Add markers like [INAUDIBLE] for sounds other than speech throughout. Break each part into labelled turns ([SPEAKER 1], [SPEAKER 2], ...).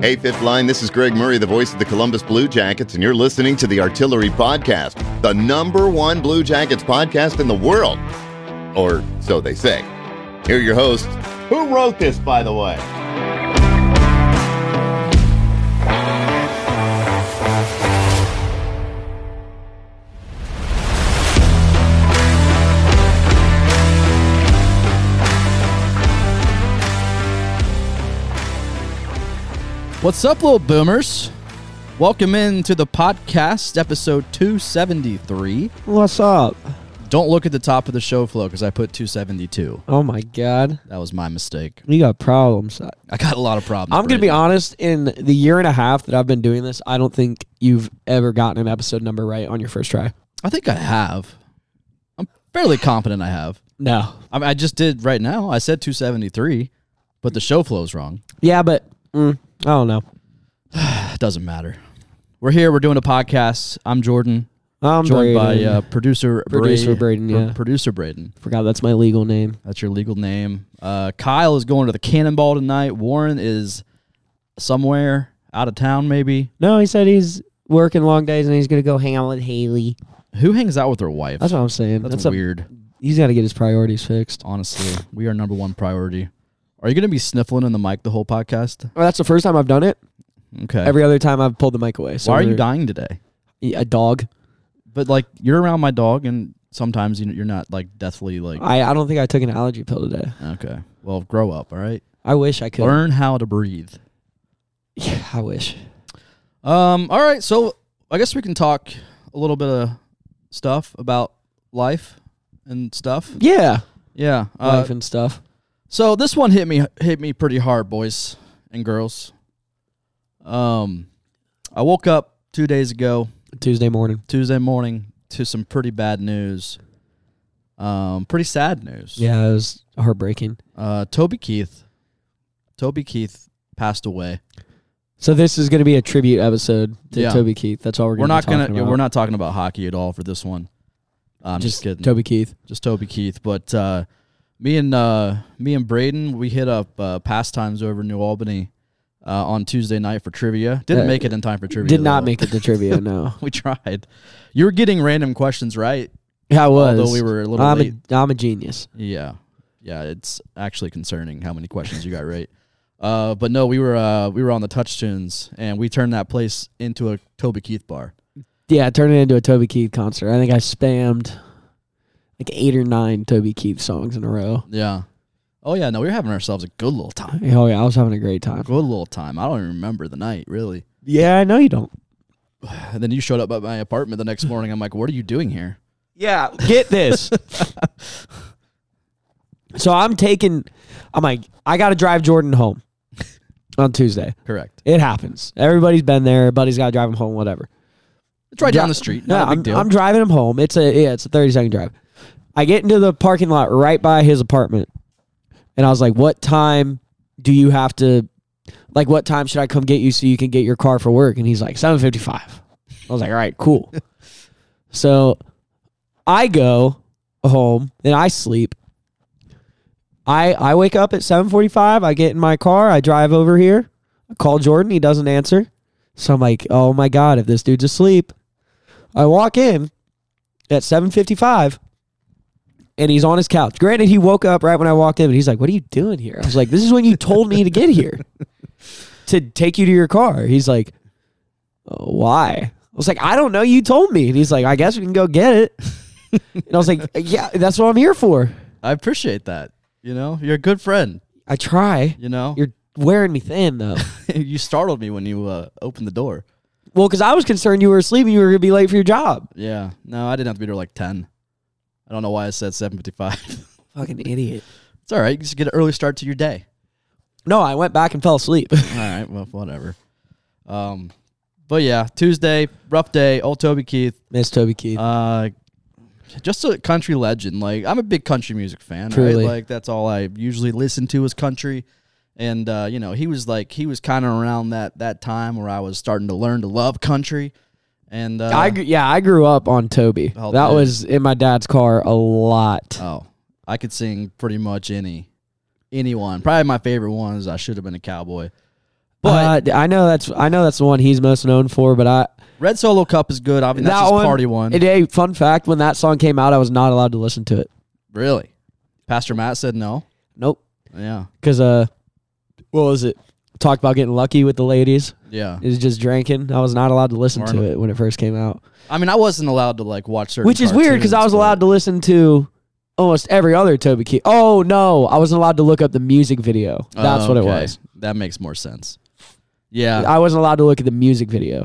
[SPEAKER 1] Hey, Fifth Line, this is Greg Murray, the voice of the Columbus Blue Jackets, and you're listening to the Artillery Podcast, the number one Blue Jackets podcast in the world. Or so they say. Here are your hosts. Who wrote this, by the way?
[SPEAKER 2] What's up, little boomers? Welcome in to the podcast, episode 273.
[SPEAKER 3] What's up?
[SPEAKER 2] Don't look at the top of the show flow because I put 272.
[SPEAKER 3] Oh my god.
[SPEAKER 2] That was my mistake.
[SPEAKER 3] You got problems.
[SPEAKER 2] I got a lot of problems.
[SPEAKER 3] I'm going to be honest. In the year and a half that I've been doing this, I don't think you've ever gotten an episode number right on your first try.
[SPEAKER 2] I think I have. I'm fairly confident I have.
[SPEAKER 3] No.
[SPEAKER 2] I, mean, I just did right now. I said 273, but the show flow's wrong. [SIGHS]
[SPEAKER 3] Yeah, but mm, I don't know.
[SPEAKER 2] It doesn't matter. We're here. We're doing a podcast. I'm Jordan,
[SPEAKER 3] I'm
[SPEAKER 2] joined
[SPEAKER 3] Braden.
[SPEAKER 2] by uh, producer
[SPEAKER 3] Producer
[SPEAKER 2] Bray-
[SPEAKER 3] Braden,
[SPEAKER 2] pr-
[SPEAKER 3] yeah.
[SPEAKER 2] producer Braden.
[SPEAKER 3] Forgot that's my legal name.
[SPEAKER 2] That's your legal name. Uh, Kyle is going to the Cannonball tonight. Warren is somewhere out of town, maybe.
[SPEAKER 3] No, he said he's working long days and he's going to go hang out with Haley.
[SPEAKER 2] Who hangs out with their wife?
[SPEAKER 3] That's what I'm saying.
[SPEAKER 2] That's
[SPEAKER 3] That's, a-
[SPEAKER 2] weird.
[SPEAKER 3] he's got to get his priorities fixed.
[SPEAKER 2] Honestly, we are number one priority. Are you going to be sniffling in the mic the whole podcast?
[SPEAKER 3] Well, that's the first time I've done it.
[SPEAKER 2] Okay.
[SPEAKER 3] Every other time I've pulled the mic away. So
[SPEAKER 2] Why are you
[SPEAKER 3] we're-
[SPEAKER 2] dying today?
[SPEAKER 3] Yeah, A dog.
[SPEAKER 2] But like, you're around my dog, and sometimes you- you're not like deathly
[SPEAKER 3] [LAUGHS]
[SPEAKER 2] like.
[SPEAKER 3] I, I don't think I took an allergy pill today.
[SPEAKER 2] Okay. Well, grow up. All right.
[SPEAKER 3] I wish I could.
[SPEAKER 2] Learn how to breathe.
[SPEAKER 3] Yeah, I wish.
[SPEAKER 2] Um. All right. So I guess we can talk a little bit of stuff about life and stuff.
[SPEAKER 3] Yeah.
[SPEAKER 2] Yeah. Uh,
[SPEAKER 3] Life and stuff.
[SPEAKER 2] so this one hit me hit me pretty hard, boys and girls. Um, I woke up two days ago,
[SPEAKER 3] Tuesday morning.
[SPEAKER 2] Tuesday morning, to some pretty bad news. Um, pretty sad news.
[SPEAKER 3] Yeah, it was heartbreaking.
[SPEAKER 2] Uh, Toby Keith, Toby Keith passed away.
[SPEAKER 3] So this is going to be a tribute episode to
[SPEAKER 2] Yeah.
[SPEAKER 3] Toby Keith. That's all we're
[SPEAKER 2] We're
[SPEAKER 3] going to
[SPEAKER 2] not
[SPEAKER 3] be
[SPEAKER 2] gonna.
[SPEAKER 3] talking about.
[SPEAKER 2] We're not talking about hockey at all for this one. I'm just,
[SPEAKER 3] just
[SPEAKER 2] kidding.
[SPEAKER 3] Toby Keith.
[SPEAKER 2] just Toby Keith. But uh, me and uh, me and Braden, we hit up uh, pastimes over in New Albany uh, on Tuesday night for trivia. Didn't
[SPEAKER 3] Uh,
[SPEAKER 2] make it in time for trivia.
[SPEAKER 3] Did not
[SPEAKER 2] though.
[SPEAKER 3] make it to trivia. No,
[SPEAKER 2] [LAUGHS] We tried. You were getting random questions right.
[SPEAKER 3] yeah, I was.
[SPEAKER 2] Although we were a little
[SPEAKER 3] I'm
[SPEAKER 2] late.
[SPEAKER 3] a I'm a genius.
[SPEAKER 2] Yeah, yeah. It's actually concerning how many questions you got right. [LAUGHS] Uh, but no, we were uh, we were on the touch tunes and we turned that place into a Toby Keith bar.
[SPEAKER 3] Yeah, turn it into a Toby Keith concert. I think I spammed like eight or nine Toby Keith songs in a row.
[SPEAKER 2] Yeah. Oh yeah, no, we were having ourselves a good little time.
[SPEAKER 3] Oh yeah, I was having a great time.
[SPEAKER 2] Good little time. I don't even remember the night really.
[SPEAKER 3] Yeah, I know you don't.
[SPEAKER 2] And then you showed up at my apartment the next morning. I'm like, what are you doing here?
[SPEAKER 3] Yeah, [LAUGHS] get this. so I'm taking. I'm like, I got to drive Jordan home on Tuesday.
[SPEAKER 2] Correct.
[SPEAKER 3] It happens. Everybody's been there. Buddy's got to drive him home. Whatever.
[SPEAKER 2] It's right down
[SPEAKER 3] Dri-
[SPEAKER 2] the street.
[SPEAKER 3] No,
[SPEAKER 2] Not a big
[SPEAKER 3] I'm,
[SPEAKER 2] deal.
[SPEAKER 3] I'm driving him home. It's a yeah, it's a 30 second drive. I get into the parking lot right by his apartment, and I was like, "What time do you have to? Like, what time should I come get you so you can get your car for work?" And he's like, "7:55." I was like, "All right,
[SPEAKER 2] [LAUGHS]
[SPEAKER 3] cool." so I go home and I sleep. I I wake up at 7:45. I get in my car. I drive over here. I call Jordan. He doesn't answer. So I'm like, "Oh my god, if this dude's asleep." I walk in at 7:55 and he's on his couch. Granted, he woke up right when I walked in, and he's like, "What are you doing here?" I was like, "This is when you told me to get here [LAUGHS] to take you to your car." He's like, "Uh, "Why?" I was like, "I don't know. You told me." And he's like, "I guess we can go get it." [LAUGHS] and I was like, "Yeah, that's what I'm here for.
[SPEAKER 2] I appreciate that. You know, you're a good friend.
[SPEAKER 3] I try.
[SPEAKER 2] You know,
[SPEAKER 3] You're wearing me thin though.
[SPEAKER 2] [LAUGHS]
[SPEAKER 3] [LAUGHS]
[SPEAKER 2] you startled me when you uh, opened the door.
[SPEAKER 3] well, because I was concerned you were asleep and you were gonna be late for your job.
[SPEAKER 2] Yeah. No, I didn't have to be there like 10. I don't know why I said 7.55.
[SPEAKER 3] Fucking idiot."
[SPEAKER 2] [LAUGHS] it's all right. You just get an early start to your day.
[SPEAKER 3] No, I went back and fell asleep. [LAUGHS]
[SPEAKER 2] All right. Well, whatever. Um, but yeah, Tuesday, rough day. Old Toby Keith.
[SPEAKER 3] Miss Toby Keith.
[SPEAKER 2] Uh, just a country legend. Like I'm a big country music fan.
[SPEAKER 3] Truly.
[SPEAKER 2] Right? Like that's all I usually listen to is country. And uh, you know, he was like he was kind of around that that time where I was starting to learn to love country. And uh,
[SPEAKER 3] I gr- yeah, I grew up on Toby.
[SPEAKER 2] Oh,
[SPEAKER 3] that
[SPEAKER 2] dude.
[SPEAKER 3] was in my dad's car a lot.
[SPEAKER 2] oh, I could sing pretty much any anyone. Probably my favorite one is I should have been a cowboy. But-
[SPEAKER 3] But I know that's I know that's the one he's most known for. But I
[SPEAKER 2] Red Solo Cup is good. Obviously, that's
[SPEAKER 3] that
[SPEAKER 2] his
[SPEAKER 3] one,
[SPEAKER 2] party one.
[SPEAKER 3] And, hey, fun fact: when that song came out, I was not allowed to listen to it.
[SPEAKER 2] really? Pastor Matt said no.
[SPEAKER 3] Nope,
[SPEAKER 2] Yeah.
[SPEAKER 3] because uh, what was it? Talked about getting lucky with the ladies.
[SPEAKER 2] Yeah.
[SPEAKER 3] It was just drinking. I was not allowed to listen to
[SPEAKER 2] Weren't-
[SPEAKER 3] it when it first came out,
[SPEAKER 2] I mean, I wasn't allowed to like watch certain
[SPEAKER 3] which is weird because I was allowed to listen to almost every other Toby Keith. Oh no, I wasn't allowed to look up the music video.
[SPEAKER 2] Oh,
[SPEAKER 3] That's what it was.
[SPEAKER 2] That makes more sense. Yeah.
[SPEAKER 3] I wasn't allowed to look at the music video. So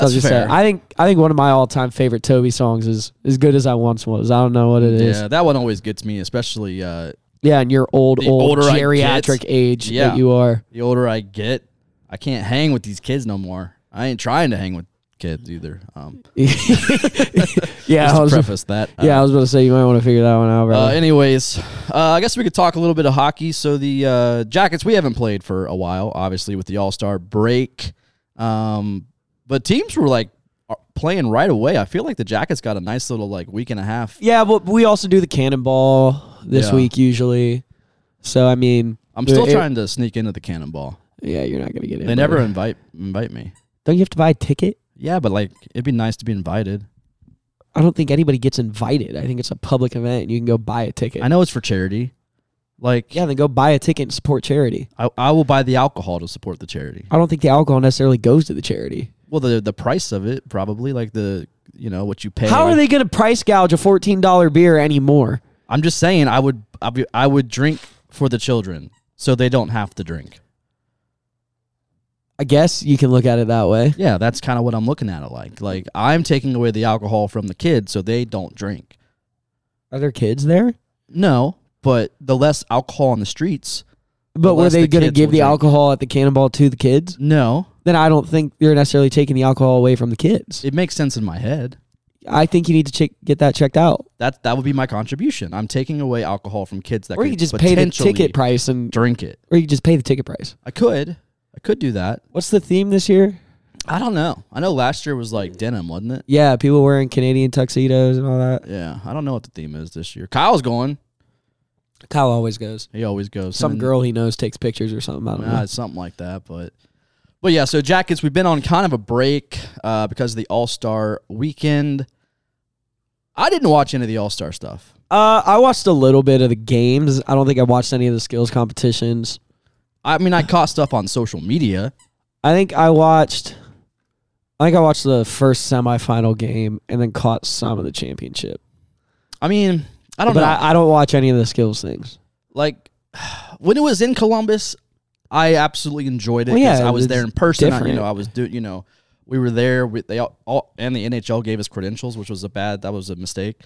[SPEAKER 3] I was
[SPEAKER 2] That's
[SPEAKER 3] just saying,
[SPEAKER 2] fair.
[SPEAKER 3] I think I think one of my all time favorite Toby songs is "As Good as I Once Was." I don't know what it is.
[SPEAKER 2] yeah, that one always gets me, especially uh,
[SPEAKER 3] Yeah, and your old
[SPEAKER 2] The
[SPEAKER 3] old
[SPEAKER 2] older I get,
[SPEAKER 3] geriatric age
[SPEAKER 2] yeah.
[SPEAKER 3] that you are. [LAUGHS]
[SPEAKER 2] the older I get, I can't hang with these kids no more. I ain't trying to hang with kids either.
[SPEAKER 3] [LAUGHS]
[SPEAKER 2] Um, [LAUGHS]
[SPEAKER 3] yeah,
[SPEAKER 2] just
[SPEAKER 3] I
[SPEAKER 2] to
[SPEAKER 3] was,
[SPEAKER 2] preface that. uh,
[SPEAKER 3] yeah, I was about to say you might want to figure that one out.
[SPEAKER 2] Uh,
[SPEAKER 3] brother.
[SPEAKER 2] anyways, uh, I guess we could talk a little bit of hockey. So the uh, Jackets, we haven't played for a while, obviously with the All Star break, um, but teams were like are- playing right away. I feel like the Jackets got a nice little like week and a half.
[SPEAKER 3] yeah, but we also do the cannonball this
[SPEAKER 2] Yeah.
[SPEAKER 3] week usually. So I mean,
[SPEAKER 2] I'm still
[SPEAKER 3] it-
[SPEAKER 2] trying to sneak into the Cannonball.
[SPEAKER 3] Yeah, you're not gonna get in.
[SPEAKER 2] They never
[SPEAKER 3] brother.
[SPEAKER 2] invite invite me.
[SPEAKER 3] Don't you have to buy a ticket?
[SPEAKER 2] Yeah, but like it'd be nice to be invited.
[SPEAKER 3] I don't think anybody gets invited. I think it's a public event. and You can go buy a ticket.
[SPEAKER 2] I know it's for charity. Like
[SPEAKER 3] Yeah, then go buy a ticket and support charity.
[SPEAKER 2] I, I will buy the alcohol to support the charity.
[SPEAKER 3] I don't think the alcohol necessarily goes to the charity.
[SPEAKER 2] Well, the the price of it probably like the you know what you pay.
[SPEAKER 3] How are they going to price gouge a fourteen dollar beer anymore?
[SPEAKER 2] I'm just saying I would I, be, I would drink for the children so they don't have to drink.
[SPEAKER 3] I guess you can look at it that way.
[SPEAKER 2] Yeah, that's kind of what I'm looking at it like. Like I'm taking away the alcohol from the kids so they don't drink.
[SPEAKER 3] Are there kids there?
[SPEAKER 2] No, but the less alcohol on the streets,
[SPEAKER 3] But were
[SPEAKER 2] Unless
[SPEAKER 3] they
[SPEAKER 2] the
[SPEAKER 3] going to
[SPEAKER 2] kids
[SPEAKER 3] give
[SPEAKER 2] will
[SPEAKER 3] the
[SPEAKER 2] drink.
[SPEAKER 3] alcohol at the cannonball to the kids?
[SPEAKER 2] no,
[SPEAKER 3] Then I don't think you're necessarily taking the alcohol away from the kids.
[SPEAKER 2] it makes sense in my head.
[SPEAKER 3] I think you need to check, get that checked out,
[SPEAKER 2] That that would be my contribution. I'm taking away alcohol from kids that
[SPEAKER 3] or you
[SPEAKER 2] could
[SPEAKER 3] could just pay the
[SPEAKER 2] potentially
[SPEAKER 3] ticket price and,
[SPEAKER 2] drink it.
[SPEAKER 3] or you could just pay the ticket price.
[SPEAKER 2] I could. I could do that.
[SPEAKER 3] What's the theme this year?
[SPEAKER 2] I don't know. I know last year was like denim, wasn't it?
[SPEAKER 3] Yeah, people wearing Canadian tuxedos and all that.
[SPEAKER 2] Yeah. I don't know what the theme is this year. Kyle's going.
[SPEAKER 3] Kyle always goes. Ah,
[SPEAKER 2] He always goes. Him
[SPEAKER 3] Some
[SPEAKER 2] and-
[SPEAKER 3] girl he knows takes pictures or something. I don't
[SPEAKER 2] Nah,
[SPEAKER 3] know.
[SPEAKER 2] it's something like that. But but yeah, so Jackets, we've been on kind of a break uh, because of the All Star weekend. I didn't watch any of the All Star stuff.
[SPEAKER 3] Uh, I watched a little bit of the games. I don't think I watched any of the skills competitions.
[SPEAKER 2] I mean, I caught stuff on social media.
[SPEAKER 3] I think I watched. I think I watched the first semifinal game and then caught some of the championship.
[SPEAKER 2] I mean, I don't
[SPEAKER 3] but
[SPEAKER 2] know.
[SPEAKER 3] I, I don't watch any of the skills things.
[SPEAKER 2] like [SIGHS] when it was in Columbus, I absolutely enjoyed it.
[SPEAKER 3] Well,
[SPEAKER 2] 'cause
[SPEAKER 3] yeah,
[SPEAKER 2] I was
[SPEAKER 3] it's
[SPEAKER 2] there in person. I, you
[SPEAKER 3] different.
[SPEAKER 2] know, I was doing. You know, we were there. With they all, all and the NHL gave us credentials, which was a bad. That was a mistake.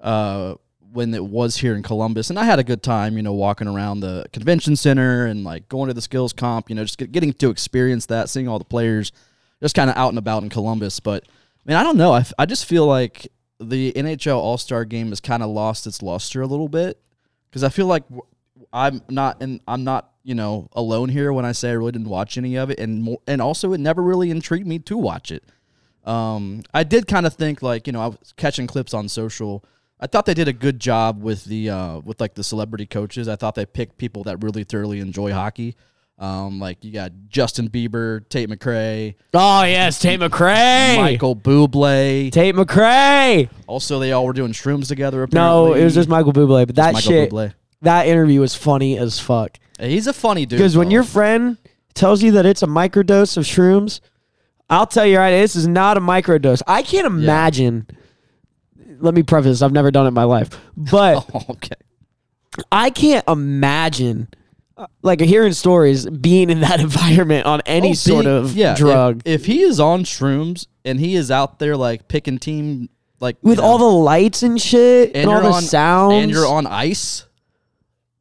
[SPEAKER 2] Uh, when it was here in Columbus, and I had a good time. You know, walking around the convention center and like going to the skills comp. You know, just get, getting to experience that, seeing all the players, just kind of out and about in Columbus. But man, I don't know. I, f- I just feel like the NHL All Star Game has kind of lost its luster a little bit because I feel like w- I'm not and I'm not you know alone here when I say I really didn't watch any of it, and more, and also it never really intrigued me to watch it. Um, I did kind of think like you know I was catching clips on social. I thought they did a good job with the uh, with like the celebrity coaches. I thought they picked people that really thoroughly enjoy hockey. Um, like you got Justin Bieber, Tate McRae,
[SPEAKER 3] Oh yes, Tate McRae.
[SPEAKER 2] Michael Bublé.
[SPEAKER 3] Tate McRae.
[SPEAKER 2] Also, they all were doing shrooms together. Apparently.
[SPEAKER 3] No, it was just Michael Bublé. But that
[SPEAKER 2] Michael
[SPEAKER 3] shit,
[SPEAKER 2] Bublé.
[SPEAKER 3] that interview was funny as fuck.
[SPEAKER 2] He's a funny dude.
[SPEAKER 3] Because when
[SPEAKER 2] though.
[SPEAKER 3] your friend tells you that it's a microdose of shrooms, I'll tell you right, this is not a microdose. I can't imagine. Let me preface this: I've never done it in my life,
[SPEAKER 2] [LAUGHS]
[SPEAKER 3] but
[SPEAKER 2] okay,
[SPEAKER 3] I can't imagine. uh, Like hearing stories, being in that [LAUGHS] environment on any
[SPEAKER 2] Oh,
[SPEAKER 3] sort
[SPEAKER 2] being-
[SPEAKER 3] of
[SPEAKER 2] yeah, if-
[SPEAKER 3] drug
[SPEAKER 2] If, he is on shrooms and he is out there like picking team, like
[SPEAKER 3] with all the lights and shit and, all the
[SPEAKER 2] on,
[SPEAKER 3] sounds,
[SPEAKER 2] and you're on ice.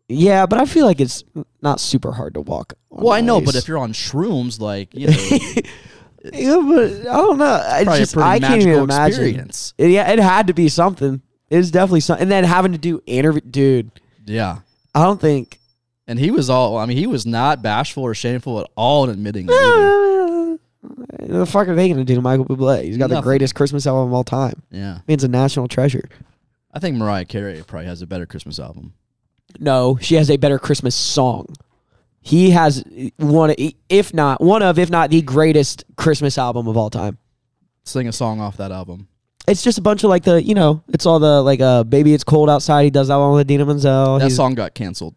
[SPEAKER 3] yeah. But I feel like it's not super hard to walk. on
[SPEAKER 2] Well, I know, but
[SPEAKER 3] ice.
[SPEAKER 2] if you're on shrooms, like
[SPEAKER 3] [LAUGHS]
[SPEAKER 2] you know,
[SPEAKER 3] Yeah, but I don't know. I
[SPEAKER 2] Probably a
[SPEAKER 3] just
[SPEAKER 2] pretty
[SPEAKER 3] I can't
[SPEAKER 2] magical
[SPEAKER 3] even imagine.
[SPEAKER 2] experience.
[SPEAKER 3] It- yeah, it had to be something. It was definitely something. And then having to do interview, dude.
[SPEAKER 2] yeah.
[SPEAKER 3] I don't think. [SIGHS]
[SPEAKER 2] And he was all. I mean, he was not bashful or shameful at all in admitting. it
[SPEAKER 3] Ah.
[SPEAKER 2] either.
[SPEAKER 3] What the fuck are they gonna do to Michael Bublé? He's got the
[SPEAKER 2] Nothing.
[SPEAKER 3] greatest Christmas album of all time.
[SPEAKER 2] Yeah,
[SPEAKER 3] I mean, it's a national treasure.
[SPEAKER 2] I think Mariah Carey probably has a better Christmas album.
[SPEAKER 3] No, she has a better Christmas song. He has one, if not one of, if not the greatest Christmas album of all time.
[SPEAKER 2] Sing a song off that album.
[SPEAKER 3] It's just a bunch of like the, you know, it's all the like, uh, baby, it's cold outside. He does that one with Dina Menzel.
[SPEAKER 2] That
[SPEAKER 3] He's-
[SPEAKER 2] song got canceled.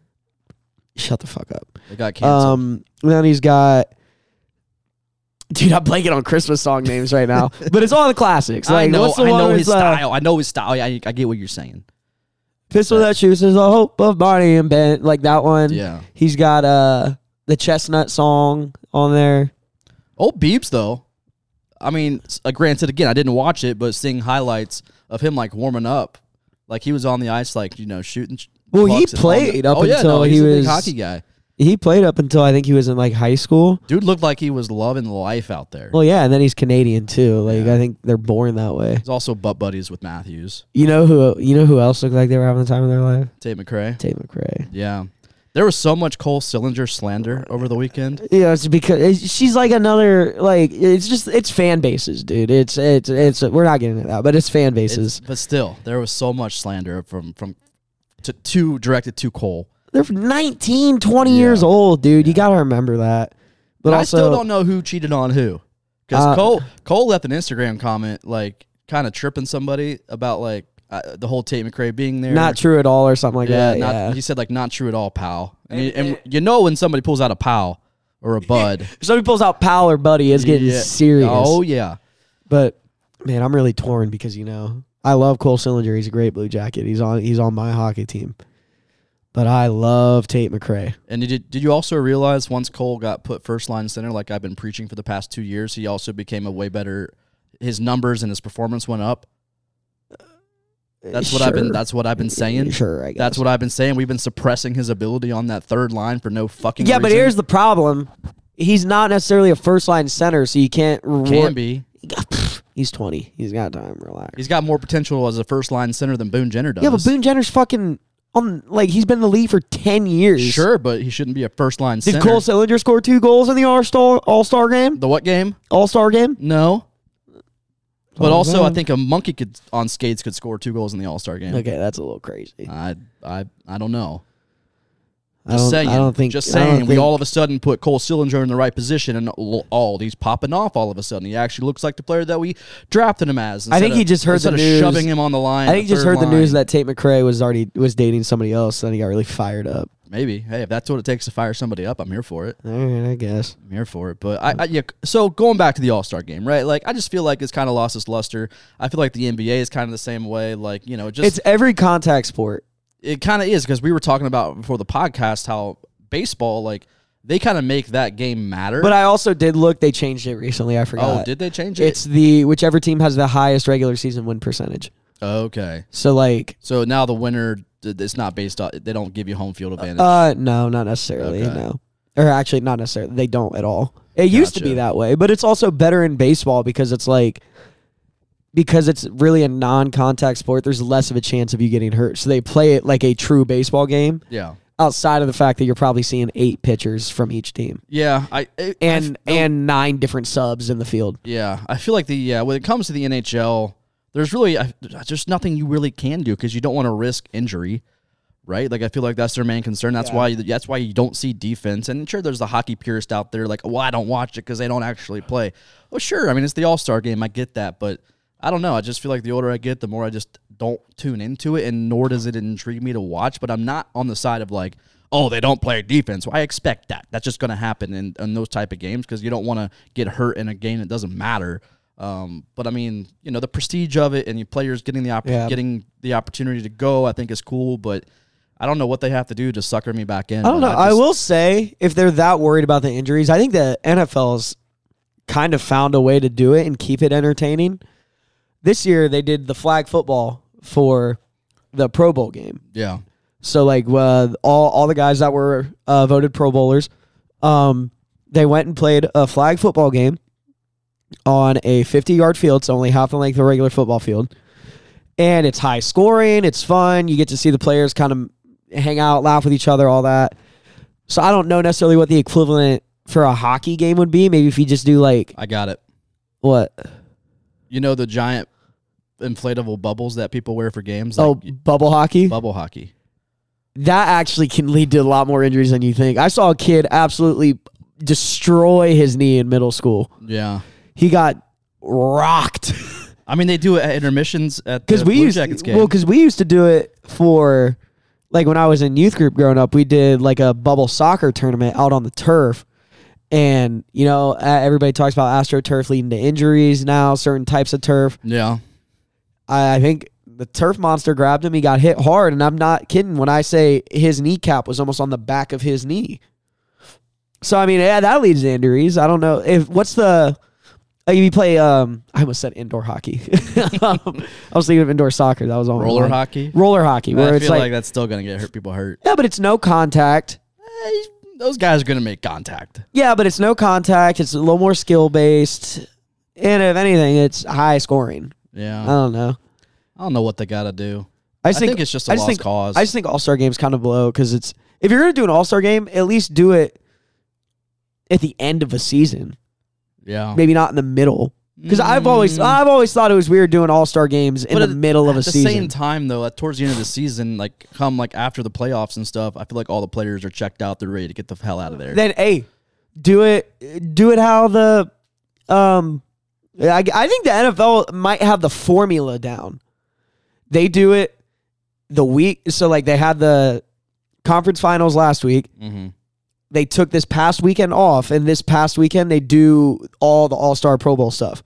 [SPEAKER 3] Shut the fuck up.
[SPEAKER 2] It got canceled.
[SPEAKER 3] Um, then he's got. Dude, I'm blanking on Christmas song names
[SPEAKER 2] [LAUGHS]
[SPEAKER 3] right now, but it's all the classics.
[SPEAKER 2] I
[SPEAKER 3] Like,
[SPEAKER 2] know,
[SPEAKER 3] what's the
[SPEAKER 2] I
[SPEAKER 3] one
[SPEAKER 2] know
[SPEAKER 3] where
[SPEAKER 2] his
[SPEAKER 3] it's, uh,
[SPEAKER 2] style. I know his style. I, I get what you're saying.
[SPEAKER 3] Pistol that shoots is the hope of Bonnie and Ben, like that one.
[SPEAKER 2] Yeah.
[SPEAKER 3] He's got uh the chestnut song on there.
[SPEAKER 2] Old Beeps Oh, though. I mean, s- uh, granted, again, I didn't watch it, but seeing highlights of him like warming up, like he was on the ice, like you know, shooting. sh-
[SPEAKER 3] Well, he
[SPEAKER 2] pucks and all that.
[SPEAKER 3] played up
[SPEAKER 2] oh, yeah,
[SPEAKER 3] until
[SPEAKER 2] no,
[SPEAKER 3] he
[SPEAKER 2] he's a big
[SPEAKER 3] was-
[SPEAKER 2] hockey guy.
[SPEAKER 3] He played up until I think he was in like high school.
[SPEAKER 2] Dude looked like he was loving life out there.
[SPEAKER 3] Well, yeah, and then he's Canadian too. Like I think they're born that way.
[SPEAKER 2] He's also butt buddies with Matthews,
[SPEAKER 3] You know who? You know who else looked like they were having the time of their life?
[SPEAKER 2] Tate McRae.
[SPEAKER 3] Tate McRae.
[SPEAKER 2] Yeah, there was so much Cole Sillinger slander over the weekend.
[SPEAKER 3] Yeah, it's because it's, she's like another like it's just it's fan bases, dude. It's it's it's we're not getting into that, but it's fan bases.
[SPEAKER 2] It's- but still, there was so much slander from from to, to directed to Cole.
[SPEAKER 3] they're 19, 20 years old, dude. You gotta remember that. But
[SPEAKER 2] And
[SPEAKER 3] also,
[SPEAKER 2] I still don't know who cheated on who. Because
[SPEAKER 3] Uh,
[SPEAKER 2] Cole Cole left an Instagram comment like kind of tripping somebody about like uh, the whole Tate McRae being there.
[SPEAKER 3] not true at all or something like
[SPEAKER 2] yeah,
[SPEAKER 3] that.
[SPEAKER 2] not,
[SPEAKER 3] yeah.
[SPEAKER 2] He said like not true at all, pal. And, you, and you know when somebody pulls out a pal or a bud,
[SPEAKER 3] If somebody pulls out Powell or Buddy, it's getting
[SPEAKER 2] yeah.
[SPEAKER 3] serious.
[SPEAKER 2] Oh yeah,
[SPEAKER 3] But man, I'm really torn because you know I love Cole Sillinger. He's a great Blue Jacket. He's on he's on my hockey team. But I love Tate McRae.
[SPEAKER 2] and did you, did you also realize once Cole got put first line center, like I've been preaching for the past two years, he also became a way better. His numbers and his performance went up. That's what I've been.
[SPEAKER 3] Sure.
[SPEAKER 2] That's what I've been saying.
[SPEAKER 3] Sure, I guess.
[SPEAKER 2] That's what I've been saying. We've been suppressing his ability on that third line for no fucking
[SPEAKER 3] yeah, but
[SPEAKER 2] reason.
[SPEAKER 3] here's the problem. He's not necessarily a first line center, so you can't.
[SPEAKER 2] can
[SPEAKER 3] reward-
[SPEAKER 2] be.
[SPEAKER 3] He's 20. He's got time. Relax.
[SPEAKER 2] He's got more potential as a first line center than Boone Jenner does.
[SPEAKER 3] Yeah, but Boone Jenner's fucking on. Like he's been in the league for ten years.
[SPEAKER 2] sure, but he shouldn't be a first line
[SPEAKER 3] Did
[SPEAKER 2] center.
[SPEAKER 3] Cole Sillinger score two goals in the All Star All Star game?
[SPEAKER 2] the what game?
[SPEAKER 3] All Star game.
[SPEAKER 2] No. But
[SPEAKER 3] Oh,
[SPEAKER 2] also, I
[SPEAKER 3] man.
[SPEAKER 2] think a monkey could on skates could score two goals in the All Star game.
[SPEAKER 3] Okay, that's a little crazy.
[SPEAKER 2] I I I don't know. Uh,
[SPEAKER 3] I
[SPEAKER 2] Just
[SPEAKER 3] don't,
[SPEAKER 2] saying.
[SPEAKER 3] I don't think.
[SPEAKER 2] Just
[SPEAKER 3] I don't
[SPEAKER 2] saying. We
[SPEAKER 3] think-
[SPEAKER 2] all of a sudden put Cole Sillinger in the right position, and all all, he's popping off. All of a sudden, he actually looks like the player that we drafted him as.
[SPEAKER 3] I think
[SPEAKER 2] instead
[SPEAKER 3] he
[SPEAKER 2] of-
[SPEAKER 3] just heard the
[SPEAKER 2] instead of
[SPEAKER 3] news.
[SPEAKER 2] shoving him on the line.
[SPEAKER 3] I think
[SPEAKER 2] the
[SPEAKER 3] just
[SPEAKER 2] third
[SPEAKER 3] heard the news
[SPEAKER 2] line.
[SPEAKER 3] that Tate McRae was already was dating somebody else, and he got really fired up.
[SPEAKER 2] maybe. Hey, if that's what it takes to fire somebody up, I'm here for it.
[SPEAKER 3] All right, I guess.
[SPEAKER 2] I'm here for it. But I, I yeah. So going back to the All Star game, right? Like I just feel like it's kind of lost its luster. I feel like the NBA is kind of the same way. Like you know, it just
[SPEAKER 3] It's every contact sport.
[SPEAKER 2] it kind of is because we were talking about before the podcast how baseball like they kind of make that game matter.
[SPEAKER 3] But I also did look. They changed it recently. I
[SPEAKER 2] oh,
[SPEAKER 3] forgot.
[SPEAKER 2] did they change it?
[SPEAKER 3] It's the whichever team has the highest regular season win percentage.
[SPEAKER 2] okay.
[SPEAKER 3] So like
[SPEAKER 2] So now the winner, th- it's not based on. They don't give you home field advantage.
[SPEAKER 3] Uh, no, not necessarily.
[SPEAKER 2] Okay.
[SPEAKER 3] No, or actually, not necessarily. They don't at all. It used to be
[SPEAKER 2] Gotcha.
[SPEAKER 3] that way, but it's also better in baseball because it's like because it's really a non-contact sport. There's less of a chance of you getting hurt, so they play it like a true baseball game.
[SPEAKER 2] yeah,
[SPEAKER 3] Outside of the fact that you're probably seeing eight pitchers from each team
[SPEAKER 2] yeah. I it- I
[SPEAKER 3] and and nine different subs in the field.
[SPEAKER 2] Yeah, I feel like the uh, when it comes to the NHL, there's really I, just nothing you really can do because you don't want to risk injury, right? Like I feel like that's their main concern. That's why that's why you don't see defense. And sure, there's the hockey purist out there like, well, I don't watch it because they don't actually play. Well, sure, I mean it's the All Star game. I get that, but I don't know. I just feel like the older I get, the more I just don't tune into it, and nor does it intrigue me to watch. But I'm not on the side of like. Oh, they don't play defense. Well, I expect that. That's just going to happen in, in those type of games because you don't want to get hurt in a game that doesn't matter. Um, but I mean, you know, the prestige of it and your players getting the opp-
[SPEAKER 3] Yeah.
[SPEAKER 2] getting the opportunity to go, I think is cool. But I don't know what they have to do to sucker me back in.
[SPEAKER 3] I don't know.
[SPEAKER 2] but
[SPEAKER 3] I,
[SPEAKER 2] just-
[SPEAKER 3] will say, if they're that worried about the injuries, I think the NFL's kind of found a way to do it and keep it entertaining. This year, they did the flag football for the Pro Bowl game.
[SPEAKER 2] Yeah,
[SPEAKER 3] So, like, uh, all all the guys that were uh, voted Pro Bowlers, um, they went and played a flag football game on a 50 yard field. It's only half the length of a regular football field. And it's high scoring. It's fun. You get to see the players kind of hang out, laugh with each other, all that. So I don't know necessarily what the equivalent for a hockey game would be. Maybe if you just do like
[SPEAKER 2] I got it.
[SPEAKER 3] what?
[SPEAKER 2] You know the giant inflatable bubbles that people wear for games, like
[SPEAKER 3] oh, bubble hockey.
[SPEAKER 2] bubble hockey.
[SPEAKER 3] that actually can lead to a lot more injuries than you think. I saw a kid absolutely destroy his knee in middle school.
[SPEAKER 2] Yeah.
[SPEAKER 3] He got rocked
[SPEAKER 2] I mean, they do it at intermissions at the
[SPEAKER 3] because we
[SPEAKER 2] Blue
[SPEAKER 3] used
[SPEAKER 2] Jackets game.
[SPEAKER 3] well because we used to do it for like when I was in youth group growing up. We did like a bubble soccer tournament out on the turf. And you know, uh, everybody talks about astroturf leading to injuries now, certain types of turf.
[SPEAKER 2] yeah.
[SPEAKER 3] I, I think the turf monster grabbed him. He got hit hard, and I'm not kidding when I say his kneecap was almost on the back of his knee. So I mean, yeah, that leads to injuries. I don't know if what's the like if you play. Um, I almost said indoor hockey. [LAUGHS] Um, I was thinking of indoor soccer. That was on
[SPEAKER 2] Roller hockey.
[SPEAKER 3] Roller hockey, where
[SPEAKER 2] I
[SPEAKER 3] it's
[SPEAKER 2] feel
[SPEAKER 3] like,
[SPEAKER 2] like, that's still gonna get hurt people hurt.
[SPEAKER 3] yeah, but it's no contact.
[SPEAKER 2] Eh, those guys are gonna make contact.
[SPEAKER 3] Yeah, but it's no contact. It's a little more skill based, and if anything, it's high scoring.
[SPEAKER 2] Yeah.
[SPEAKER 3] I don't know.
[SPEAKER 2] I don't know what they gotta do.
[SPEAKER 3] I
[SPEAKER 2] I think it's just a
[SPEAKER 3] I just
[SPEAKER 2] lost
[SPEAKER 3] think,
[SPEAKER 2] cause.
[SPEAKER 3] I just think All Star game's kind of low because it's if you're gonna do an All Star game, at least do it at the end of a season,
[SPEAKER 2] Yeah.
[SPEAKER 3] maybe not in the middle. Because I've always I've always thought it was weird doing All Star games in
[SPEAKER 2] Mm. But
[SPEAKER 3] the
[SPEAKER 2] at-
[SPEAKER 3] middle of a
[SPEAKER 2] At the
[SPEAKER 3] season.
[SPEAKER 2] same time, though, at towards the end of the season, like come like after the playoffs and stuff, I feel like all the players are checked out. They're ready to get the hell out of there.
[SPEAKER 3] then hey, do it do it how the um I, I think the NFL might have the formula down. They do it the week so like they had the conference finals last week.
[SPEAKER 2] Mhm.
[SPEAKER 3] They took this past weekend off and this past weekend they do all the All-Star Pro Bowl stuff.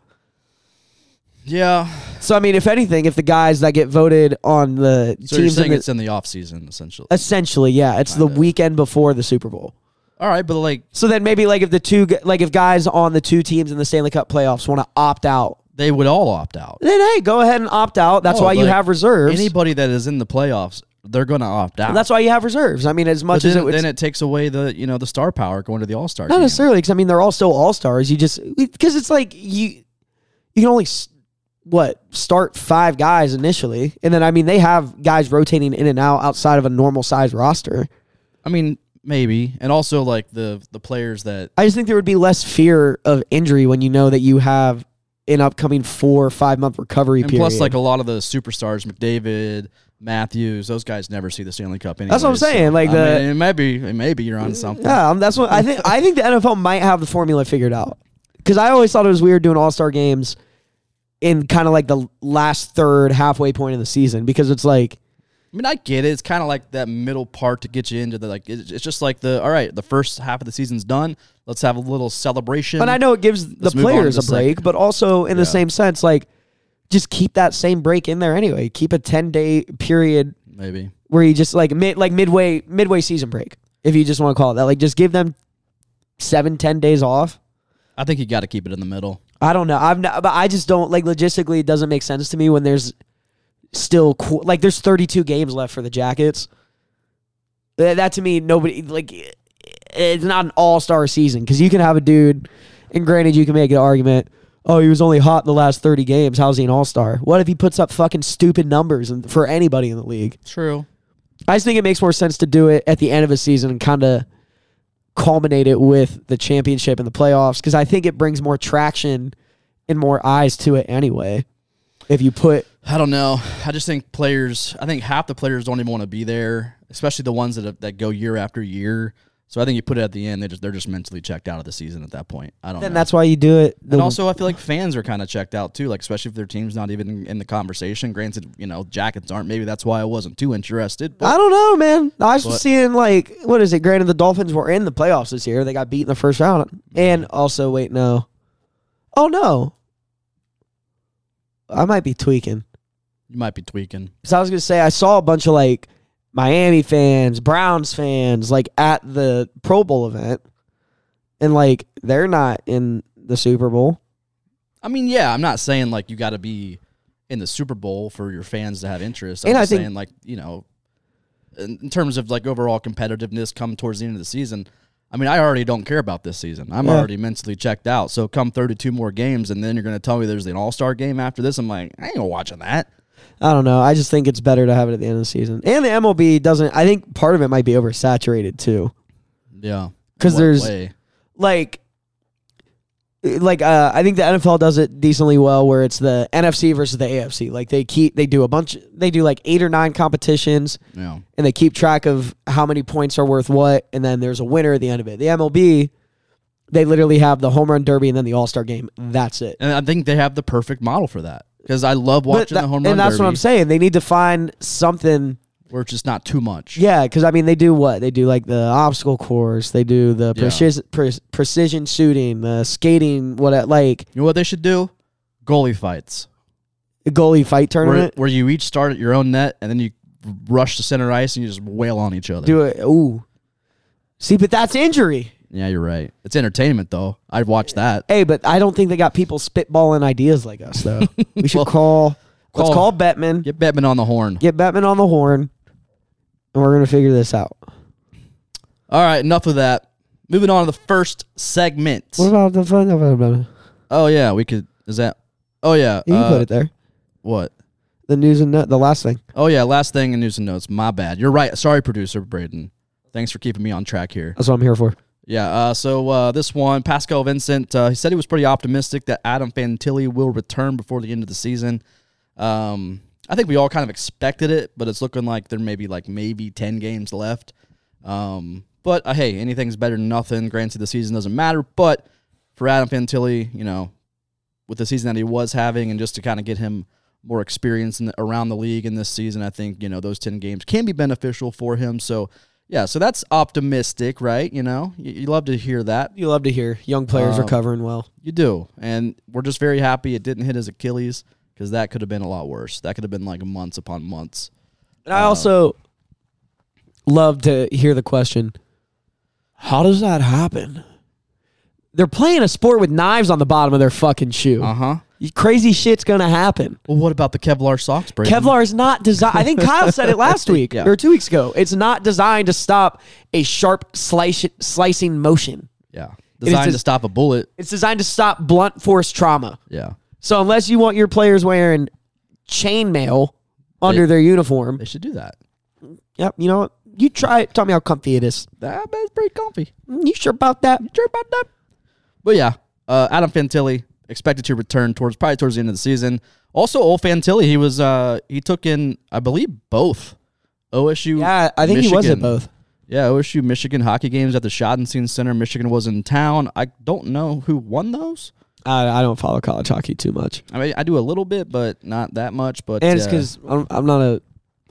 [SPEAKER 2] Yeah.
[SPEAKER 3] So I mean if anything if the guys that get voted on the
[SPEAKER 2] So you're
[SPEAKER 3] teams in
[SPEAKER 2] saying
[SPEAKER 3] the-
[SPEAKER 2] it's in the off season essentially.
[SPEAKER 3] essentially yeah, it's the weekend before the Super Bowl.
[SPEAKER 2] All right, but like
[SPEAKER 3] So then maybe like if the two g- like if guys on the two teams in the Stanley Cup playoffs want to opt out,
[SPEAKER 2] they would all opt out.
[SPEAKER 3] then hey, go ahead and opt out. That's
[SPEAKER 2] No,
[SPEAKER 3] why you
[SPEAKER 2] like,
[SPEAKER 3] have reserves.
[SPEAKER 2] Anybody that is in the playoffs, they're gonna opt out.
[SPEAKER 3] That's why you have reserves. I mean, as
[SPEAKER 2] But
[SPEAKER 3] much
[SPEAKER 2] then,
[SPEAKER 3] as it would
[SPEAKER 2] then it takes away the you know the star power going to the All Star.
[SPEAKER 3] not necessarily because I mean they're all still all stars. You just because it's like you you can only s- what start five guys initially, and then I mean they have guys rotating in and out outside of a normal size roster.
[SPEAKER 2] I mean, maybe, and also like the the players that
[SPEAKER 3] I just think there would be less fear of injury when you know that you have an upcoming four or five month recovery
[SPEAKER 2] and
[SPEAKER 3] period.
[SPEAKER 2] plus like a lot of the superstars, McDavid, Matthews, those guys never see the Stanley Cup. Anyways,
[SPEAKER 3] That's what I'm saying, like
[SPEAKER 2] I
[SPEAKER 3] the-
[SPEAKER 2] mean, it may be, it may be you're on something.
[SPEAKER 3] Yeah, um, that's what I think. I think the NFL might have the formula figured out because I always thought it was weird doing All Star games in kind of like the last third, halfway point of the season because it's like
[SPEAKER 2] I mean, I get it. It's kind of like that middle part to get you into the like. It's it's just like the all right, the first half of the season's done. Let's have a little celebration.
[SPEAKER 3] But I know it gives the
[SPEAKER 2] Let's move on to
[SPEAKER 3] players
[SPEAKER 2] the
[SPEAKER 3] a break, but also in the same sense, like just keep that same break in there anyway. Keep a ten day period
[SPEAKER 2] maybe.
[SPEAKER 3] where you just like mid like midway midway season break, if you just want to call it that. Like just give them seven ten days off.
[SPEAKER 2] I think you got to keep it in the middle.
[SPEAKER 3] I don't know. I'm not, but I just don't like logistically. It doesn't make sense to me when there's still qu- like there's 32 games left for the Jackets. That, that to me, nobody like it- it's not an all star season because you can have a dude, and granted, you can make an argument. Oh, he was only hot in the last 30 games. How's he an all star? What if he puts up fucking stupid numbers and, for anybody in the league?
[SPEAKER 2] True.
[SPEAKER 3] I just think it makes more sense to do it at the end of a season and kind of culminate it with the championship and the playoffs because I think it brings more traction and more eyes to it anyway. If you put
[SPEAKER 2] I don't know. I just think players. I think half the players don't even want to be there, especially the ones that that go year after year. So I think you put it at the end. They just they're just mentally checked out of the season at that point. I don't.
[SPEAKER 3] then
[SPEAKER 2] know.
[SPEAKER 3] that's why you do it. The,
[SPEAKER 2] and also I feel like fans are kind of checked out too. Like especially if their team's not even in, in the conversation. Granted, you know Jackets aren't. Maybe that's why I wasn't too interested. But
[SPEAKER 3] I don't know, man. I was
[SPEAKER 2] But-
[SPEAKER 3] seeing like what is it? Granted, the Dolphins were in the playoffs this year. They got beat in the first round, and also wait, no, oh no, I might be tweaking.
[SPEAKER 2] you might be tweaking.
[SPEAKER 3] Because I was gonna say I saw a bunch of like Miami fans, Browns fans, like at the Pro Bowl event, and like they're not in the Super Bowl.
[SPEAKER 2] I mean, yeah, I'm not saying like you got to be in the Super Bowl for your fans to have interest. I'm
[SPEAKER 3] And I
[SPEAKER 2] just
[SPEAKER 3] think-
[SPEAKER 2] saying like you know, in, in terms of like overall competitiveness, come towards the end of the season. I mean, I already don't care about this season. I'm
[SPEAKER 3] Yeah.
[SPEAKER 2] already mentally checked out. So come 32 more games, and then you're going to tell me there's an All Star game after this. I'm like, I ain't watching that.
[SPEAKER 3] I don't know. I just think it's better to have it at the end of the season. And the MLB doesn't. I think part of it might be oversaturated too.
[SPEAKER 2] Yeah,
[SPEAKER 3] 'Cause
[SPEAKER 2] What
[SPEAKER 3] there's-
[SPEAKER 2] way?
[SPEAKER 3] Like like uh, I think the NFL does it decently well, where it's the NFC versus the AFC. Like they keep they do a bunch, they do like eight or nine competitions,
[SPEAKER 2] Yeah.
[SPEAKER 3] and they keep track of how many points are worth what, and then there's a winner at the end of it. The MLB, they literally have the home run derby and then the All Star game. That's it.
[SPEAKER 2] And I think they have the perfect model for that because I love
[SPEAKER 3] But
[SPEAKER 2] watching
[SPEAKER 3] tha-
[SPEAKER 2] the home run
[SPEAKER 3] and that's
[SPEAKER 2] derby,
[SPEAKER 3] what I'm saying. They need to find something.
[SPEAKER 2] where it's just not too much.
[SPEAKER 3] Yeah, because I mean, they do what they do, like the obstacle course. They do the
[SPEAKER 2] Yeah.
[SPEAKER 3] precis- pre- precision shooting, the skating, what like
[SPEAKER 2] You know what they should do? Goalie fights,
[SPEAKER 3] goalie fight
[SPEAKER 2] where,
[SPEAKER 3] tournament.
[SPEAKER 2] where you each start at your own net and then you rush to center ice and you just wail on each other.
[SPEAKER 3] Do it. Ooh. See, but that's injury.
[SPEAKER 2] Yeah, you're right. It's entertainment though. I'd watch that.
[SPEAKER 3] Hey, but I don't think they got people spitballing ideas like us though.
[SPEAKER 2] [LAUGHS]
[SPEAKER 3] we should call, Let's
[SPEAKER 2] call-
[SPEAKER 3] call Bettman.
[SPEAKER 2] Get Bettman on the horn.
[SPEAKER 3] Get Bettman on the horn, and we're gonna figure this out.
[SPEAKER 2] All right, enough of that. Moving on to the first segment.
[SPEAKER 3] What about the fun? You
[SPEAKER 2] Oh yeah, we could. Is that? Oh yeah.
[SPEAKER 3] can
[SPEAKER 2] uh,
[SPEAKER 3] put it there.
[SPEAKER 2] What?
[SPEAKER 3] The news and no- the last thing.
[SPEAKER 2] Oh yeah. Last thing in news and notes. My bad. You're right. Sorry, producer Braden. Thanks for keeping me on track here.
[SPEAKER 3] That's what I'm here for.
[SPEAKER 2] Yeah. Uh, so uh, this one, Pascal Vincent, uh, he said he was pretty optimistic that Adam Fantilli will return before the end of the season. Um, I think we all kind of expected it, but it's looking like there may be like maybe ten games left. Um, but uh, hey, anything's better than nothing. Granted, the season doesn't matter, but for Adam Fantilli, you know, with the season that he was having, and just to kind of get him more experience in the, around the league in this season, I think you know those ten games can be beneficial for him. So yeah, so that's optimistic, right? You know, you, you love to hear that.
[SPEAKER 3] You love to hear young players
[SPEAKER 2] Um,
[SPEAKER 3] recovering well.
[SPEAKER 2] You do, and we're just very happy it didn't hit his Achilles because that could have been a lot worse. That could have been like months upon months.
[SPEAKER 3] And I also love to hear the question How does that happen? They're playing a sport with knives on the bottom of their fucking shoe.
[SPEAKER 2] Uh huh.
[SPEAKER 3] You- Crazy shit's going to happen.
[SPEAKER 2] Well, what about the Kevlar socks, Brady?
[SPEAKER 3] Kevlar is not designed. I think Kyle said it [LAUGHS] last week
[SPEAKER 2] Yeah.
[SPEAKER 3] or two weeks ago. It's not designed to stop a sharp slice- slicing motion.
[SPEAKER 2] Yeah, designed to
[SPEAKER 3] just-
[SPEAKER 2] stop a bullet.
[SPEAKER 3] It's designed to stop blunt force trauma.
[SPEAKER 2] Yeah,
[SPEAKER 3] So unless you want your players wearing chainmail under
[SPEAKER 2] They-
[SPEAKER 3] their uniform,
[SPEAKER 2] they should do that.
[SPEAKER 3] yep, you know what? You try it. Tell me how comfy it is.
[SPEAKER 2] That that's pretty comfy.
[SPEAKER 3] Mm, You sure about that?
[SPEAKER 2] Sure about that. But yeah, uh, Adam Fantilli expected to return towards probably towards the end of the season. Also, old Fantilli, he was uh, he took in I believe both OSU.
[SPEAKER 3] Yeah, I think he was at
[SPEAKER 2] Michigan.
[SPEAKER 3] both.
[SPEAKER 2] Yeah, OSU Michigan hockey games at the Schottenstein Center. Michigan was in town. I don't know who won those.
[SPEAKER 3] I, I don't follow college hockey too much,
[SPEAKER 2] I mean, I do a little bit, but not that much. But
[SPEAKER 3] and it's
[SPEAKER 2] uh,
[SPEAKER 3] because I'm, I'm not a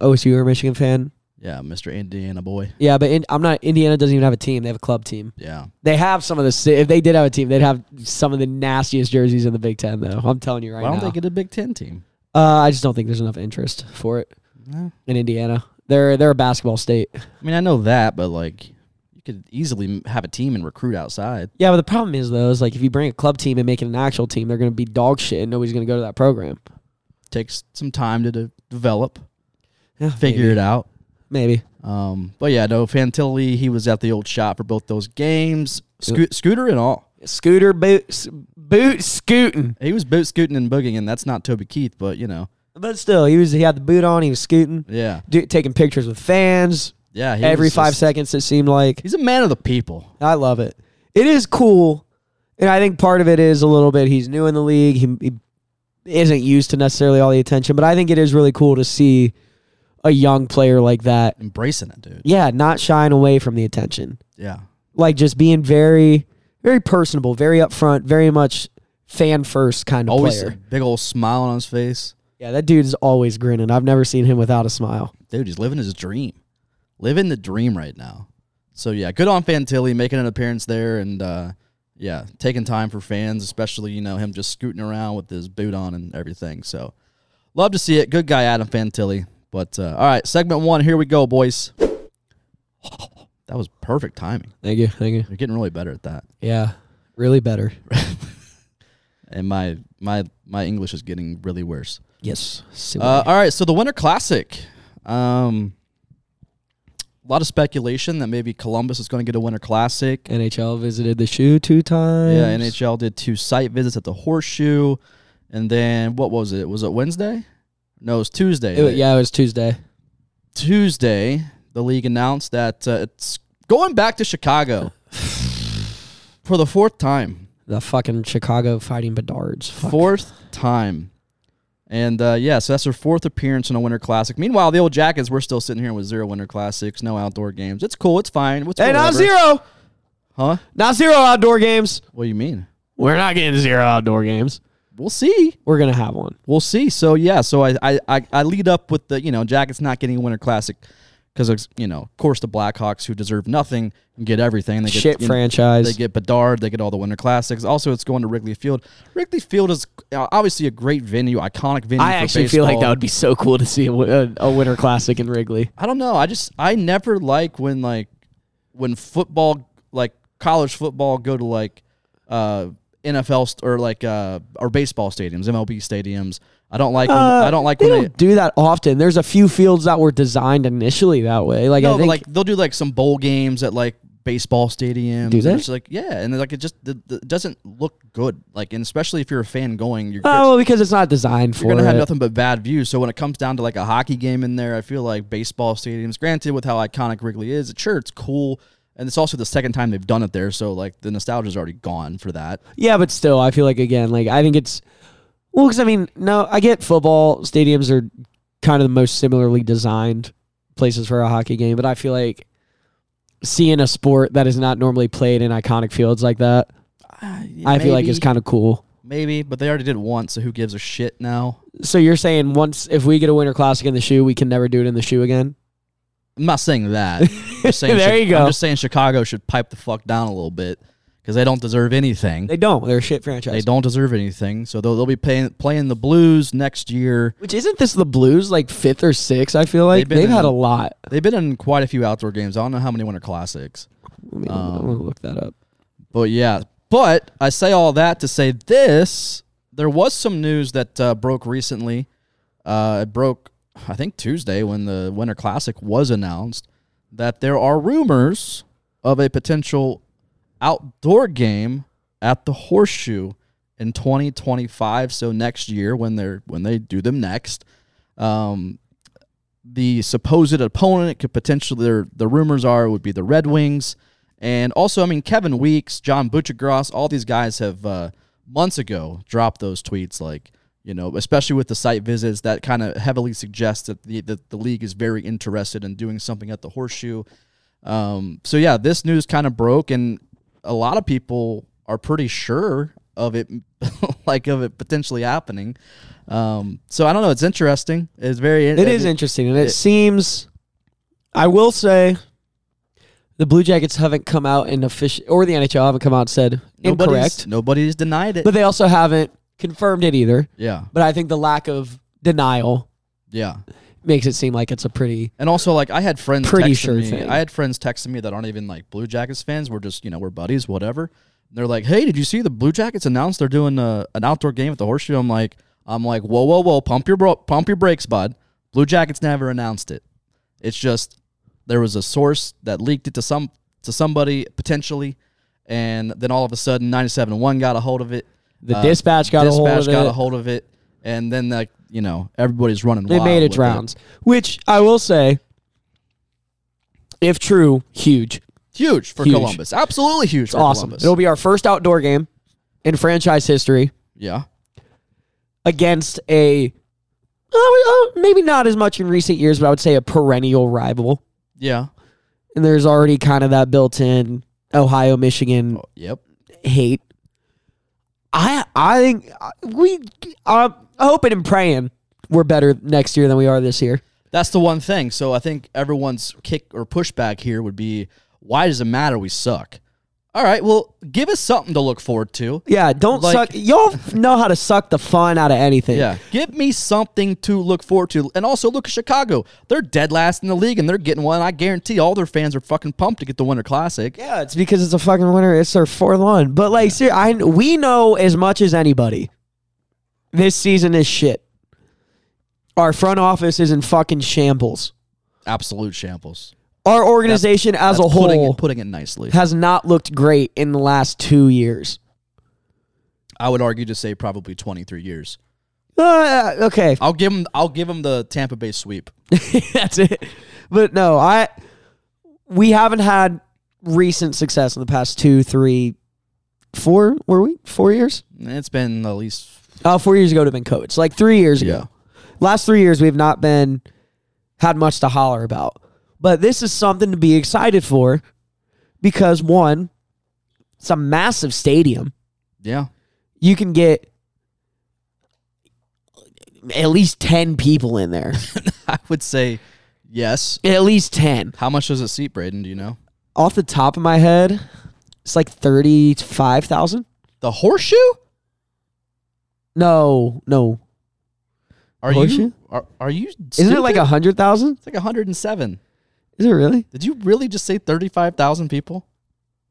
[SPEAKER 3] OSU or Michigan fan.
[SPEAKER 2] yeah, Mr. Indiana boy.
[SPEAKER 3] Yeah, but in, I'm not. Indiana doesn't even have a team; they have a club team.
[SPEAKER 2] Yeah,
[SPEAKER 3] They have some of the. si- If they did have a team, they'd have some of the nastiest jerseys in the Big Ten, though. I'm telling you right
[SPEAKER 2] why don't
[SPEAKER 3] now.
[SPEAKER 2] they get a Big Ten team?
[SPEAKER 3] uh, I just don't think there's enough interest for it
[SPEAKER 2] Yeah.
[SPEAKER 3] in Indiana. They're they're a basketball state.
[SPEAKER 2] I mean, I know that, but like, you could easily have a team and recruit outside.
[SPEAKER 3] Yeah, but the problem is though, is like if you bring a club team and make it an actual team, they're going to be dog shit, and nobody's going to go to that program.
[SPEAKER 2] takes some time to de- develop,
[SPEAKER 3] Yeah,
[SPEAKER 2] figure it out.
[SPEAKER 3] Maybe.
[SPEAKER 2] Um, but yeah, no, Fantilli, he was at the old shop for both those games, Sco- scooter and all.
[SPEAKER 3] Scooter boots boot scooting.
[SPEAKER 2] He was boot scooting and booging, and that's not Toby Keith, but you know,
[SPEAKER 3] But still, he was he had the boot on. He was scooting,
[SPEAKER 2] yeah,
[SPEAKER 3] do, taking pictures with fans
[SPEAKER 2] yeah. He
[SPEAKER 3] every
[SPEAKER 2] was
[SPEAKER 3] five
[SPEAKER 2] just-
[SPEAKER 3] seconds. It seemed like
[SPEAKER 2] He's a man of the people.
[SPEAKER 3] I love it. It is cool, and I think part of it is a little bit he's new in the league. He, he isn't used to necessarily all the attention, but I think it is really cool to see a young player like that.
[SPEAKER 2] Embracing it, dude.
[SPEAKER 3] Yeah, not shying away from the attention,
[SPEAKER 2] Yeah,
[SPEAKER 3] like just being very, very personable, very upfront, very much fan first kind of
[SPEAKER 2] always
[SPEAKER 3] player.
[SPEAKER 2] a big old smile on his face,
[SPEAKER 3] Yeah, that dude is always grinning. I've never seen him without a smile.
[SPEAKER 2] dude. He's living his dream, living the dream right now. So yeah, good on Fantilli making an appearance there, and uh, yeah, taking time for fans, especially you know him just scooting around with his boot on and everything. So love to see it. Good guy, Adam Fantilli. But uh, all right, segment one. Here we go, boys. [LAUGHS] That was perfect timing.
[SPEAKER 3] Thank you, thank you.
[SPEAKER 2] You're getting really better at that.
[SPEAKER 3] Yeah, really better.
[SPEAKER 2] And my my my English is getting really worse.
[SPEAKER 3] Yes.
[SPEAKER 2] Uh, all right, so the Winter Classic. Um, a lot of speculation that maybe Columbus is going to get a Winter Classic.
[SPEAKER 3] NHL visited the shoe two times.
[SPEAKER 2] Yeah, NHL did two site visits at the Horseshoe, and then what was it? Was it Wednesday? No, it was Tuesday.
[SPEAKER 3] It wa- yeah, it was Tuesday.
[SPEAKER 2] Tuesday, the league announced
[SPEAKER 3] [SIGHS]
[SPEAKER 2] that uh, it's going back to Chicago for the fourth time.
[SPEAKER 3] the fucking Chicago Fighting Bedards. Fuck.
[SPEAKER 2] Fourth time. And uh, yeah, so that's her fourth appearance in a Winter Classic. Meanwhile, the old Jackets, we're still sitting here with zero Winter Classics, no outdoor games. It's cool. It's fine. What's
[SPEAKER 3] Hey, not
[SPEAKER 2] whatever.
[SPEAKER 3] zero,
[SPEAKER 2] Huh?
[SPEAKER 3] not zero outdoor games.
[SPEAKER 2] What do you mean?
[SPEAKER 3] We're not getting zero outdoor games.
[SPEAKER 2] We'll see.
[SPEAKER 3] We're gonna have one.
[SPEAKER 2] We'll see. So yeah, so I I, I, I lead up with the you know Jackets not getting a Winter Classic because you know of course the Blackhawks who deserve nothing get everything. They get,
[SPEAKER 3] Shit
[SPEAKER 2] you know,
[SPEAKER 3] franchise.
[SPEAKER 2] They get Bedard. They get all the Winter Classics. Also, it's going to Wrigley Field. Wrigley Field is uh, obviously a great venue, iconic venue.
[SPEAKER 3] I
[SPEAKER 2] for
[SPEAKER 3] actually feel like
[SPEAKER 2] baseball.
[SPEAKER 3] that would be so cool to see a, wi- a, a Winter Classic in Wrigley.
[SPEAKER 2] I don't know. I just I never like when like when football like college football go to like uh NFL st- or like uh or baseball stadiums, MLB stadiums. I don't like when, I don't like
[SPEAKER 3] Uh, they
[SPEAKER 2] when
[SPEAKER 3] don't do that often. There's a few fields that were designed initially that way. Like
[SPEAKER 2] No,
[SPEAKER 3] I
[SPEAKER 2] but
[SPEAKER 3] think
[SPEAKER 2] like they'll do like some bowl games at like baseball stadiums.
[SPEAKER 3] Do they?
[SPEAKER 2] And it's like yeah, and like it just it, it doesn't look good. Like and especially if you're a fan going, you're
[SPEAKER 3] oh, well, because it's not designed for
[SPEAKER 2] you're gonna have
[SPEAKER 3] it.
[SPEAKER 2] nothing but bad views. So when it comes down to like a hockey game in there, I feel like baseball stadiums. Granted, with how iconic Wrigley is, sure it's cool, and it's also the second time they've done it there. So like the nostalgia's already gone for that.
[SPEAKER 3] Yeah, but still, I feel like again, like I think it's well, because I mean, no, I get football stadiums are kind of the most similarly designed places for a hockey game, but I feel like seeing a sport that is not normally played in iconic fields like that, Uh, I feel like it's kind of cool.
[SPEAKER 2] maybe, but they already did it once. So who gives a shit now?
[SPEAKER 3] So you're saying once if we get a Winter Classic in the shoe, we can never do it in the shoe again?
[SPEAKER 2] I'm not saying that.
[SPEAKER 3] [LAUGHS]
[SPEAKER 2] I'm just saying
[SPEAKER 3] There
[SPEAKER 2] Chi-
[SPEAKER 3] you go.
[SPEAKER 2] I'm just saying Chicago should pipe the fuck down a little bit because they don't deserve anything. They,
[SPEAKER 3] They don't. They're a shit franchise.
[SPEAKER 2] don't deserve anything. So they'll, they'll be playing playing the Blues next year.
[SPEAKER 3] Which isn't this the Blues like fifth or sixth? I feel like
[SPEAKER 2] They've been
[SPEAKER 3] they've, had
[SPEAKER 2] in-
[SPEAKER 3] a lot.
[SPEAKER 2] They've been in quite a few outdoor games. I don't know how many Winter Classics.
[SPEAKER 3] Let me, I'm
[SPEAKER 2] Um,
[SPEAKER 3] gonna look that up.
[SPEAKER 2] But yeah, but I say all that to say this: there was some news that uh, broke recently. Uh, it broke, I think, Tuesday when the Winter Classic was announced. That there are rumors of a potential outdoor game at the Horseshoe in 2025. So next year, when they're when they do them next, um, the supposed opponent could potentially their the rumors are it would be the Red Wings. And also, I mean, Kevin Weeks, John Butchergross, all these guys have uh, months ago dropped those tweets, like, you know, especially with the site visits, that kind of heavily suggests that the, that the league is very interested in doing something at the horseshoe. Um, so, yeah, this news kind of broke, and a lot of people are pretty sure of it, [LAUGHS] like, of it potentially happening. Um, so, I don't know. It's interesting. It's very
[SPEAKER 3] It is interesting, and it, seems. I will say, the Blue Jackets haven't come out and official, or the NHL haven't come out and said
[SPEAKER 2] nobody's-
[SPEAKER 3] incorrect,
[SPEAKER 2] Nobody's denied it.
[SPEAKER 3] but they also haven't confirmed it either.
[SPEAKER 2] yeah.
[SPEAKER 3] But I think the lack of denial
[SPEAKER 2] Yeah.
[SPEAKER 3] makes it seem like it's a pretty.
[SPEAKER 2] And also, like, I had friends
[SPEAKER 3] Pretty
[SPEAKER 2] texting
[SPEAKER 3] sure
[SPEAKER 2] me.
[SPEAKER 3] thing.
[SPEAKER 2] I had friends texting me that aren't even like Blue Jackets fans. We're just you know we're buddies, whatever. And they're like, "Hey, did you see the Blue Jackets announced they're doing uh an outdoor game at the Horseshoe?" I'm like, "I'm like, whoa, whoa, whoa, pump your bro- pump your brakes, bud. Blue Jackets never announced it. It's just there was a source that leaked it to some to somebody potentially, and then all of a sudden, 97.1 got a hold of it.
[SPEAKER 3] The
[SPEAKER 2] Uh,
[SPEAKER 3] dispatch got a
[SPEAKER 2] Dispatch
[SPEAKER 3] hold of
[SPEAKER 2] got
[SPEAKER 3] it.
[SPEAKER 2] a hold of it, and then like you know everybody's running.
[SPEAKER 3] they
[SPEAKER 2] wild
[SPEAKER 3] made
[SPEAKER 2] with
[SPEAKER 3] its rounds, which I will say, if true, huge.
[SPEAKER 2] Huge for
[SPEAKER 3] Huge.
[SPEAKER 2] Columbus. Absolutely huge
[SPEAKER 3] It's
[SPEAKER 2] for
[SPEAKER 3] awesome.
[SPEAKER 2] Columbus.
[SPEAKER 3] It'll be our first outdoor game in franchise history.
[SPEAKER 2] yeah.
[SPEAKER 3] against a oh, oh, maybe not as much in recent years, but I would say a perennial rival.
[SPEAKER 2] Yeah.
[SPEAKER 3] And there's already kind of that built-in Ohio Michigan
[SPEAKER 2] Yep.
[SPEAKER 3] hate. I I think uh, we I'm hoping and praying we're better next year than we are this year.
[SPEAKER 2] That's the one thing. So I think everyone's kick or pushback here would be why does it matter we suck? All right, well, give us something to look forward to.
[SPEAKER 3] Yeah, don't
[SPEAKER 2] Like-
[SPEAKER 3] suck. Y'all know how to suck the fun out of anything.
[SPEAKER 2] Yeah. Give me something to look forward to. And also look at Chicago. They're dead last in the league and they're getting one. I guarantee all their fans are fucking pumped to get the Winter Classic.
[SPEAKER 3] Yeah, it's because it's a fucking winner. It's their fourth one. But like, ser- I we know as much as anybody. This season is shit. Our front office is in fucking shambles.
[SPEAKER 2] Absolute shambles.
[SPEAKER 3] Our organization as
[SPEAKER 2] That's
[SPEAKER 3] a
[SPEAKER 2] putting
[SPEAKER 3] whole
[SPEAKER 2] it, putting it nicely.
[SPEAKER 3] has not looked great in the last two years.
[SPEAKER 2] I would argue to say probably 23 years.
[SPEAKER 3] Uh,
[SPEAKER 2] [LAUGHS]
[SPEAKER 3] okay,
[SPEAKER 2] I'll give them I'll give them the Tampa Bay sweep.
[SPEAKER 3] that's it. But no, I we haven't had recent success in the past two, three, four were we? Four years?
[SPEAKER 2] It's been at least
[SPEAKER 3] Uh, four years ago would have been COVID. So like three years ago. Last three years we've not been had much to holler about. But this is something to be excited for because one, it's a massive stadium.
[SPEAKER 2] yeah.
[SPEAKER 3] You can get at least ten people in there. [LAUGHS]
[SPEAKER 2] I would say yes.
[SPEAKER 3] at least ten.
[SPEAKER 2] How much does it seat, Braden? Do you know?
[SPEAKER 3] Off the top of my head, it's like thirty five thousand.
[SPEAKER 2] The horseshoe?
[SPEAKER 3] No, no.
[SPEAKER 2] Are
[SPEAKER 3] Horseshoe?
[SPEAKER 2] you are, are you
[SPEAKER 3] Isn't it like a hundred thousand?
[SPEAKER 2] it's like 107?
[SPEAKER 3] Is it really?
[SPEAKER 2] Did you really just say 35,000 people?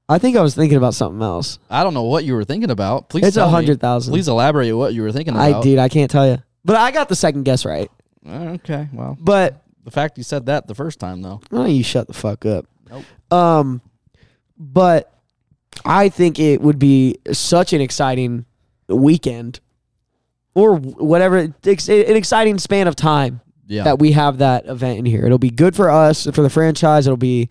[SPEAKER 3] I think I was thinking about something else.
[SPEAKER 2] I don't know what you were thinking about. Please
[SPEAKER 3] It's
[SPEAKER 2] tell
[SPEAKER 3] a
[SPEAKER 2] me.
[SPEAKER 3] hundred thousand.
[SPEAKER 2] Please elaborate what you were thinking about.
[SPEAKER 3] I dude, I can't tell you. But I got the second guess right.
[SPEAKER 2] Uh, Okay, well,
[SPEAKER 3] But
[SPEAKER 2] the fact you said that the first time though.
[SPEAKER 3] oh, you shut the fuck up.
[SPEAKER 2] Nope.
[SPEAKER 3] Um, but I think it would be such an exciting weekend, or whatever. It's an exciting span of time
[SPEAKER 2] Yeah.
[SPEAKER 3] that we have that event in here. It'll be good for us for the franchise. It'll be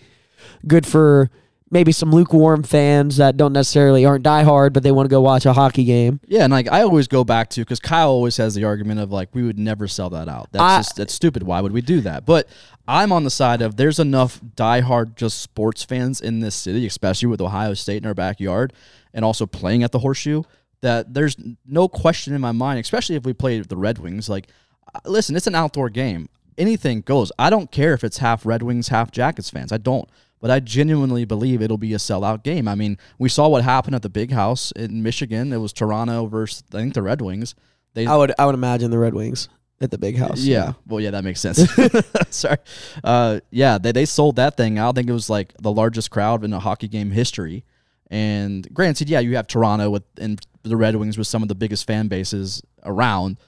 [SPEAKER 3] good for maybe some lukewarm fans that don't necessarily aren't diehard, but they want to go watch a hockey game.
[SPEAKER 2] yeah, and like I always go back to because Kyle always has the argument of like we would never sell that out. That's
[SPEAKER 3] I-
[SPEAKER 2] just that's stupid. Why would we do that? But I'm on the side of there's enough diehard just sports fans in this city, especially with Ohio State in our backyard and also playing at the horseshoe, that there's no question in my mind, especially if we played the Red Wings, like uh, listen, it's an outdoor game. Anything goes. I don't care if it's half Red Wings, half Jackets fans. I don't. But I genuinely believe it'll be a sellout game. I mean, we saw what happened at the big house in Michigan. It was Toronto versus I think the Red Wings. They
[SPEAKER 3] I would I would imagine the Red Wings at the big house.
[SPEAKER 2] yeah. Well, yeah, that makes sense. [LAUGHS] Sorry. Uh, yeah, they, they sold that thing. out. I think it was like the largest crowd in a hockey game history. And granted, yeah, you have Toronto with and the Red Wings with some of the biggest fan bases around.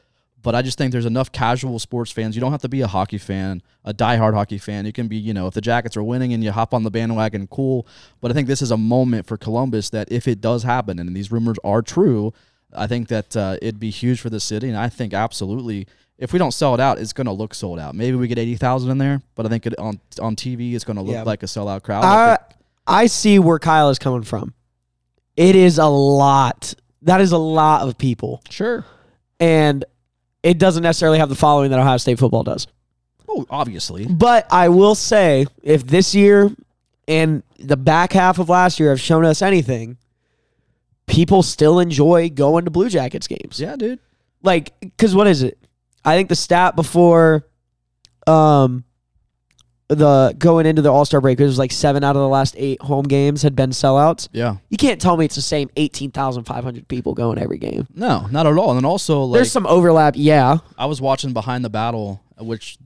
[SPEAKER 2] But I just think there's enough casual sports fans. You don't have to be a hockey fan, a diehard hockey fan. You can be, you know, if the Jackets are winning and you hop on the bandwagon, cool. But I think this is a moment for Columbus that if it does happen and these rumors are true, I think that uh, it'd be huge for the city, and I think absolutely if we don't sell it out, it's going to look sold out. Maybe we get eighty thousand in there, but I think it, on on TV, it's going to look
[SPEAKER 3] Yeah.
[SPEAKER 2] like a sellout crowd. I
[SPEAKER 3] I
[SPEAKER 2] think-
[SPEAKER 3] I see where Kyle is coming from. It is a lot. That is a lot of people,
[SPEAKER 2] sure.
[SPEAKER 3] and it doesn't necessarily have the following that Ohio State football does.
[SPEAKER 2] Oh, obviously.
[SPEAKER 3] But I will say, if this year and the back half of last year have shown us anything, people still enjoy going to Blue Jackets games.
[SPEAKER 2] Yeah, dude.
[SPEAKER 3] Like, because what is it? I think the stat before, um, the going into the All Star break it was like seven out of the last eight home games had been sellouts.
[SPEAKER 2] Yeah.
[SPEAKER 3] You can't tell me it's the same eighteen thousand five hundred people going every game.
[SPEAKER 2] No, not at all. And then also, like,
[SPEAKER 3] There's some overlap, yeah.
[SPEAKER 2] I was watching Behind the Battle, which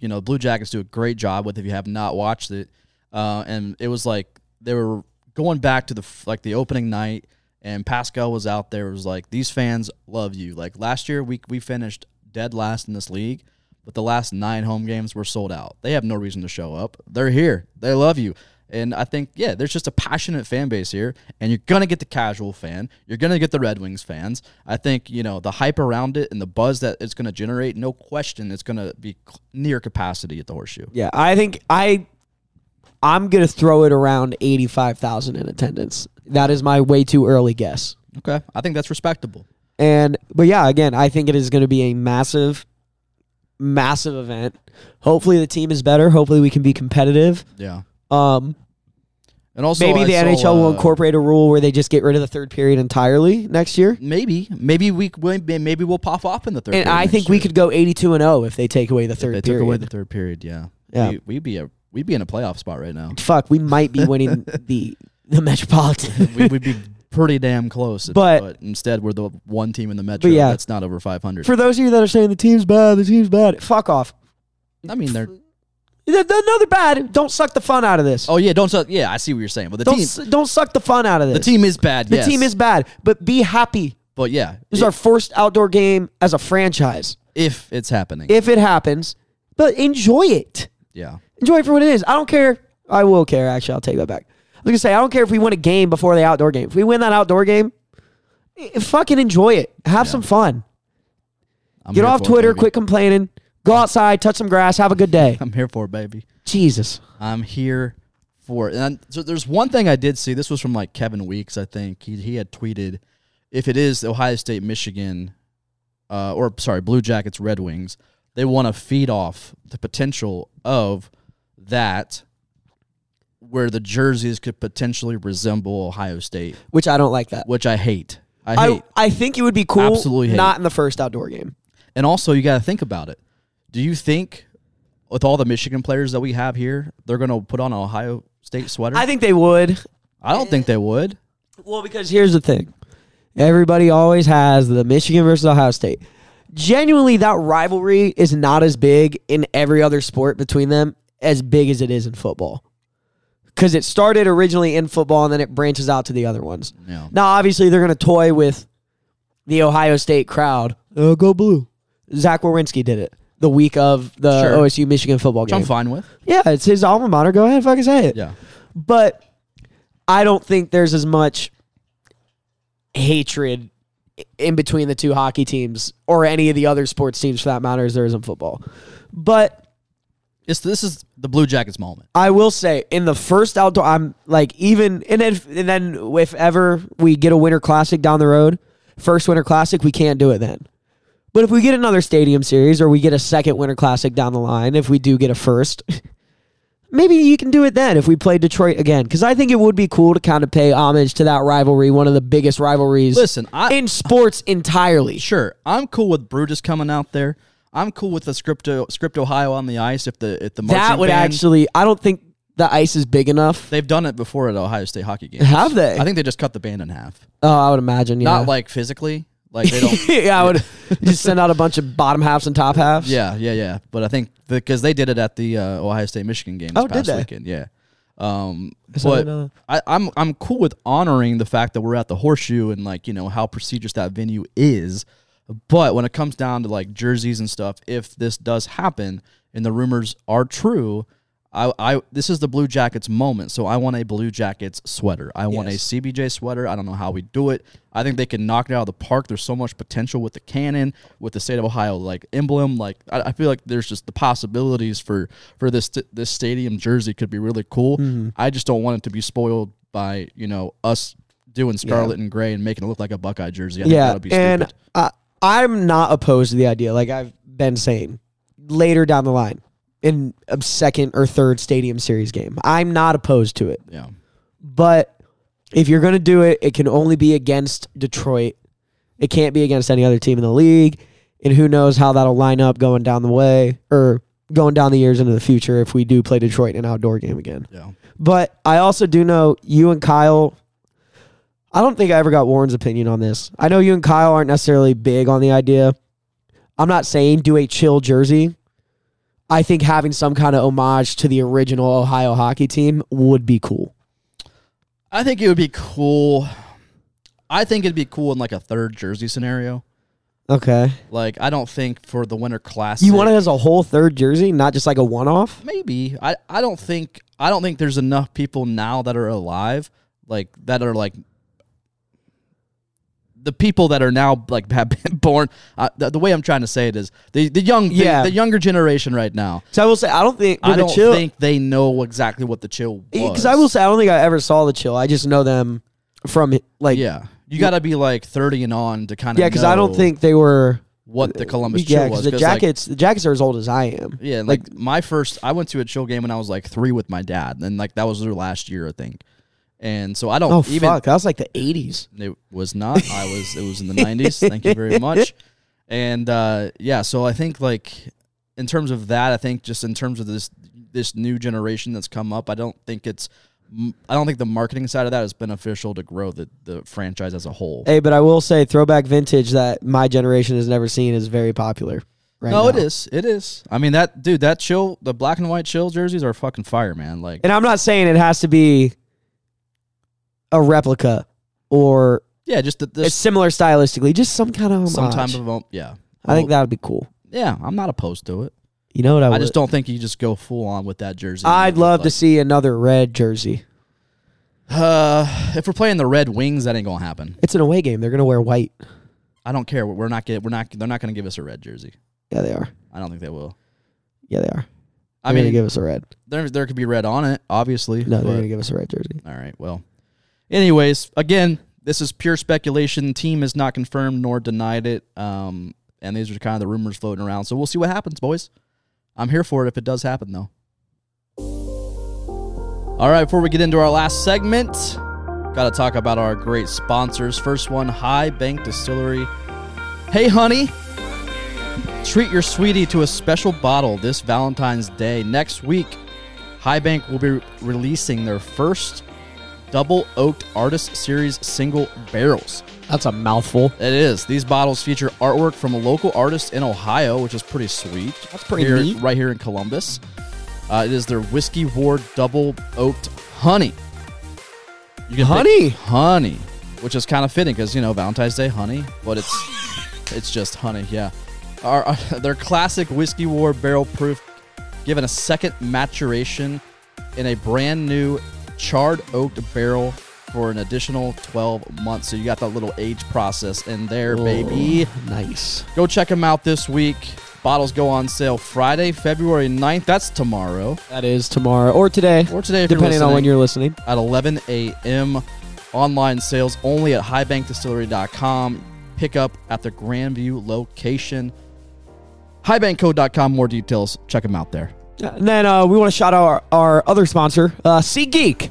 [SPEAKER 2] you know the Blue Jackets do a great job with. If you have not watched it, uh, and it was like they were going back to the f- like the opening night, and Pascal was out there. It was like these fans love you. Like last year, we we finished dead last in this league, but the last nine home games were sold out. They have no reason to show up. They're here. They love you. And I think, yeah, there's just a passionate fan base here, and you're gonna get the casual fan, you're gonna get the Red Wings fans. I think you know the hype around it and the buzz that it's gonna generate. No question, it's gonna be c- near capacity at the Horseshoe.
[SPEAKER 3] Yeah, I think I I'm gonna throw it around eighty five thousand in attendance. That is my way too early guess.
[SPEAKER 2] Okay, I think that's respectable.
[SPEAKER 3] And but yeah, again, I think it is gonna be a massive, massive event. Hopefully the team is better. Hopefully we can be competitive.
[SPEAKER 2] Yeah,
[SPEAKER 3] Um
[SPEAKER 2] and also
[SPEAKER 3] maybe
[SPEAKER 2] I
[SPEAKER 3] the
[SPEAKER 2] saw,
[SPEAKER 3] NHL will
[SPEAKER 2] uh,
[SPEAKER 3] incorporate a rule where they just get rid of the third period entirely next year.
[SPEAKER 2] Maybe, maybe we we- maybe we'll pop off in the third.
[SPEAKER 3] And
[SPEAKER 2] period
[SPEAKER 3] I
[SPEAKER 2] next
[SPEAKER 3] think we
[SPEAKER 2] year.
[SPEAKER 3] could go eighty two and zero if they take away the
[SPEAKER 2] If
[SPEAKER 3] third
[SPEAKER 2] they
[SPEAKER 3] period.
[SPEAKER 2] took away the third period. Yeah,
[SPEAKER 3] Yeah.
[SPEAKER 2] We, we'd be a we'd be in a playoff spot right now. [LAUGHS]
[SPEAKER 3] Fuck, we might be winning the
[SPEAKER 2] [LAUGHS]
[SPEAKER 3] the Metropolitan.
[SPEAKER 2] we, we'd be pretty damn close. if-
[SPEAKER 3] But-
[SPEAKER 2] instead, we're the one team in the metro
[SPEAKER 3] yeah.
[SPEAKER 2] that's not over 500.
[SPEAKER 3] For those of you that are saying the team's bad, the team's bad, fuck off.
[SPEAKER 2] I mean, they're
[SPEAKER 3] No, they're bad. Don't suck the fun out of this.
[SPEAKER 2] oh yeah, don't suck. Yeah, I see what you're saying, but the
[SPEAKER 3] don't
[SPEAKER 2] team
[SPEAKER 3] su- don't suck the fun out of this.
[SPEAKER 2] the team is bad.
[SPEAKER 3] The
[SPEAKER 2] yes.
[SPEAKER 3] team is bad, but be happy.
[SPEAKER 2] But yeah,
[SPEAKER 3] This is
[SPEAKER 2] i-
[SPEAKER 3] our first outdoor game as a franchise.
[SPEAKER 2] if it's happening,
[SPEAKER 3] If it happens, but enjoy it.
[SPEAKER 2] yeah,
[SPEAKER 3] Enjoy it for what it is. I don't care. I will care. Actually, I'll take that back. I was gonna say I don't care if we win a game before the outdoor game. If we win that outdoor game, eh, fucking enjoy it. Have some fun.
[SPEAKER 2] I'm
[SPEAKER 3] Get
[SPEAKER 2] here
[SPEAKER 3] off
[SPEAKER 2] for it,
[SPEAKER 3] Twitter.
[SPEAKER 2] baby. [LAUGHS]
[SPEAKER 3] quit complaining. [LAUGHS] Go outside. Touch some grass. Have a good day.
[SPEAKER 2] I'm here for it, baby.
[SPEAKER 3] Jesus.
[SPEAKER 2] I'm here for it. And so there's one thing I did see. This was from like Kevin Weeks, I think. He he had tweeted, if it is Ohio State, Michigan, uh, or sorry, Blue Jackets, Red Wings, they want to feed off the potential of that, where the jerseys could potentially resemble Ohio State,
[SPEAKER 3] which I don't like that.
[SPEAKER 2] which I hate. I hate.
[SPEAKER 3] I, I think it would be cool.
[SPEAKER 2] Absolutely hate.
[SPEAKER 3] Not in the first outdoor game.
[SPEAKER 2] And also, you got to think about it. Do you think, with all the Michigan players that we have here, they're going to put on an Ohio State sweater?
[SPEAKER 3] I think they would.
[SPEAKER 2] I don't think they would.
[SPEAKER 3] Well, because here's the thing. Everybody always has the Michigan versus Ohio State. Genuinely, that rivalry is not as big in every other sport between them as big as it is in football. Because it started originally in football and then it branches out to the other ones.
[SPEAKER 2] Yeah.
[SPEAKER 3] Now, obviously, they're going to toy with the Ohio State crowd. Oh, go blue. Zach Wawrinski did it the week of the
[SPEAKER 2] Sure.
[SPEAKER 3] OSU Michigan football
[SPEAKER 2] Which
[SPEAKER 3] game.
[SPEAKER 2] I'm fine with.
[SPEAKER 3] Yeah, it's his alma mater. Go ahead and fucking say it
[SPEAKER 2] Yeah.
[SPEAKER 3] but I don't think there's as much hatred in between the two hockey teams or any of the other sports teams for that matter as there is in football. But
[SPEAKER 2] It's this is the Blue Jackets moment.
[SPEAKER 3] I will say in the first outdoor, I'm like even and then and then if ever we get a Winter Classic down the road, first Winter Classic, we can't do it then. But if we get another Stadium Series or we get a second Winter Classic down the line, if we do get a first, [LAUGHS] maybe you can do it then if we play Detroit again. Because I think it would be cool to kind of pay homage to that rivalry, one of the biggest rivalries
[SPEAKER 2] Listen, I
[SPEAKER 3] in sports entirely.
[SPEAKER 2] sure I'm cool with Brutus coming out there. I'm cool with the Scripto Script Ohio on the ice if the if the marching
[SPEAKER 3] That would
[SPEAKER 2] band-
[SPEAKER 3] actually, I don't think the ice is big enough.
[SPEAKER 2] they've done it before at Ohio State hockey games.
[SPEAKER 3] Have they?
[SPEAKER 2] I think they just cut the band in half.
[SPEAKER 3] Oh, I would imagine. Yeah.
[SPEAKER 2] Not like physically, like they don't.
[SPEAKER 3] [LAUGHS] yeah, I would just send out a bunch of bottom halves and top halves.
[SPEAKER 2] Yeah, yeah, yeah. But I think because they did it at the uh, Ohio State Michigan game this
[SPEAKER 3] Oh, did
[SPEAKER 2] past
[SPEAKER 3] they?
[SPEAKER 2] weekend. Yeah. Um,
[SPEAKER 3] I
[SPEAKER 2] but
[SPEAKER 3] didn't know
[SPEAKER 2] I, I'm I'm cool with honoring the fact that we're at the horseshoe and like you know how prestigious that venue is. But when it comes down to like jerseys and stuff, if this does happen and the rumors are true, I, I this is the Blue Jackets moment. So I want a Blue Jackets sweater. I want a
[SPEAKER 3] Yes.
[SPEAKER 2] CBJ sweater. I don't know how we do it. I think they can knock it out of the park. There's so much potential with the cannon, with the state of Ohio like emblem. Like I, I feel like there's just the possibilities for for this this stadium jersey could be really cool.
[SPEAKER 3] Mm-hmm.
[SPEAKER 2] I just don't want it to be spoiled by you know us doing scarlet and gray and making it look like a Buckeye jersey. I think
[SPEAKER 3] yeah.
[SPEAKER 2] that'll be
[SPEAKER 3] And
[SPEAKER 2] stupid.
[SPEAKER 3] I, I'm not opposed to the idea. Like I've been saying, later down the line, in a second or third stadium series game, I'm not opposed to it.
[SPEAKER 2] Yeah,
[SPEAKER 3] But if you're gonna do it, it can only be against Detroit. It can't be against any other team in the league. And who knows how that'll line up going down the way or going down the years into the future if we do play Detroit in an outdoor game again.
[SPEAKER 2] yeah.
[SPEAKER 3] But I also do know you and Kyle. I don't think I ever got Warren's opinion on this. I know you and Kyle aren't necessarily big on the idea. I'm not saying do a chill jersey. I think having some kind of homage to the original Ohio hockey team would be cool.
[SPEAKER 2] I think it would be cool. I think it'd be cool in like a third jersey scenario.
[SPEAKER 3] Okay.
[SPEAKER 2] Like I don't think for the Winter Classic.
[SPEAKER 3] You want it as a whole third jersey, not just like a one off?
[SPEAKER 2] maybe I, I don't think I don't think there's enough people now that are alive like that are like the people that are now like have been [LAUGHS] born uh, the, the way I'm trying to say it is the the young the,
[SPEAKER 3] Yeah.
[SPEAKER 2] the younger generation right now
[SPEAKER 3] So I will say, I don't think. With
[SPEAKER 2] I don't
[SPEAKER 3] the chill,
[SPEAKER 2] think they know exactly what the chill was
[SPEAKER 3] Because I will say, I don't think I ever saw the chill. I just know them from like. Yeah,
[SPEAKER 2] yeah you got to be like 30 and on to kind of
[SPEAKER 3] because I don't think they were.
[SPEAKER 2] what the Columbus
[SPEAKER 3] Yeah,
[SPEAKER 2] chill was
[SPEAKER 3] because the
[SPEAKER 2] 'cause, like,
[SPEAKER 3] jackets, the jackets are as old as I am.
[SPEAKER 2] Yeah, like, my first, I went to a chill game when I was like three with my dad, and like that was their last year, I think. And so I don't
[SPEAKER 3] Oh
[SPEAKER 2] even.
[SPEAKER 3] fuck, that was like the '80s.
[SPEAKER 2] It was not. I was. It was in the nineties. Thank you very
[SPEAKER 3] [LAUGHS]
[SPEAKER 2] much. And uh, yeah, so I think like in terms of that, I think just in terms of this this new generation that's come up, I don't think it's. m- I don't think the marketing side of that is beneficial to grow the, the franchise as a whole.
[SPEAKER 3] Hey, but I will say, throwback vintage that my generation has never seen is very popular. Right
[SPEAKER 2] no,
[SPEAKER 3] now.
[SPEAKER 2] it is. It is. I mean that dude. That chill. The black and white chill jerseys are fucking fire, man. Like
[SPEAKER 3] and I'm not saying it has to be a replica or
[SPEAKER 2] yeah, just the,
[SPEAKER 3] it's
[SPEAKER 2] this
[SPEAKER 3] similar stylistically, just some kind of homage.
[SPEAKER 2] some type of um, yeah.
[SPEAKER 3] I think that would be cool.
[SPEAKER 2] yeah, I'm not opposed to it.
[SPEAKER 3] You know what I?
[SPEAKER 2] I
[SPEAKER 3] would-
[SPEAKER 2] just don't think you just go full on with that jersey.
[SPEAKER 3] I'd love to
[SPEAKER 2] Like,
[SPEAKER 3] see another red jersey.
[SPEAKER 2] Uh, if we're playing the Red Wings, that ain't gonna happen.
[SPEAKER 3] It's an away game. They're gonna wear white.
[SPEAKER 2] I don't care. We're not get. We're not. They're not gonna give us a red jersey.
[SPEAKER 3] Yeah, they are.
[SPEAKER 2] I don't think they will.
[SPEAKER 3] Yeah, they are.
[SPEAKER 2] I I
[SPEAKER 3] going to
[SPEAKER 2] mean-
[SPEAKER 3] give us a red.
[SPEAKER 2] There, there could be red on it, obviously.
[SPEAKER 3] No, they're
[SPEAKER 2] but-
[SPEAKER 3] going to give us a red jersey.
[SPEAKER 2] all right. Well, anyways, again, this is pure speculation. Team has not confirmed nor denied it. Um, and these are kind of the rumors floating around. So we'll see what happens, boys. I'm here for it if it does happen, though. All right. Before we get into our last segment, got to talk about our great sponsors. First one, High Bank Distillery. Hey, honey. Treat your sweetie to a special bottle this Valentine's Day. Next week, High Bank will be releasing their first double oaked artist series single barrels.
[SPEAKER 3] That's a mouthful.
[SPEAKER 2] It is. These bottles feature artwork from a local artist in Ohio, which is pretty sweet.
[SPEAKER 3] That's pretty
[SPEAKER 2] Here-
[SPEAKER 3] neat.
[SPEAKER 2] Right here in Columbus. Uh, it is their Whiskey Ward double oaked honey. You can pick-
[SPEAKER 3] Honey?
[SPEAKER 2] honey, which is kind of fitting because you know Valentine's Day, honey, but it's it's just honey. Yeah, our, our- [LAUGHS] their classic whiskey war barrel proof, given a second maturation in a brand new charred oaked barrel for an additional 12 months. So you got that little age process in there, baby.
[SPEAKER 3] Nice.
[SPEAKER 2] Go check them out this week. Bottles go on sale Friday, February 9th. That's tomorrow
[SPEAKER 3] That is tomorrow or today,
[SPEAKER 2] or today, if
[SPEAKER 3] depending
[SPEAKER 2] you're
[SPEAKER 3] on
[SPEAKER 2] listening
[SPEAKER 3] when you're listening.
[SPEAKER 2] at 11 a.m. Online sales only at highbankdistillery.com. Pick up at the Grandview location. Highbankco.com. More details. Check them out there.
[SPEAKER 3] And then uh, we want to shout out our, our other sponsor, uh, Sea Geek.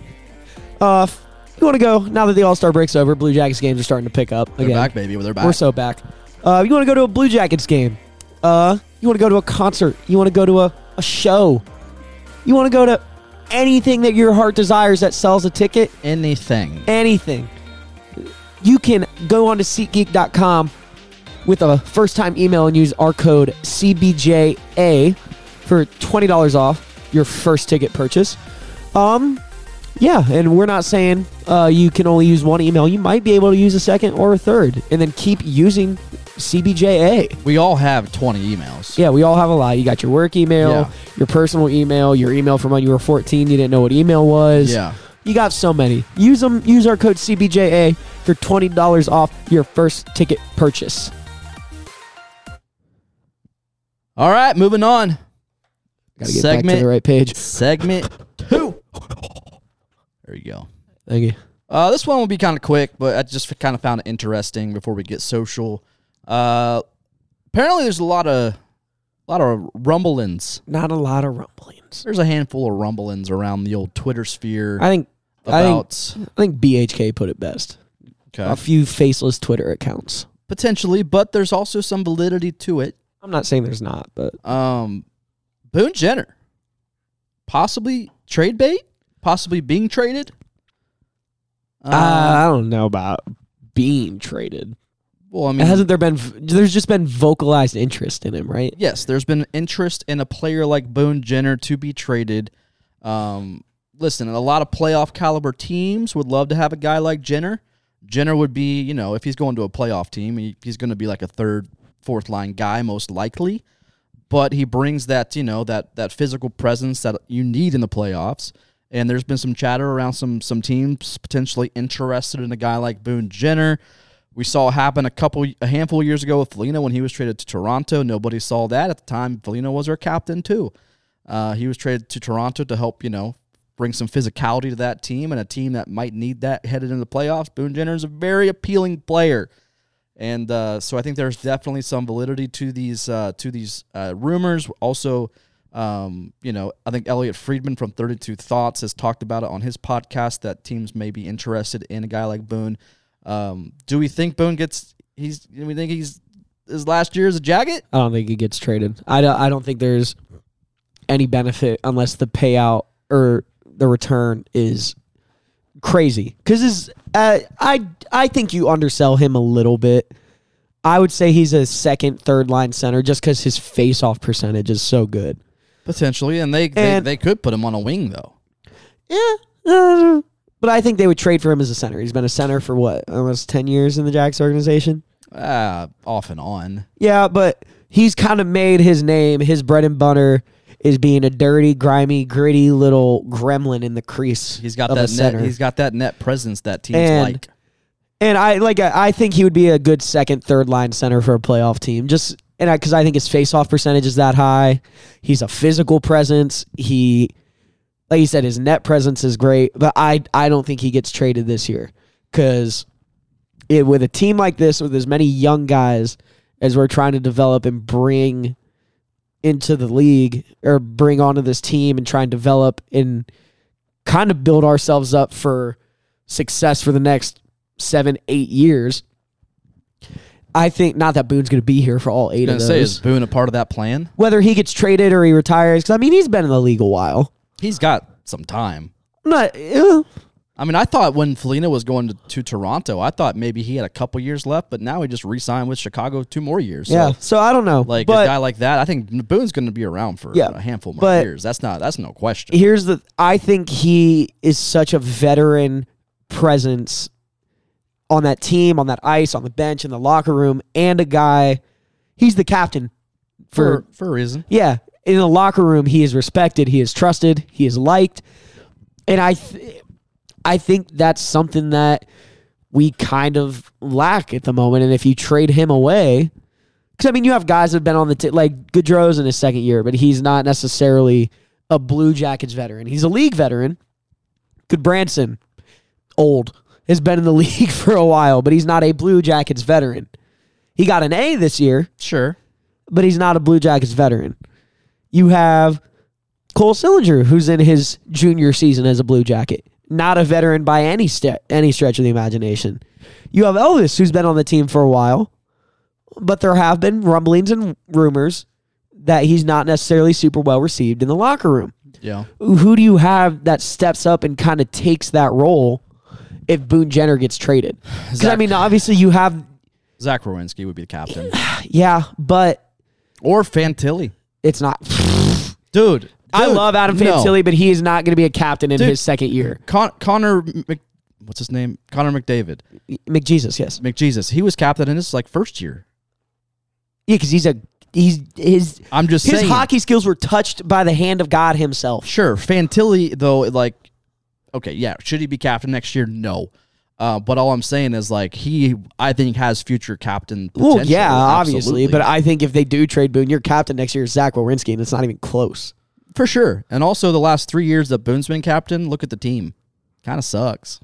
[SPEAKER 3] Uh, if you want to go now that the All Star break's over? Blue Jackets games are starting to pick up
[SPEAKER 2] They're
[SPEAKER 3] again.
[SPEAKER 2] back, baby. They're back.
[SPEAKER 3] We're so back. Uh, you want to go to a Blue Jackets game? Uh, you want to go to a concert? You want to go to a, a show? You want to go to anything that your heart desires that sells a ticket?
[SPEAKER 2] Anything.
[SPEAKER 3] Eh. anything, you can go on to SeatGeek.com with a first time email and use our code CBJA for $20 off your first ticket purchase. Um, yeah, and we're not saying uh, you can only use one email. You might be able to use a second or a third, and then keep using CBJA.
[SPEAKER 2] We all have 20 emails.
[SPEAKER 3] Yeah, we all have a lot. You got your work email,
[SPEAKER 2] Yeah.
[SPEAKER 3] your personal email, your email from when you were 14, you didn't know what email was.
[SPEAKER 2] Yeah.
[SPEAKER 3] You got so many. Use them. Use our code CBJA for twenty dollars off your first ticket purchase.
[SPEAKER 2] All right. Moving on.
[SPEAKER 3] Gotta get back
[SPEAKER 2] Segment.
[SPEAKER 3] to the right page.
[SPEAKER 2] Segment [LAUGHS] two. There you go.
[SPEAKER 3] Thank you.
[SPEAKER 2] Uh, this one will be kind of quick, but I just kind of found it interesting before we get social. Uh, apparently, there's a lot of a lot of rumblings
[SPEAKER 3] Not a lot of rumblings.
[SPEAKER 2] there's a handful of rumblings around the old Twitter sphere
[SPEAKER 3] I think. I think.
[SPEAKER 2] about
[SPEAKER 3] I think BHK put it best.
[SPEAKER 2] okay,
[SPEAKER 3] A few faceless Twitter accounts.
[SPEAKER 2] potentially, but there's also some validity to it.
[SPEAKER 3] I'm not saying there's not, but
[SPEAKER 2] Um, Boone Jenner, possibly trade bait, possibly being traded. Um, Uh,
[SPEAKER 3] uh, I don't know about being traded.
[SPEAKER 2] well, I mean,
[SPEAKER 3] Hasn't there been? v- There's just been vocalized interest in him, right?
[SPEAKER 2] yes, there's been interest in a player like Boone Jenner to be traded. Um, listen, a lot of playoff caliber teams would love to have a guy like Jenner. Jenner would be, you know, if he's going to a playoff team, he, he's going to be like a third, fourth line guy most likely. But he brings that, you know, that that physical presence that you need in the playoffs. And there's been some chatter around some some teams potentially interested in a guy like Boone Jenner. We saw it happen a couple, a handful of years ago with Felino when he was traded to Toronto. Nobody saw that at the time. Felino was our captain too. Uh, he was traded to Toronto to help, you know, bring some physicality to that team and a team that might need that headed into the playoffs. Boone Jenner is a very appealing player, and uh, so I think there's definitely some validity to these uh, to these uh, rumors. Also, um, you know, I think Elliot Friedman from 32 Thoughts has talked about it on his podcast that teams may be interested in a guy like Boone. Um, do we think Boone gets? He's. Do we think he's his last year as a jacket?
[SPEAKER 3] I don't think he gets traded. I don't, I don't think there's any benefit unless the payout or the return is crazy. Because is uh, I I think you undersell him a little bit. I would say he's a second, third line center just because his face off percentage is so good.
[SPEAKER 2] Potentially, and they, they
[SPEAKER 3] And-
[SPEAKER 2] they could put him on a wing though.
[SPEAKER 3] Yeah. uh, but I think they would trade for him as a center. He's been a center for what, almost 10 years in the Jacks organization?
[SPEAKER 2] Uh, off and on.
[SPEAKER 3] Yeah, but he's kind of made his name, his bread and butter is being a dirty, grimy, gritty little gremlin in the crease.
[SPEAKER 2] He's got
[SPEAKER 3] of a
[SPEAKER 2] that net.
[SPEAKER 3] center.
[SPEAKER 2] He's got that net presence that teams
[SPEAKER 3] And-
[SPEAKER 2] like.
[SPEAKER 3] and I like I I think he would be a good second, third line center for a playoff team. Just and I because I think his face off percentage is that high. He's a physical presence. He, like you said, his net presence is great. But I I don't think he gets traded this year because with a team like this with as many young guys as we're trying to develop and bring into the league or bring onto this team and try and develop and kind of build ourselves up for success for the next seven eight years. I think not that Boone's going to be here for all eight
[SPEAKER 2] Gonna
[SPEAKER 3] of
[SPEAKER 2] say is
[SPEAKER 3] those.
[SPEAKER 2] Boone a part of that plan?
[SPEAKER 3] Whether he gets traded or he retires, because I mean he's been in the league a while.
[SPEAKER 2] He's got some time.
[SPEAKER 3] I'm not. eh,
[SPEAKER 2] I mean, I thought when Felina was going to, to Toronto, I thought maybe he had a couple years left, but now he just re-signed with Chicago two more years. So,
[SPEAKER 3] yeah, so I don't know.
[SPEAKER 2] like
[SPEAKER 3] but
[SPEAKER 2] a guy like that, I think Boone's going to be around for
[SPEAKER 3] Yeah,
[SPEAKER 2] a handful more
[SPEAKER 3] but-
[SPEAKER 2] years. That's not that's no question.
[SPEAKER 3] here's the I think he is such a veteran presence on that team, on that ice, on the bench, in the locker room, and a guy he's the captain
[SPEAKER 2] For for a reason,
[SPEAKER 3] yeah, in the locker room, he is respected, he is trusted, he is liked, and I, th- I think that's something that we kind of lack at the moment. And if you trade him away, because I mean, you have guys that have been on the t- like Gaudreau's in his second year, but he's not necessarily a Blue Jackets veteran. He's a league veteran. Good Branson, old, has been in the [LAUGHS] league for a while, but he's not a Blue Jackets veteran. He got an A this year
[SPEAKER 2] sure.
[SPEAKER 3] but he's not a Blue Jackets veteran. You have Cole Sillinger, who's in his junior season as a Blue Jacket, not a veteran by any st- any stretch of the imagination. You have Elvis, who's been on the team for a while, but there have been rumblings and rumors that he's not necessarily super well received in the locker room.
[SPEAKER 2] Yeah,
[SPEAKER 3] Who do you have that steps up and kind of takes that role if Boone Jenner gets traded? Because I
[SPEAKER 2] Zach-
[SPEAKER 3] mean, obviously you have,
[SPEAKER 2] Zach Rowinski would be the captain
[SPEAKER 3] yeah, but
[SPEAKER 2] or Fantilli,
[SPEAKER 3] it's not.
[SPEAKER 2] dude.
[SPEAKER 3] I
[SPEAKER 2] dude,
[SPEAKER 3] love Adam
[SPEAKER 2] no.
[SPEAKER 3] Fantilli, but he is not going to be a captain in
[SPEAKER 2] Dude.
[SPEAKER 3] his second year.
[SPEAKER 2] Con- Connor, Mc- what's his name? Connor McDavid,
[SPEAKER 3] McJesus, yes,
[SPEAKER 2] McJesus. He was captain in his like first year.
[SPEAKER 3] yeah, because he's a he's his
[SPEAKER 2] I'm just
[SPEAKER 3] his
[SPEAKER 2] saying.
[SPEAKER 3] hockey skills were touched by the hand of God Himself.
[SPEAKER 2] Sure, Fantilli though, like, okay, yeah, should he be captain next year? No, uh, but all I'm saying is like he, I think, has future captain. Potential,
[SPEAKER 3] Well, yeah, obviously,
[SPEAKER 2] absolutely.
[SPEAKER 3] but I think if they do trade Boone, your captain next year is Zach Wawrinski, and it's not even close.
[SPEAKER 2] for sure. And also, the last three years that Boone's been captain, look at the team, kind of sucks.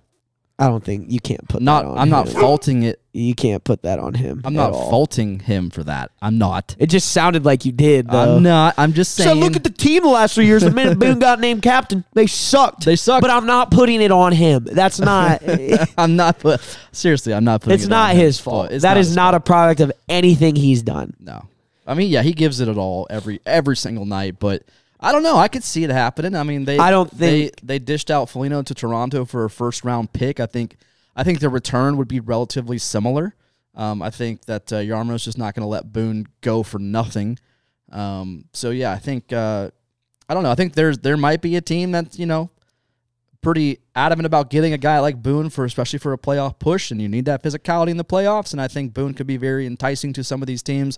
[SPEAKER 3] I don't think you can't put
[SPEAKER 2] Not,
[SPEAKER 3] That on
[SPEAKER 2] I'm not
[SPEAKER 3] him.
[SPEAKER 2] faulting it.
[SPEAKER 3] you can't put that on him.
[SPEAKER 2] I'm
[SPEAKER 3] at
[SPEAKER 2] not
[SPEAKER 3] all.
[SPEAKER 2] faulting him for that. I'm not.
[SPEAKER 3] It just sounded like you did. Though.
[SPEAKER 2] I'm not. I'm just saying.
[SPEAKER 3] So look at the team the last three years. The
[SPEAKER 2] [LAUGHS]
[SPEAKER 3] minute Boone got named captain, they sucked.
[SPEAKER 2] They sucked.
[SPEAKER 3] But I'm not putting it on him. That's not.
[SPEAKER 2] [LAUGHS] [LAUGHS] I'm not. put- Seriously, I'm not. Putting
[SPEAKER 3] it's
[SPEAKER 2] it
[SPEAKER 3] not
[SPEAKER 2] on him.
[SPEAKER 3] his fault.
[SPEAKER 2] It's
[SPEAKER 3] That
[SPEAKER 2] not
[SPEAKER 3] is
[SPEAKER 2] his
[SPEAKER 3] not a product of anything he's done.
[SPEAKER 2] No. I mean, yeah, he gives it at all every every single night, but I don't know. I could see it happening. I mean, they
[SPEAKER 3] I don't
[SPEAKER 2] they,
[SPEAKER 3] think-
[SPEAKER 2] they dished out Felino to Toronto for a first round pick. I think I think the return would be relatively similar. Um, I think that uh, Yarmo's just not going to let Boone go for nothing. Um, so yeah, I think uh, I don't know. I think there's there might be a team that's you know pretty adamant about getting a guy like Boone for especially for a playoff push, and you need that physicality in the playoffs. And I think Boone could be very enticing to some of these teams.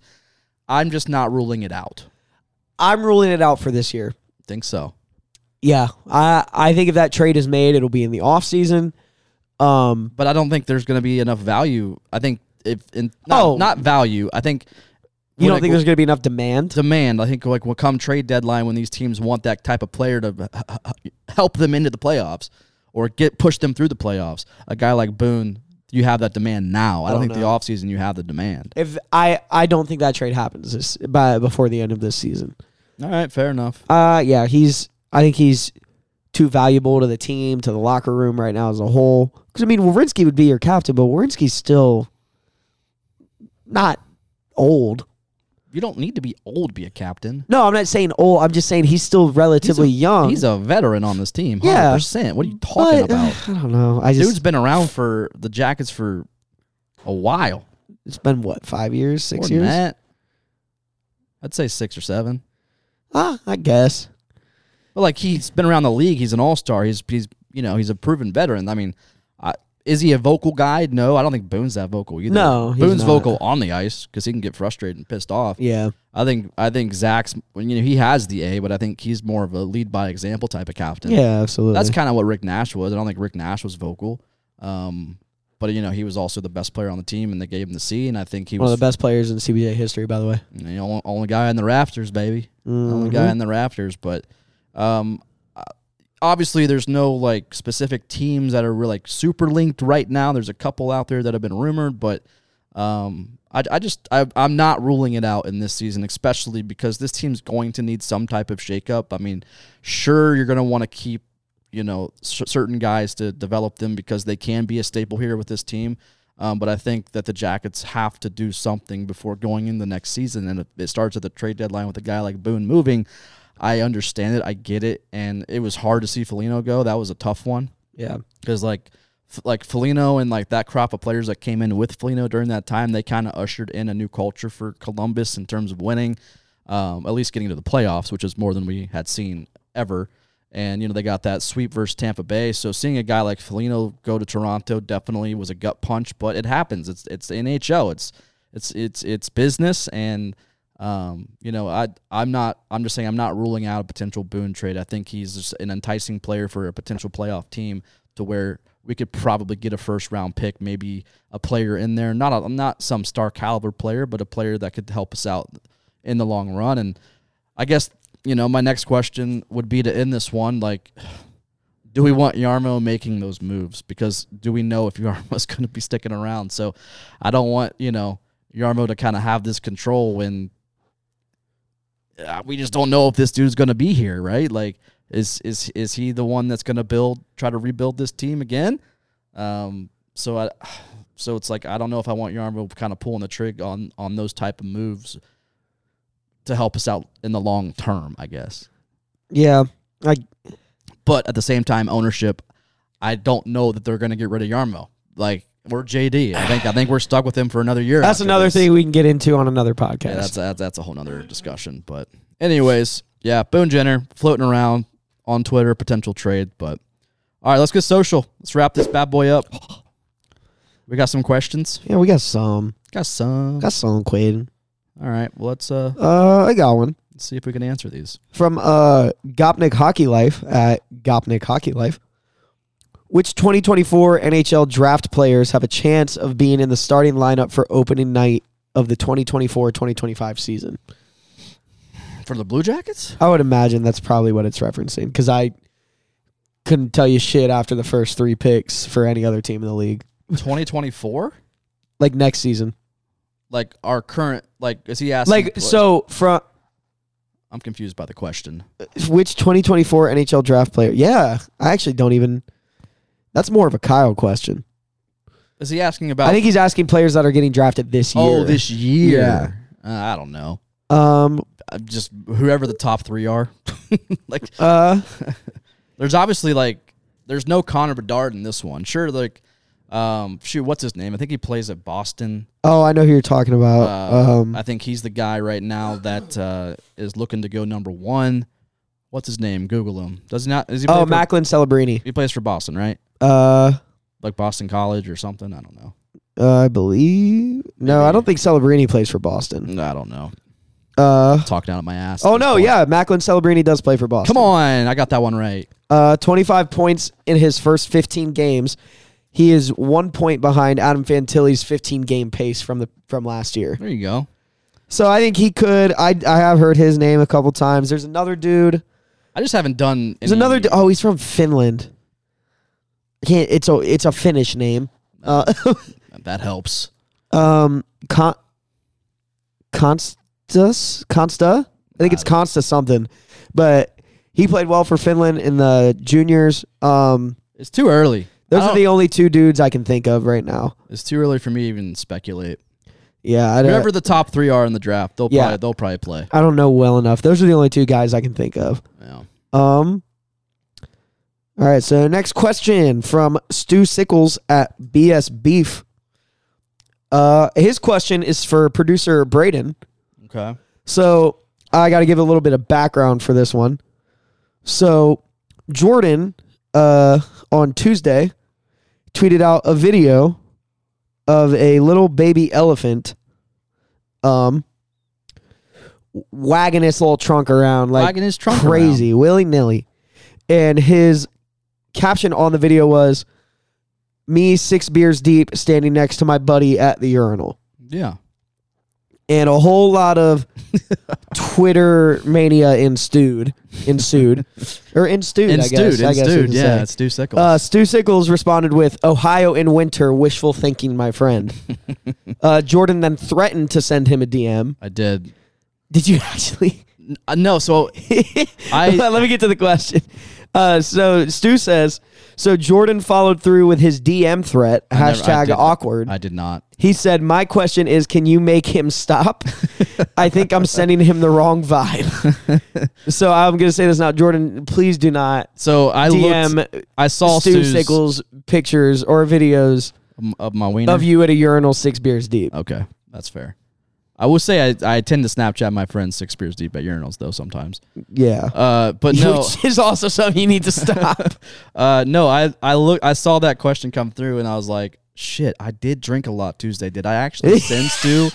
[SPEAKER 2] I'm just not ruling it out.
[SPEAKER 3] I'm ruling it out for this year.
[SPEAKER 2] Think so.
[SPEAKER 3] Yeah, I I think if that trade is made, it'll be in the offseason. Um,
[SPEAKER 2] But I don't think there's going to be enough value. I think if in not,
[SPEAKER 3] Oh.
[SPEAKER 2] not value, I think
[SPEAKER 3] you
[SPEAKER 2] when
[SPEAKER 3] don't
[SPEAKER 2] it-
[SPEAKER 3] think there's going to be enough demand?
[SPEAKER 2] demand. I think like will come trade deadline when these teams want that type of player to help them into the playoffs or get push them through the playoffs. A guy like Boone, you have that demand now.
[SPEAKER 3] Oh,
[SPEAKER 2] I don't think the offseason you have the demand.
[SPEAKER 3] If I I don't think that trade happens this by before the end of this season.
[SPEAKER 2] All right, fair enough.
[SPEAKER 3] Uh, yeah, he's I think he's too valuable to the team to the locker room right now as a whole. Because I mean, Wawrinski would be your captain, but Wawrinski's still not old.
[SPEAKER 2] You don't need to be old to be a captain.
[SPEAKER 3] No, I'm not saying old. I'm just saying he's still
[SPEAKER 2] He's a-
[SPEAKER 3] relatively young.
[SPEAKER 2] He's a veteran on this team.
[SPEAKER 3] Yeah.
[SPEAKER 2] 100%. What are you talking
[SPEAKER 3] But,
[SPEAKER 2] about?
[SPEAKER 3] [SIGHS] I don't know. I just
[SPEAKER 2] Dude's been around for the Jackets for a while.
[SPEAKER 3] it's been what five years,
[SPEAKER 2] More
[SPEAKER 3] six
[SPEAKER 2] than
[SPEAKER 3] years.
[SPEAKER 2] that. I'd say six or seven.
[SPEAKER 3] Ah, I guess.
[SPEAKER 2] But like he's been around the league. He's an all star. He's he's you know he's a proven veteran. I mean, I, is he a vocal guy? No, I don't think Boone's that vocal either.
[SPEAKER 3] No, he's
[SPEAKER 2] Boone's
[SPEAKER 3] not.
[SPEAKER 2] vocal on the ice because he can get frustrated and pissed off.
[SPEAKER 3] Yeah,
[SPEAKER 2] I think I think Zach's you know he has the A, but I think he's more of a lead by example type of captain.
[SPEAKER 3] yeah, absolutely.
[SPEAKER 2] that's kind of what Rick Nash was. I don't think Rick Nash was vocal. Um, But you know, he was also the best player on the team, and they gave him the C. And I think he
[SPEAKER 3] One of
[SPEAKER 2] was
[SPEAKER 3] the best players in CBA history, by the way.
[SPEAKER 2] you know, only, only guy in the rafters, baby. Only guy in the rafters. But um, uh, obviously, there's no like specific teams that are really like, super linked right now. There's a couple out there that have been rumored, but um, I, I just I, I'm not ruling it out in this season, especially because this team's going to need some type of shakeup. I mean, sure, you're going to want to keep you know cer certain guys to develop them because they can be a staple here with this team. Um, but I think that the Jackets have to do something before going in the next season, and if it starts at the trade deadline with a guy like Boone moving. I understand it, I get it, and it was hard to see Felino go. That was a tough one
[SPEAKER 3] Yeah.
[SPEAKER 2] because like f- like Felino and like that crop of players that came in with Felino during that time, they kind of ushered in a new culture for Columbus in terms of winning, um, at least getting to the playoffs, which is more than we had seen ever. And you know they got that sweep versus Tampa Bay, so seeing a guy like Felino go to Toronto definitely was a gut punch, but it happens. It's it's the NHL. It's it's it's it's business and. Um, you know, I I'm not I'm just saying I'm not ruling out a potential Boone trade. I think he's just an enticing player for a potential playoff team to where we could probably get a first round pick, maybe a player in there. Not a not some star caliber player, but a player that could help us out in the long run. And I guess, you know, my next question would be to end this one, like do we want Yarmo making those moves? Because do we know if [LAUGHS] Yarmo's going to be sticking around? So I don't want, you know, Yarmo to kind of have this control when uh, we just don't know if this dude's going to be here, right? Like, is is is he the one that's going to build, try to rebuild this team again? Um, so I, [SIGHS] so it's like I don't know if I want Yarmo kind of pulling the trigger on on those type of moves to help us out in the long term, I guess.
[SPEAKER 3] Yeah. I
[SPEAKER 2] But at the same time, ownership, I don't know that they're going to get rid of Yarmo. Like we're JD. I think I think we're stuck with him for another year.
[SPEAKER 3] that's
[SPEAKER 2] after
[SPEAKER 3] another
[SPEAKER 2] this.
[SPEAKER 3] thing we can get into on another podcast.
[SPEAKER 2] Yeah, that's that's, that's a whole nother discussion. But anyways, yeah, Boone Jenner floating around on Twitter, potential trade. But all right, let's get social. Let's wrap this bad boy up. We got some questions.
[SPEAKER 3] yeah, we got some.
[SPEAKER 2] Got some.
[SPEAKER 3] Got some, Quaid.
[SPEAKER 2] All right, well let's uh
[SPEAKER 3] Uh, I got one.
[SPEAKER 2] let's see if we can answer these.
[SPEAKER 3] from uh Gopnik Hockey Life at Gopnik Hockey Life. Which 2024 NHL draft players have a chance of being in the starting lineup for opening night of the 2024-2025 season?
[SPEAKER 2] For the Blue
[SPEAKER 3] [LAUGHS]
[SPEAKER 2] Jackets,
[SPEAKER 3] I would imagine that's probably what it's referencing cuz I couldn't tell you shit after the first 3 picks for any other team in the league.
[SPEAKER 2] twenty twenty four.
[SPEAKER 3] Like next season.
[SPEAKER 2] Like our current, like is he asking?
[SPEAKER 3] Like so from
[SPEAKER 2] I'm confused by the question.
[SPEAKER 3] which 2024 NHL draft player? Yeah, I actually don't even That's more of a Kyle question.
[SPEAKER 2] Is he asking about?
[SPEAKER 3] I think he's asking players that are getting drafted this year.
[SPEAKER 2] oh, this year. Uh, I don't know.
[SPEAKER 3] Um.
[SPEAKER 2] Uh, just whoever the top three are. [LAUGHS] like
[SPEAKER 3] Uh.
[SPEAKER 2] There's obviously like there's no Connor Bedard in this one. Sure, like um shoot, what's his name? I think he plays at Boston.
[SPEAKER 3] Oh, I know who you're talking about.
[SPEAKER 2] Uh,
[SPEAKER 3] um.
[SPEAKER 2] I think he's the guy right now that uh is looking to go number one. What's his name? Google him. Does he not is he play for,
[SPEAKER 3] Oh, Macklin Celebrini.
[SPEAKER 2] he plays for Boston, right?
[SPEAKER 3] Uh,
[SPEAKER 2] Like Boston College or something. I don't know.
[SPEAKER 3] I believe. No, I don't think Celebrini plays for Boston.
[SPEAKER 2] I don't know.
[SPEAKER 3] Uh.
[SPEAKER 2] Talk down at my ass. at
[SPEAKER 3] Oh
[SPEAKER 2] this
[SPEAKER 3] no,
[SPEAKER 2] point.
[SPEAKER 3] yeah, Macklin Celebrini does play for Boston.
[SPEAKER 2] Come on. I got that one right.
[SPEAKER 3] Uh, 25 points in his first 15 games. He is one point behind Adam Fantilli's 15 game pace from the from last year.
[SPEAKER 2] There you go.
[SPEAKER 3] So I think he could. I I have heard his name a couple times. There's another dude.
[SPEAKER 2] I just haven't done
[SPEAKER 3] There's
[SPEAKER 2] any-
[SPEAKER 3] another. d- Oh, he's from Finland. Can't, it's a it's a Finnish name. Uh,
[SPEAKER 2] that helps.
[SPEAKER 3] [LAUGHS] um, Con, Constas Consta. I think it's Consta something, but he played well for Finland in the juniors. Um,
[SPEAKER 2] It's too early.
[SPEAKER 3] those
[SPEAKER 2] I
[SPEAKER 3] are
[SPEAKER 2] don't-
[SPEAKER 3] the only two dudes I can think of right now.
[SPEAKER 2] it's too early for me to even speculate.
[SPEAKER 3] Yeah, I don't.
[SPEAKER 2] Whoever the top three are in the draft, they'll
[SPEAKER 3] uh, Yeah.
[SPEAKER 2] probably they'll probably play.
[SPEAKER 3] I don't know well enough. Those are the only two guys I can think of.
[SPEAKER 2] Yeah.
[SPEAKER 3] Um. All right. So next question from Stu Sickles at BS Beef. Uh, his question is for producer Braden.
[SPEAKER 2] Okay.
[SPEAKER 3] So I got to give a little bit of background for this one. So Jordan, uh, on Tuesday, tweeted out a video of a little baby elephant, um, wagging its little trunk around like
[SPEAKER 2] Wagging his trunk
[SPEAKER 3] crazy, willy nilly. And his caption on the video was, me six beers deep standing next to my buddy at the urinal
[SPEAKER 2] Yeah.
[SPEAKER 3] and a whole lot [LAUGHS] of Twitter mania ensued, ensued, or ensued.
[SPEAKER 2] And
[SPEAKER 3] I guess.
[SPEAKER 2] Stude,
[SPEAKER 3] I
[SPEAKER 2] and
[SPEAKER 3] guess we
[SPEAKER 2] Stude,
[SPEAKER 3] can
[SPEAKER 2] yeah,
[SPEAKER 3] say.
[SPEAKER 2] it's Stu Sickles.
[SPEAKER 3] Uh, Stu Sickles responded with "Ohio in winter, wishful thinking, my [LAUGHS] friend." uh, Jordan then threatened to send him a DM.
[SPEAKER 2] I did.
[SPEAKER 3] Did you [LAUGHS] actually?
[SPEAKER 2] N- uh, No,
[SPEAKER 3] [LAUGHS]
[SPEAKER 2] so I
[SPEAKER 3] Let me get to the question. Uh, so Stu says, so Jordan followed through with his DM threat
[SPEAKER 2] never- I
[SPEAKER 3] hashtag
[SPEAKER 2] didn't.
[SPEAKER 3] awkward.
[SPEAKER 2] I did not.
[SPEAKER 3] He said, My question is, can you make
[SPEAKER 2] [LAUGHS]
[SPEAKER 3] him stop? I think I'm sending him the wrong vibe.
[SPEAKER 2] [LAUGHS]
[SPEAKER 3] so I'm going to say this now. Jordan, please do not
[SPEAKER 2] So I
[SPEAKER 3] DM
[SPEAKER 2] looked. I saw
[SPEAKER 3] Stu
[SPEAKER 2] Stu's
[SPEAKER 3] Sickles pictures or videos
[SPEAKER 2] m- of my wiener.
[SPEAKER 3] of you at a urinal six beers deep.
[SPEAKER 2] Okay, that's fair. I will say I, I tend to Snapchat my friends six beers deep at urinals though sometimes.
[SPEAKER 3] Yeah.
[SPEAKER 2] Uh, but [LAUGHS]
[SPEAKER 3] [LAUGHS]
[SPEAKER 2] no,
[SPEAKER 3] Which is also something you need to stop.
[SPEAKER 2] [LAUGHS] uh, no. I I look. I saw that question come through, and I was like, "Shit, I did drink a lot Tuesday. Did I
[SPEAKER 3] [LAUGHS]
[SPEAKER 2] actually send Stu?"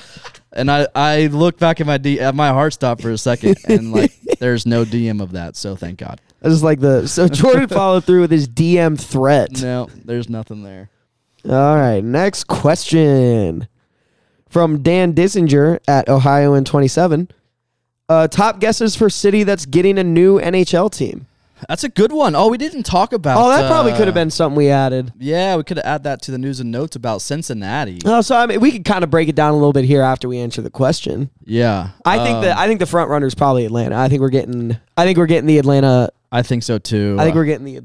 [SPEAKER 2] And I, I looked back at my D, at my heart stopped for a second, and
[SPEAKER 3] [LAUGHS]
[SPEAKER 2] like, there's no DM of that. So thank God.
[SPEAKER 3] This is like the.
[SPEAKER 2] [LAUGHS]
[SPEAKER 3] So Jordan followed through with his DM threat.
[SPEAKER 2] No, there's nothing there.
[SPEAKER 3] All right, next question from Dan Dissinger at Ohio in 27. Uh, top guesses for city that's getting a new NHL team.
[SPEAKER 2] That's a good one. Oh, we didn't talk about.
[SPEAKER 3] Oh, that probably
[SPEAKER 2] uh,
[SPEAKER 3] could have been something we added.
[SPEAKER 2] Yeah, we could have add that to the news and notes about Cincinnati.
[SPEAKER 3] Oh, so I mean, we could kind of break it down a little bit here after we answer the question.
[SPEAKER 2] Yeah, uh,
[SPEAKER 3] I think
[SPEAKER 2] Um,
[SPEAKER 3] that I think the front runner is probably Atlanta. I think we're getting. I think we're getting the Atlanta.
[SPEAKER 2] I think so too.
[SPEAKER 3] I think we're getting the.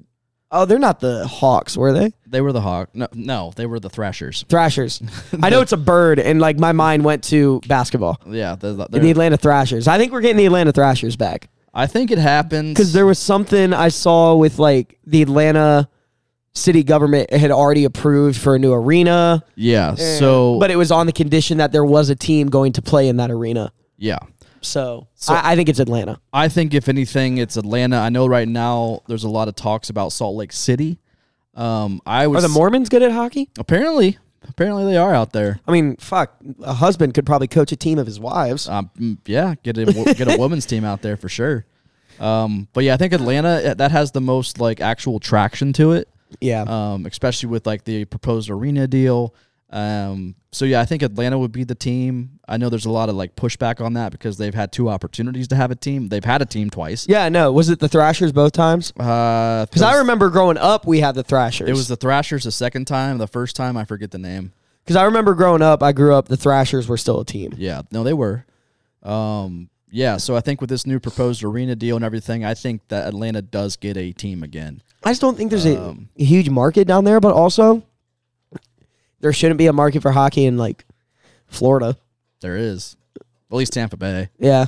[SPEAKER 3] Oh, they're not the Hawks, were they?
[SPEAKER 2] They were the Hawk. No, no, they were the Thrashers. [LAUGHS]
[SPEAKER 3] Thrashers. I know it's a bird, and like my mind went to basketball.
[SPEAKER 2] Yeah, they're, the-
[SPEAKER 3] the
[SPEAKER 2] they're,
[SPEAKER 3] Atlanta Thrashers. I think we're getting the Atlanta Thrashers back.
[SPEAKER 2] I think it happens.
[SPEAKER 3] because there was something I saw with like the Atlanta city government had already approved for a new arena,
[SPEAKER 2] yeah. so,
[SPEAKER 3] but it was on the condition that there was a team going to play in that arena.
[SPEAKER 2] yeah,
[SPEAKER 3] So, I, I think it's Atlanta.
[SPEAKER 2] I think if anything, it's Atlanta. I know right now there's a lot of talks about Salt Lake City. Um, I
[SPEAKER 3] Are
[SPEAKER 2] was
[SPEAKER 3] the Mormons good at hockey?
[SPEAKER 2] apparently, apparently they are out there.
[SPEAKER 3] I mean, fuck, a husband could probably coach a team of his wives.
[SPEAKER 2] Um, mm, yeah, get a get a women's team out there for sure. Um, but yeah, I think Atlanta uh, that has the most like actual traction to it.
[SPEAKER 3] yeah,
[SPEAKER 2] um, especially with like the proposed arena deal. Um, so yeah, I think Atlanta would be the team. I know there's a lot of like pushback on that because they've had two opportunities to have a team. They've had a team twice.
[SPEAKER 3] yeah. No, was it the Thrashers both times?
[SPEAKER 2] Uh,
[SPEAKER 3] Because I remember growing up, we had the Thrashers.
[SPEAKER 2] it was the Thrashers the second time. The first time I forget the name.
[SPEAKER 3] because I remember growing up, I grew up, the Thrashers were still a team.
[SPEAKER 2] Yeah, no, they were. Um, yeah, so I think with this new proposed arena deal and everything, I think that Atlanta does get a team again.
[SPEAKER 3] I just don't think there's a huge market down there, but also there shouldn't be a market for hockey in like Florida.
[SPEAKER 2] There is, at least Tampa Bay.
[SPEAKER 3] Yeah.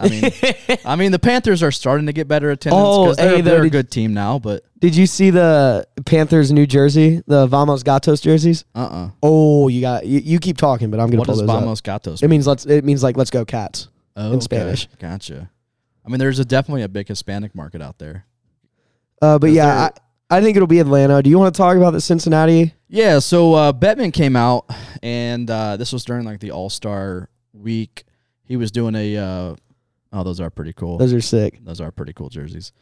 [SPEAKER 2] I
[SPEAKER 3] [LAUGHS]
[SPEAKER 2] mean, I mean the Panthers are starting to get better attendance
[SPEAKER 3] Oh,
[SPEAKER 2] because they're,
[SPEAKER 3] hey, though,
[SPEAKER 2] they're a
[SPEAKER 3] did-
[SPEAKER 2] good team now. But
[SPEAKER 3] Did you see the Panthers New Jersey, the Vamos Gatos jerseys?
[SPEAKER 2] uh uh
[SPEAKER 3] Oh, you got you, you keep talking, but I'm gonna
[SPEAKER 2] What
[SPEAKER 3] pull
[SPEAKER 2] does
[SPEAKER 3] those up.
[SPEAKER 2] Vamos Gatos?
[SPEAKER 3] It means let's it means like let's go cats.
[SPEAKER 2] oh,
[SPEAKER 3] in Spanish.
[SPEAKER 2] okay. Gotcha. I mean, there's a, definitely a big Hispanic market out there.
[SPEAKER 3] Uh, but yeah, I, I think it'll be Atlanta. Do you want to talk about the Cincinnati?
[SPEAKER 2] Yeah. So uh, Bettman came out, and uh, this was during like the All Star week. He was doing a. Uh, oh, those are pretty cool.
[SPEAKER 3] Those are sick.
[SPEAKER 2] Those are pretty cool jerseys.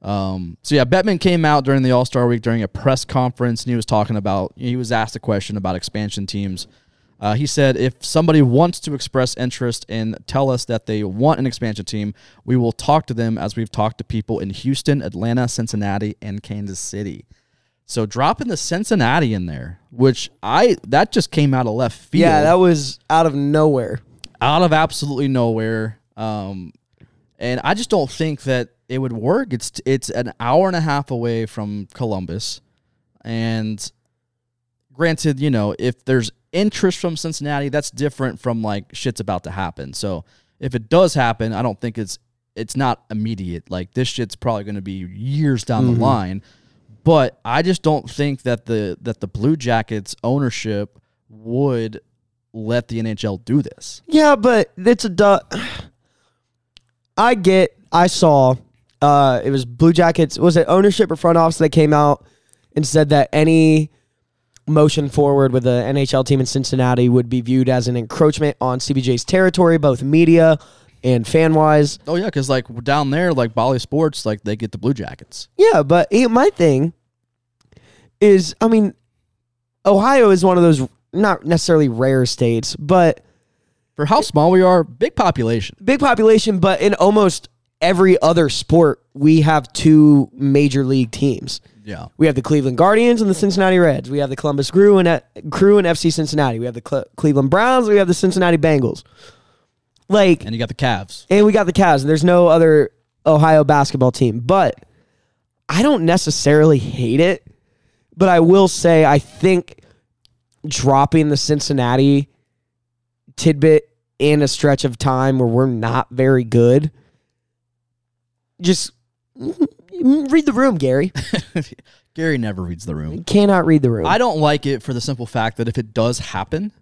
[SPEAKER 2] Um, so yeah, Bettman came out during the All Star Week during a press conference, and he was talking about. He was asked a question about expansion teams. Uh, he said, "If somebody wants to express interest and tell us that they want an expansion team, we will talk to them as we've talked to people in Houston, Atlanta, Cincinnati, and Kansas City." So dropping the Cincinnati in there, which I that just came out of left field
[SPEAKER 3] Yeah, that was out of nowhere.
[SPEAKER 2] out of absolutely nowhere. Um, and I just don't think that it would work. It's it's an hour and a half away from Columbus, and granted, you know, if there's interest from Cincinnati, that's different from like shit's about to happen. So if it does happen, I don't think it's it's not immediate. Like this shit's probably going to be years down the line. But I just don't think that the that the Blue Jackets ownership would let the NHL do this.
[SPEAKER 3] Yeah, but it's a du- I get. I saw. Uh, it was Blue Jackets. Was it ownership or front office that came out and said that any motion forward with the NHL team in Cincinnati would be viewed as an encroachment on CBJ's territory, both media and fan wise.
[SPEAKER 2] Oh yeah, because like down there, like Bali Sports, like they get the Blue Jackets.
[SPEAKER 3] Yeah, but eh, my thing is, I mean, Ohio is one of those not necessarily rare states, but
[SPEAKER 2] For how small we are, big population.
[SPEAKER 3] big population, but in almost every other sport, we have two major league teams.
[SPEAKER 2] Yeah.
[SPEAKER 3] We have the Cleveland Guardians and the Cincinnati Reds. We have the Columbus Crew and Crew and FC Cincinnati. We have the Cle- Cleveland Browns. We have the Cincinnati Bengals. Like,
[SPEAKER 2] And you got the
[SPEAKER 3] [LAUGHS]
[SPEAKER 2] Cavs.
[SPEAKER 3] and we got the Cavs. And there's no other Ohio basketball team, but I don't necessarily hate it. But I will say, I think dropping the Cincinnati tidbit in a stretch of time where we're not very good, just [LAUGHS] read the room, Gary.
[SPEAKER 2] Gary never reads the room.
[SPEAKER 3] [LAUGHS] Cannot read the room.
[SPEAKER 2] I don't like it for the simple fact that if it does happen,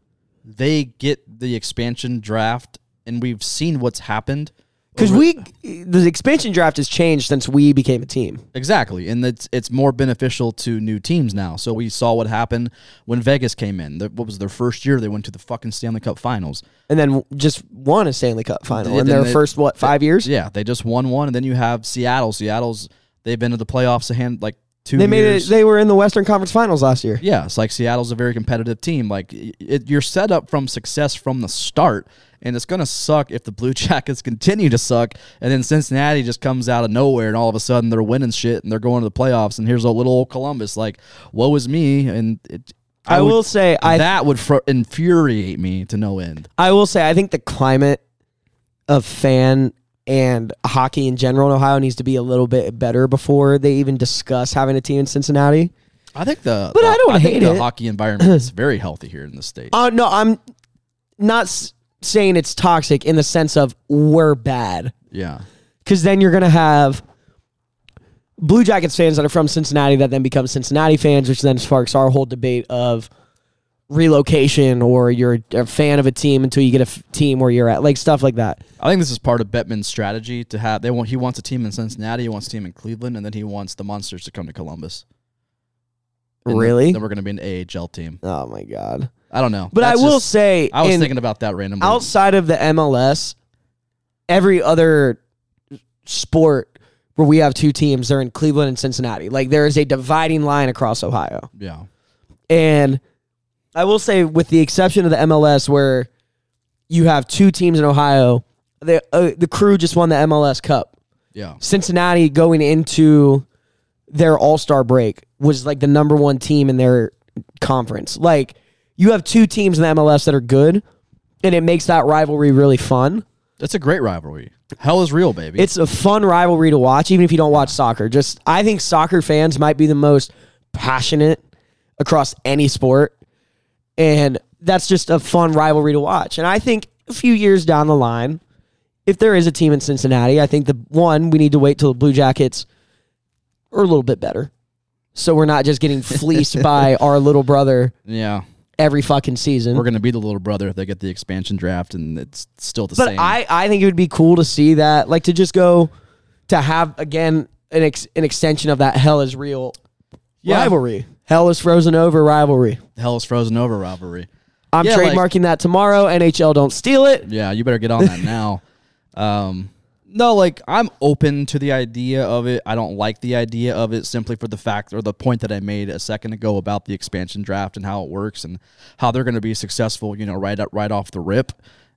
[SPEAKER 2] they get the expansion draft, and we've seen what's happened.
[SPEAKER 3] Because
[SPEAKER 2] over-
[SPEAKER 3] we, the expansion draft has changed since we became a team.
[SPEAKER 2] Exactly, and it's it's more beneficial to new teams now. So we saw what happened when Vegas came in. The, what was their first year? They went to the fucking Stanley Cup Finals.
[SPEAKER 3] And then just won a Stanley Cup final
[SPEAKER 2] Did-
[SPEAKER 3] in their
[SPEAKER 2] and they-
[SPEAKER 3] first, what, five years?
[SPEAKER 2] Yeah, they just won one, and then you have Seattle. Seattle's they've been to the playoffs a hand like two.
[SPEAKER 3] They made
[SPEAKER 2] years.
[SPEAKER 3] it. They were in the Western Conference Finals last year.
[SPEAKER 2] yeah, it's like Seattle's a very competitive team. Like y- it, you're set up from success from the start, and it's gonna suck if the Blue [LAUGHS] Jackets continue to suck, and then Cincinnati just comes out of nowhere, and all of a sudden they're winning shit, and they're going to the playoffs, and here's a little old Columbus. Like, woe is me, and it,
[SPEAKER 3] I,
[SPEAKER 2] would-
[SPEAKER 3] will say, I
[SPEAKER 2] that would fr- infuriate me to no end.
[SPEAKER 3] I will say, I think the climate of fan and hockey in general in Ohio needs to be a little bit better before they even discuss having a team in Cincinnati.
[SPEAKER 2] I think the
[SPEAKER 3] But
[SPEAKER 2] the-
[SPEAKER 3] I don't
[SPEAKER 2] think
[SPEAKER 3] hate
[SPEAKER 2] the
[SPEAKER 3] it.
[SPEAKER 2] hockey environment is very healthy here in the [CLEARS THROAT] state.
[SPEAKER 3] Uh, no, I'm not s- saying it's toxic in the sense of we're bad.
[SPEAKER 2] yeah,
[SPEAKER 3] because then you're going to have Blue Jackets fans that are from Cincinnati that then become Cincinnati fans, which then sparks our whole debate of relocation or you're a fan of a team until you get a f- team where you're at, like stuff like that.
[SPEAKER 2] I think this is part of Bettman's strategy to have. They want he wants a team in Cincinnati, he wants a team in Cleveland, and then he wants the monsters to come to Columbus. And then-
[SPEAKER 3] Really?
[SPEAKER 2] Then, we're going to be an AHL team.
[SPEAKER 3] Oh my god!
[SPEAKER 2] I don't know,
[SPEAKER 3] But
[SPEAKER 2] That's
[SPEAKER 3] I will
[SPEAKER 2] just-
[SPEAKER 3] say,
[SPEAKER 2] I was
[SPEAKER 3] in-
[SPEAKER 2] thinking about that randomly.
[SPEAKER 3] outside of the MLS, every other sport where we have two teams, they're in Cleveland and Cincinnati. Like there is a dividing line across Ohio.
[SPEAKER 2] yeah,
[SPEAKER 3] And I will say, with the exception of the MLS, where you have two teams in Ohio, the uh, the crew just won the MLS Cup.
[SPEAKER 2] yeah,
[SPEAKER 3] Cincinnati going into their All Star break was like the number one team in their conference. Like you have two teams in the MLS that are good, and it makes that rivalry really fun.
[SPEAKER 2] it's a great rivalry. Hell is real, baby.
[SPEAKER 3] It's a fun rivalry to watch, even if you don't watch soccer. Just I think soccer fans might be the most passionate across any sport, and that's just a fun rivalry to watch. And I think a few years down the line, if there is a team in Cincinnati, I think the one we need to wait till the Blue Jackets are a little bit better, so we're not just getting fleeced by our little brother
[SPEAKER 2] yeah,
[SPEAKER 3] every fucking season.
[SPEAKER 2] we're going to be the little brother if they get the expansion draft, and it's still the
[SPEAKER 3] But
[SPEAKER 2] same.
[SPEAKER 3] I, I think it would be cool to see that, like to just go to have again an ex, an extension of that hell is real
[SPEAKER 2] Yeah.
[SPEAKER 3] rivalry. Hell is frozen over rivalry.
[SPEAKER 2] Hell is frozen over rivalry.
[SPEAKER 3] I'm
[SPEAKER 2] Yeah, like-
[SPEAKER 3] trademarking that tomorrow. NHL don't steal it.
[SPEAKER 2] Yeah, you better get on
[SPEAKER 3] [LAUGHS]
[SPEAKER 2] that now. um, no, like I'm open to the idea of it. I don't like the idea of it simply for the fact or the point that I made a second ago about the expansion draft and how it works and how they're going to be successful. You know, right up, right off the rip.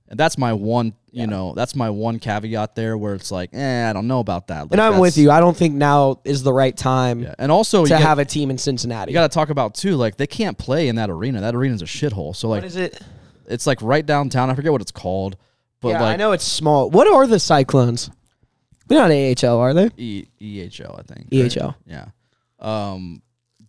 [SPEAKER 2] And that's my one, you know, that's my one caveat there where it's like, eh, I don't know about that. Like,
[SPEAKER 3] And I'm
[SPEAKER 2] that's-
[SPEAKER 3] with you. I don't think now is the right time
[SPEAKER 2] Yeah. And also,
[SPEAKER 3] to
[SPEAKER 2] you
[SPEAKER 3] have a team in Cincinnati.
[SPEAKER 2] got to talk about too, like they can't play in that arena. That arena's a shithole. So
[SPEAKER 3] what
[SPEAKER 2] like,
[SPEAKER 3] is it?
[SPEAKER 2] it's like right downtown. I forget what it's called, but
[SPEAKER 3] yeah,
[SPEAKER 2] like
[SPEAKER 3] I know it's small. What are the Cyclones? They're not AHL, are they?
[SPEAKER 2] E- EHO, I think.
[SPEAKER 3] EHO.
[SPEAKER 2] Yeah. Um,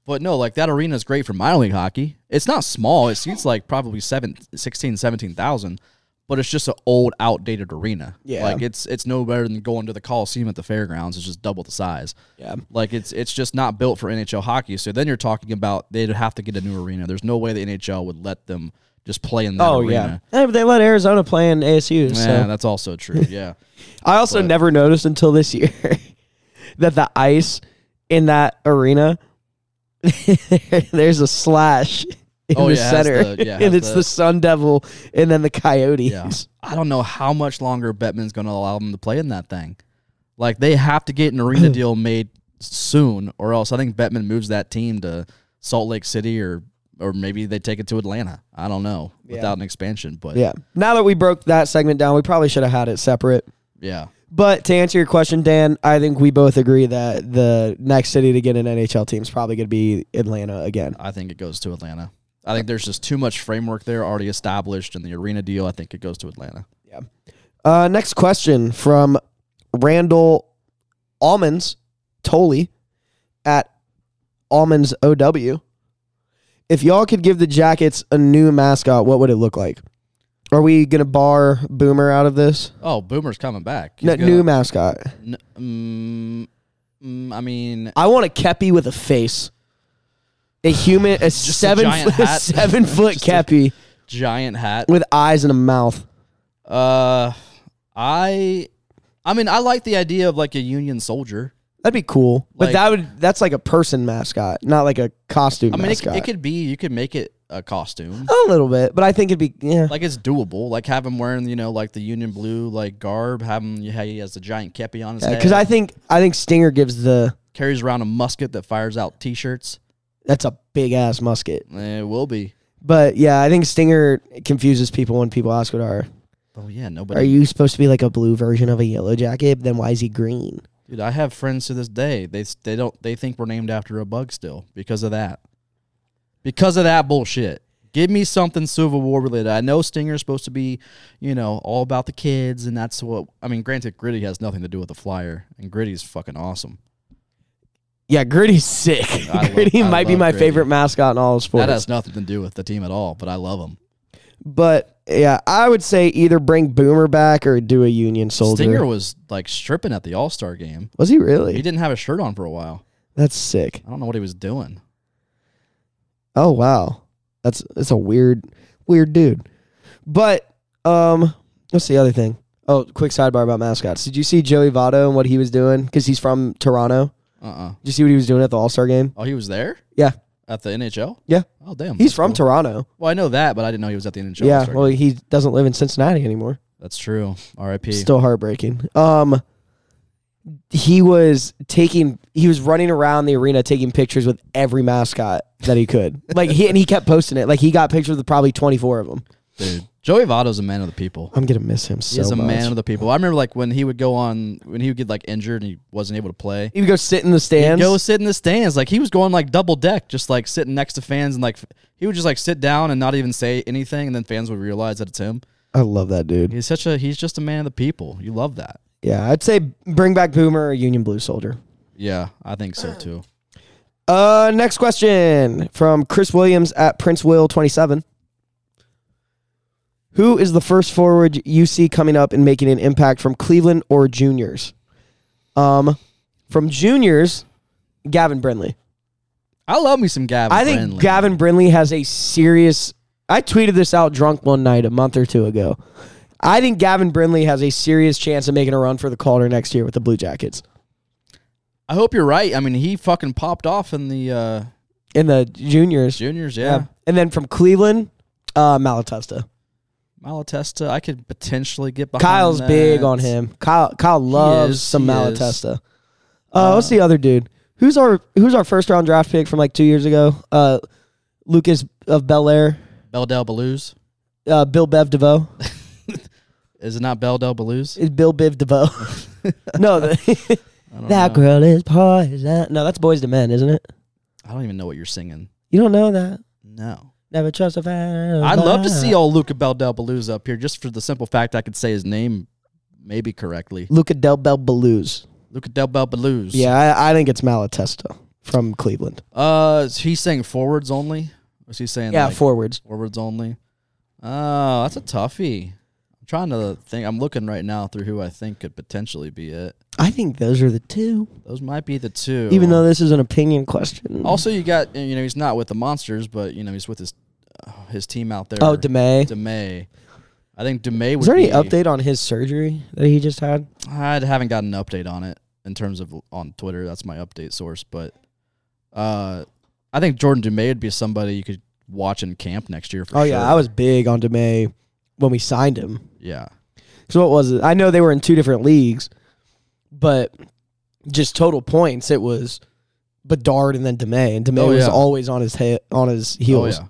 [SPEAKER 2] but no, like that arena is great for minor league hockey. It's not small. It seats like probably seven, 16, 17,000, but it's just an old, outdated arena.
[SPEAKER 3] Yeah.
[SPEAKER 2] Like it's it's no better than going to the Coliseum at the fairgrounds. It's just double the size.
[SPEAKER 3] Yeah.
[SPEAKER 2] Like it's it's just not built for NHL hockey. So then you're talking about they'd have to get a new arena. There's no way the NHL would let them just play in that
[SPEAKER 3] Oh yeah.
[SPEAKER 2] arena.
[SPEAKER 3] Eh, but they let Arizona play in ASU. so.
[SPEAKER 2] Yeah, that's also true. Yeah.
[SPEAKER 3] I also never noticed until this year [LAUGHS] that the ice in that arena, [LAUGHS] there's a slash in
[SPEAKER 2] Oh,
[SPEAKER 3] the
[SPEAKER 2] yeah, it has
[SPEAKER 3] center,
[SPEAKER 2] the-
[SPEAKER 3] [LAUGHS]
[SPEAKER 2] yeah, it has
[SPEAKER 3] and it's the,
[SPEAKER 2] the-
[SPEAKER 3] Sun Devil, and then the Coyotes.
[SPEAKER 2] Yeah. I don't know how much longer Bettman's going to allow them to play in that thing. Like they have to get an
[SPEAKER 3] [CLEARS THROAT]
[SPEAKER 2] arena deal made soon, or else I think Bettman moves that team to Salt Lake City or or maybe they take it to Atlanta. I don't know
[SPEAKER 3] Yeah.
[SPEAKER 2] without an expansion, but
[SPEAKER 3] [LAUGHS] Yeah. Now that we broke that segment down, we probably should have had it separate.
[SPEAKER 2] yeah.
[SPEAKER 3] But to answer your question, Dan, I think we both agree that the next city to get an NHL team is probably going to be Atlanta again.
[SPEAKER 2] I think it goes to Atlanta. I think there's just too much framework there already established in the arena deal. I think it goes to Atlanta.
[SPEAKER 3] Uh, next question from Randall Almonds Tolley at Almonds OW. If y'all could give the Jackets a new mascot, what would it look like? Are we going to bar Boomer out of this?
[SPEAKER 2] Oh, Boomer's coming back. He's
[SPEAKER 3] No,
[SPEAKER 2] gonna-
[SPEAKER 3] new mascot.
[SPEAKER 2] N- mm, mm, I mean,
[SPEAKER 3] I want a Kepi with a face. A human, a
[SPEAKER 2] a
[SPEAKER 3] seven
[SPEAKER 2] giant
[SPEAKER 3] foot, [LAUGHS]
[SPEAKER 2] hat. [LAUGHS]
[SPEAKER 3] seven foot
[SPEAKER 2] Just a-
[SPEAKER 3] Kepi
[SPEAKER 2] giant hat.
[SPEAKER 3] with eyes and a mouth.
[SPEAKER 2] Uh, I, I mean, I like the idea of like a Union soldier.
[SPEAKER 3] That'd be cool. But
[SPEAKER 2] Like-
[SPEAKER 3] that would that's like a person mascot, not like a costume
[SPEAKER 2] I mean, it, c-
[SPEAKER 3] mascot.
[SPEAKER 2] it could be. You could make it a costume.
[SPEAKER 3] a little bit, but I think it'd be yeah.
[SPEAKER 2] Like it's doable. Like have him wearing, you know, like the Union blue like garb. Have him. yeah, He has a giant kepi on his head.
[SPEAKER 3] Because I think I think Stinger gives the
[SPEAKER 2] carries around a musket that fires out t-shirts.
[SPEAKER 3] that's a big ass musket.
[SPEAKER 2] Eh, It will be.
[SPEAKER 3] But yeah, I think Stinger confuses people when people ask what are
[SPEAKER 2] Oh yeah,
[SPEAKER 3] are
[SPEAKER 2] nobody.
[SPEAKER 3] you supposed to be like a blue version of a yellow jacket? Then why is he green?
[SPEAKER 2] Dude, I have friends to this day. They s- they don't they think we're named after a bug still because of that. Because of that bullshit. Give me something Civil War related. I know Stinger's supposed to be, you know, all about the kids, and that's what I mean. Granted, Gritty has nothing to do with the Flyer, and Gritty's fucking awesome.
[SPEAKER 3] Yeah, Gritty's sick. [LAUGHS]
[SPEAKER 2] I love-
[SPEAKER 3] Gritty
[SPEAKER 2] I
[SPEAKER 3] might be
[SPEAKER 2] love
[SPEAKER 3] my
[SPEAKER 2] Gritty.
[SPEAKER 3] favorite mascot in all of sports.
[SPEAKER 2] That has nothing to do with the team at all, but I love him.
[SPEAKER 3] But yeah, I would say either bring Boomer back or do a Union Soldier.
[SPEAKER 2] Stinger was like stripping at the All Star game.
[SPEAKER 3] was he
[SPEAKER 2] He
[SPEAKER 3] really?
[SPEAKER 2] didn't have a shirt on for a while.
[SPEAKER 3] That's sick.
[SPEAKER 2] I don't know what he was doing.
[SPEAKER 3] Oh wow, that's that's a weird weird dude. But um, what's the other thing? Oh, quick sidebar about mascots. Did you see Joey Votto and what he was doing? Because he's from Toronto.
[SPEAKER 2] Uh uh
[SPEAKER 3] Did you see what he was doing at the All Star game?
[SPEAKER 2] Oh, he was there
[SPEAKER 3] Yeah,
[SPEAKER 2] at the NHL.
[SPEAKER 3] yeah.
[SPEAKER 2] Oh damn,
[SPEAKER 3] He's
[SPEAKER 2] that's
[SPEAKER 3] from
[SPEAKER 2] cool.
[SPEAKER 3] Toronto.
[SPEAKER 2] Well, I know that, but I didn't know he was at the NHL.
[SPEAKER 3] yeah.
[SPEAKER 2] All-Star
[SPEAKER 3] Well,
[SPEAKER 2] game.
[SPEAKER 3] he doesn't live in Cincinnati anymore.
[SPEAKER 2] that's true. R.I.P.
[SPEAKER 3] Still heartbreaking. Um, he was taking, he was running around the arena taking pictures with every mascot that he could. like he and he kept posting it. Like he got pictures with probably twenty four of them.
[SPEAKER 2] Dude, Joey Votto's a man of the people.
[SPEAKER 3] I'm gonna miss him
[SPEAKER 2] He
[SPEAKER 3] so
[SPEAKER 2] is a
[SPEAKER 3] much.
[SPEAKER 2] man of the people. I remember like when he would go on when he would get like injured and he wasn't able to play.
[SPEAKER 3] He would go sit in the
[SPEAKER 2] He'd
[SPEAKER 3] stands.
[SPEAKER 2] go sit in the stands like he was going like double deck, just like sitting next to fans and like f- he would just like sit down and not even say anything, and then fans would realize that it's him.
[SPEAKER 3] I love that dude.
[SPEAKER 2] He's such a he's just a man of the people. You love that.
[SPEAKER 3] Yeah, I'd say bring back Boomer or Union Blue Soldier.
[SPEAKER 2] Yeah, I think so too.
[SPEAKER 3] Uh, next question from Chris Williams at Prince Will twenty seven. Who is the first forward you see coming up and making an impact from Cleveland or juniors? Um, from juniors, Gavin Brindley.
[SPEAKER 2] I love me some Gavin.
[SPEAKER 3] I think
[SPEAKER 2] Brindley.
[SPEAKER 3] Gavin Brindley has a serious. I tweeted this out drunk one night a month or two ago. I think Gavin Brindley has a serious chance of making a run for the Calder next year with the Blue Jackets.
[SPEAKER 2] I hope you're right. I mean, he fucking popped off in the uh
[SPEAKER 3] in the juniors.
[SPEAKER 2] juniors.
[SPEAKER 3] Yeah.
[SPEAKER 2] Yeah,
[SPEAKER 3] And then from Cleveland, uh, Malatesta.
[SPEAKER 2] Malatesta. I could potentially get behind.
[SPEAKER 3] Kyle's
[SPEAKER 2] that.
[SPEAKER 3] big on him. Kyle Kyle loves
[SPEAKER 2] is,
[SPEAKER 3] some
[SPEAKER 2] Oh, he is.
[SPEAKER 3] Malatesta. Uh, what's the other dude? Who's our who's our first round draft pick from like two years ago? Uh, Lucas of Bel Air,
[SPEAKER 2] Bell Del Blues.
[SPEAKER 3] uh, Bill Bev DeVoe.
[SPEAKER 2] Is it not Bell Del Blues?
[SPEAKER 3] Is Bill Biv DeVoe? [LAUGHS] no, [LAUGHS] the,
[SPEAKER 2] I don't
[SPEAKER 3] that
[SPEAKER 2] know.
[SPEAKER 3] girl is poison. No, that's Boys to Men, isn't it?
[SPEAKER 2] I don't even know what you're singing.
[SPEAKER 3] You don't know that.
[SPEAKER 2] No.
[SPEAKER 3] Never trust a fan.
[SPEAKER 2] I'd love to see old Luca Bell Del Blues up here just for the simple fact I could say his name maybe correctly.
[SPEAKER 3] Luca Del Bel Blues.
[SPEAKER 2] Luca Del Bell Blues.
[SPEAKER 3] Yeah, I, I think it's Malatesta from Cleveland.
[SPEAKER 2] Uh, is he saying forwards only? Was he saying
[SPEAKER 3] Yeah,
[SPEAKER 2] like,
[SPEAKER 3] forwards.
[SPEAKER 2] forwards only? Oh, that's a toughie. I'm trying to think. I'm looking right now through who I think could potentially be it.
[SPEAKER 3] I think those are the two.
[SPEAKER 2] Those might be the two.
[SPEAKER 3] Even though this is an opinion question.
[SPEAKER 2] also you got you know he's not with the monsters, but you know he's with his uh, his team out there.
[SPEAKER 3] oh, DeMay.
[SPEAKER 2] DeMay. I think DeMay would
[SPEAKER 3] Is there any
[SPEAKER 2] be-
[SPEAKER 3] update on his surgery that he just had?
[SPEAKER 2] I haven't gotten an update on it in terms of on Twitter. That's my update source, but uh, I think Jordan Dumay would be somebody you could watch in camp next year for
[SPEAKER 3] oh
[SPEAKER 2] sure.
[SPEAKER 3] yeah, I was big on DeMay when we signed him.
[SPEAKER 2] yeah.
[SPEAKER 3] So what was it? I know they were in two different leagues, but just total points. It was Bedard and then Demay, and Demay
[SPEAKER 2] Oh,
[SPEAKER 3] was
[SPEAKER 2] yeah.
[SPEAKER 3] always on his he- on his heels.
[SPEAKER 2] Oh yeah.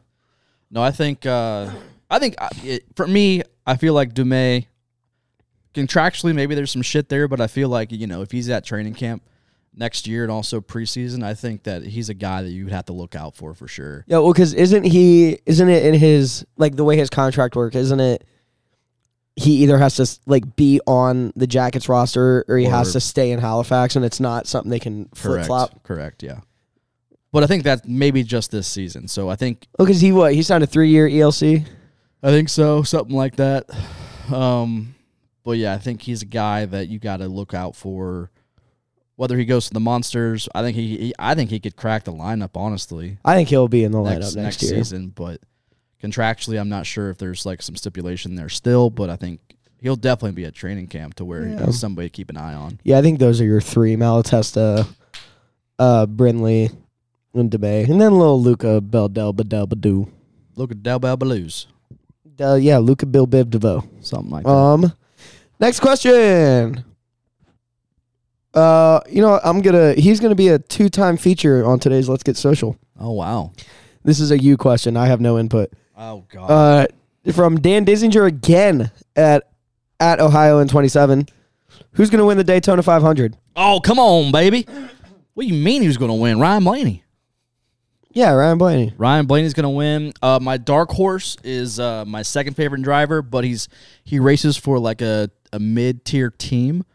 [SPEAKER 2] No, I think uh, I think uh, it, for me, I feel like Dume contractually maybe there's some shit there, but I feel like you know if he's at training camp next year and also preseason, I think that he's a guy that you would have to look out for for sure.
[SPEAKER 3] Yeah, well, because isn't he? Isn't it in his like the way his contract work? Isn't it? He either has to s- like be on the Jackets roster or he
[SPEAKER 2] Or-
[SPEAKER 3] has to stay in Halifax, and it's not something they can flip
[SPEAKER 2] Correct.
[SPEAKER 3] flop.
[SPEAKER 2] Correct. Yeah. But I think that maybe just this season. So I think
[SPEAKER 3] Oh, because he what? He signed a E three year ELC.
[SPEAKER 2] I think so, something like that. Um, but yeah, I think he's a guy that you got to look out for. Whether he goes to the monsters, I think he, he, I think he could crack the lineup. Honestly,
[SPEAKER 3] I think he'll be in the lineup
[SPEAKER 2] next,
[SPEAKER 3] next,
[SPEAKER 2] next
[SPEAKER 3] year.
[SPEAKER 2] season. But contractually, I'm not sure if there's like some stipulation there still. But I think he'll definitely be at training camp to where
[SPEAKER 3] Yeah.
[SPEAKER 2] he's somebody to keep an eye on.
[SPEAKER 3] Yeah, I think those are your three: Malatesta, uh, Brinley, and Demay, and then little Luca Beldel Bedel Badu.
[SPEAKER 2] Look at Del Blues,
[SPEAKER 3] Uh, yeah, Luca Bill Bib DeVoe.
[SPEAKER 2] something like that.
[SPEAKER 3] Um, next question. Uh, you know, I'm gonna. He's gonna be a two-time feature on today's Let's Get Social.
[SPEAKER 2] Oh wow!
[SPEAKER 3] This is a you question. I have no input.
[SPEAKER 2] Oh god!
[SPEAKER 3] Uh, from Dan Dissinger again at at Ohio in 27. Who's gonna win the Daytona 500?
[SPEAKER 2] oh come on, baby! What do you mean who's going to win? Ryan Blaney.
[SPEAKER 3] Yeah, Ryan Blaney.
[SPEAKER 2] Ryan Blaney's going to win. Uh, my dark horse is uh, my second favorite driver, but he's he races for like a, a mid tier team.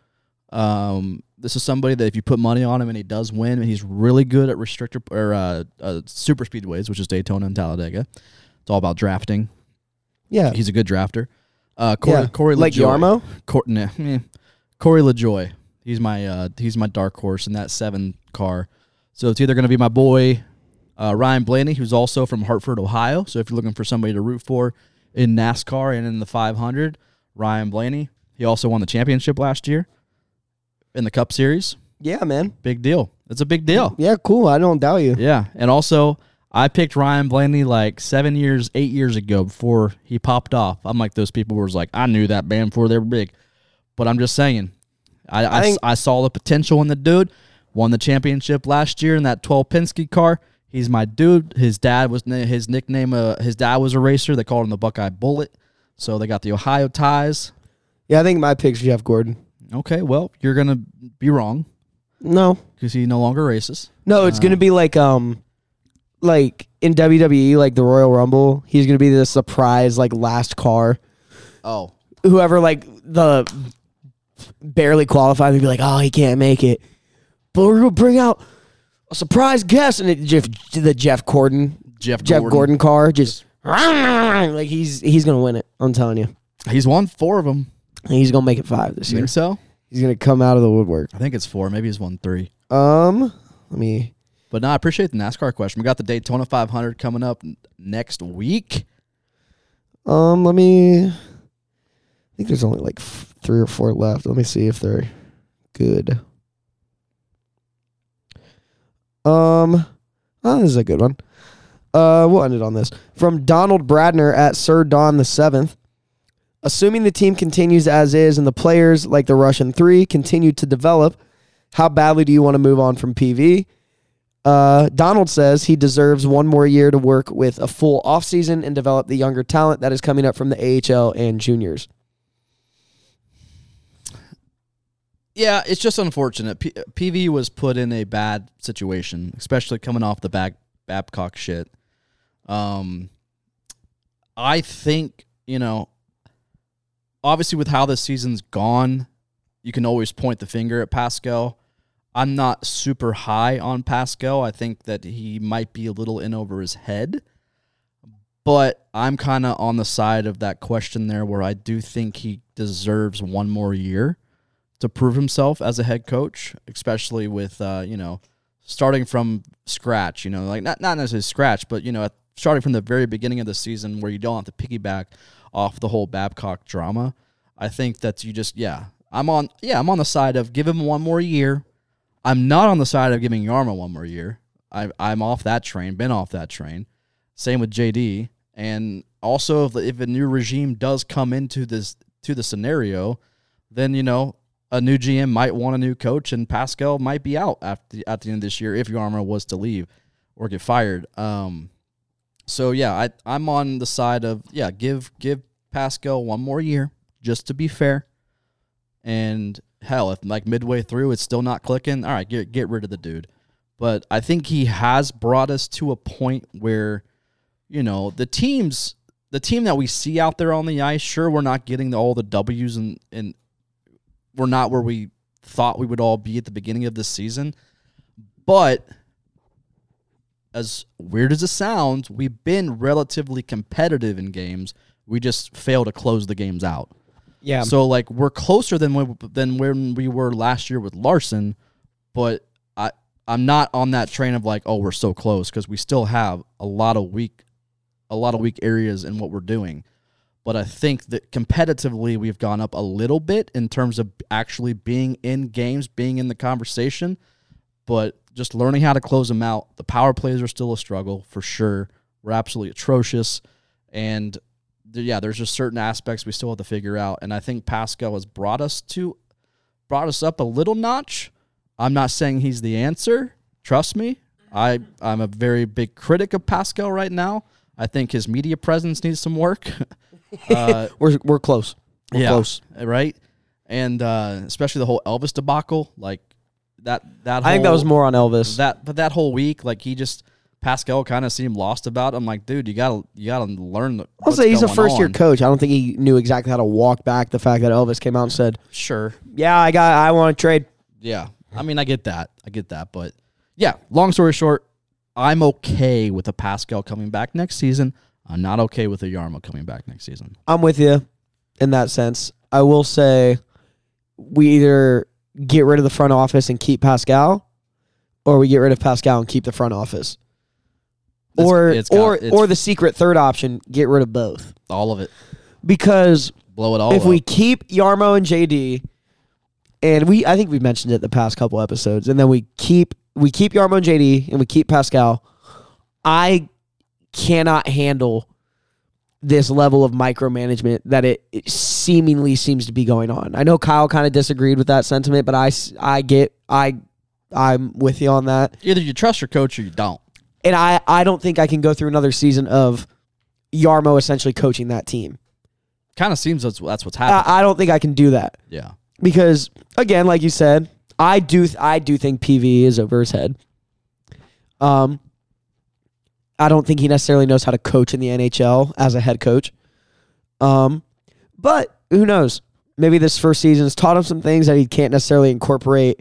[SPEAKER 2] Um, this is somebody that if you put money on him and he does win, and he's really good at restrictor or uh, uh, super speedways, which is Daytona and Talladega. It's all about drafting.
[SPEAKER 3] Yeah,
[SPEAKER 2] He's a good drafter. Uh, Corey,
[SPEAKER 3] Yeah.
[SPEAKER 2] Corey
[SPEAKER 3] Like
[SPEAKER 2] LaJoy.
[SPEAKER 3] Yarmo?
[SPEAKER 2] Cor- nah, eh. Corey LaJoy. He's my uh, he's my dark horse in that seven car. So it's either going to be my boy uh, Ryan Blaney, who's also from Hartford, Ohio. So if you're looking for somebody to root for in NASCAR and in the 500, Ryan Blaney. He also won the championship last year in the Cup Series.
[SPEAKER 3] yeah, man.
[SPEAKER 2] Big deal. It's a big deal.
[SPEAKER 3] Yeah, cool. I don't doubt you.
[SPEAKER 2] Yeah, and also I picked Ryan Blaney like seven years, eight years ago before he popped off. I'm like those people who was like, I knew that band before they were big, but I'm just saying, I I, s-
[SPEAKER 3] think-
[SPEAKER 2] I saw the potential in the dude. Won the championship last year in that 12 Penske car. He's my dude. His dad was na- his nickname. Uh, his dad was a racer. They called him the Buckeye Bullet. So they got the Ohio ties.
[SPEAKER 3] Yeah, I think my pick's Jeff Gordon.
[SPEAKER 2] Okay, well you're gonna be wrong
[SPEAKER 3] No,
[SPEAKER 2] because he no longer races.
[SPEAKER 3] No, it's gonna be like um, like in WWE, like the Royal Rumble. He's gonna be the surprise, like last car.
[SPEAKER 2] Oh,
[SPEAKER 3] Whoever like the barely qualified, would be like, oh, he can't make it. But we're gonna bring out a surprise guest, and it Jeff the Jeff Gordon,
[SPEAKER 2] Jeff
[SPEAKER 3] Jeff
[SPEAKER 2] Gordon.
[SPEAKER 3] Gordon car, just like he's he's gonna win it. I'm telling you,
[SPEAKER 2] he's won four of them.
[SPEAKER 3] And he's gonna make it five this
[SPEAKER 2] You
[SPEAKER 3] year.
[SPEAKER 2] think so?
[SPEAKER 3] He's gonna come out of the woodwork.
[SPEAKER 2] I think it's four. Maybe he's won three.
[SPEAKER 3] Um, let me.
[SPEAKER 2] But no, I appreciate the NASCAR question. We got the Daytona 500 coming up n- next week.
[SPEAKER 3] Um, let me. I think there's only like f- three or four left. Let me see if they're good. Um, oh, this is a good one. Uh, we'll end it on this from Donald Bradner at Sir Don the Seventh. Assuming the team continues as is and the players like the Russian three continue to develop, how badly do you want to move on from PV? Uh, Donald says he deserves one more year to work with a full offseason and develop the younger talent that is coming up from the AHL and juniors.
[SPEAKER 2] Yeah, it's just unfortunate. P- PV was put in a bad situation, especially coming off the back Babcock shit. Um, I think you know, obviously with how this season's gone, you can always point the finger at Pascal. I'm not super high on Pascal. I think that he might be a little in over his head. But I'm kind of on the side of that question there where I do think he deserves one more year to prove himself as a head coach, especially with uh, you know starting from scratch. You know, like not not necessarily scratch, but you know at, starting from the very beginning of the season where you don't have to piggyback off the whole Babcock drama. I think that you just yeah, I'm on yeah I'm on the side of give him one more year. I'm not on the side of giving Yarmo one more year. I, I'm off that train. Been off that train. Same with JD. And also, if, if a new regime does come into this to the scenario, then you know a new GM might want a new coach, and Pascal might be out at the, at the end of this year if Yarmo was to leave or get fired. Um, so yeah, I I'm on the side of yeah, give give Pascal one more year just to be fair. And hell, if like midway through it's still not clicking, all right, get get rid of the dude. But I think he has brought us to a point where, you know, the teams the team that we see out there on the ice, sure we're not getting all the W's and and we're not where we thought we would all be at the beginning of this season. But as weird as it sounds, we've been relatively competitive in games. We just fail to close the games out.
[SPEAKER 4] Yeah.
[SPEAKER 2] So like we're closer than when, than when we were last year with Larson, but I I'm not on that train of like oh we're so close because we still have a lot of weak a lot of weak areas in what we're doing. But I think that competitively we've gone up a little bit in terms of actually being in games, being in the conversation, but just learning how to close them out. The power plays are still a struggle for sure. We're absolutely atrocious, and th- yeah, there's just certain aspects we still have to figure out. And I think Pascal has brought us to, brought us up a little notch. I'm not saying he's the answer. Trust me, I I'm a very big critic of Pascal right now. I think his media presence needs some work. [LAUGHS] uh,
[SPEAKER 3] We're we're close. We're close.
[SPEAKER 2] right? And uh, especially the whole Elvis debacle, like that. That
[SPEAKER 4] I think that
[SPEAKER 2] whole-
[SPEAKER 4] was more on Elvis.
[SPEAKER 2] that but that whole week, like he just Pascal kind of seemed lost about. It. I'm like, dude, you gotta you gotta learn. the-
[SPEAKER 3] I'll
[SPEAKER 2] what's
[SPEAKER 3] say he's a
[SPEAKER 2] going
[SPEAKER 3] first year
[SPEAKER 2] on.
[SPEAKER 3] coach. I don't think he knew exactly how to walk back the fact that Elvis came out and said,
[SPEAKER 2] Sure,
[SPEAKER 3] "Yeah, I got. I want to trade."
[SPEAKER 2] yeah. I mean, I get that. I get that. But yeah, long story short, I'm okay with a Pascal coming back next season. I'm not okay with a Yarmo coming back next season.
[SPEAKER 3] I'm with you in that sense. I will say we either get rid of the front office and keep Pascal, or we get rid of Pascal and keep the front office,
[SPEAKER 2] It's-
[SPEAKER 3] or
[SPEAKER 2] it's got-
[SPEAKER 3] or
[SPEAKER 2] it's-
[SPEAKER 3] or the secret third option, get rid of both.
[SPEAKER 2] All of it,
[SPEAKER 3] Because
[SPEAKER 2] blow it all.
[SPEAKER 3] if
[SPEAKER 2] up.
[SPEAKER 3] we keep Yarmo and JD, and we I think we've mentioned it the past couple episodes, and then we keep we keep Yarmo and JD and we keep Pascal, I cannot handle this level of micromanagement that it, it seemingly seems to be going on. I know Kyle kind of disagreed with that sentiment, but I s- I get I I'm with you on that
[SPEAKER 2] either you trust your coach or you don't.
[SPEAKER 3] and I, I don't think I can go through another season of Yarmo essentially coaching that team.
[SPEAKER 2] Kind of seems that's that's what's happening.
[SPEAKER 3] I, I don't think I can do that
[SPEAKER 2] yeah,
[SPEAKER 3] because again, like you said, I do th- I do think PV is over his head. Um, I don't think he necessarily knows how to coach in the NHL as a head coach. Um, but who knows? Maybe this first season has taught him some things that he can't necessarily incorporate.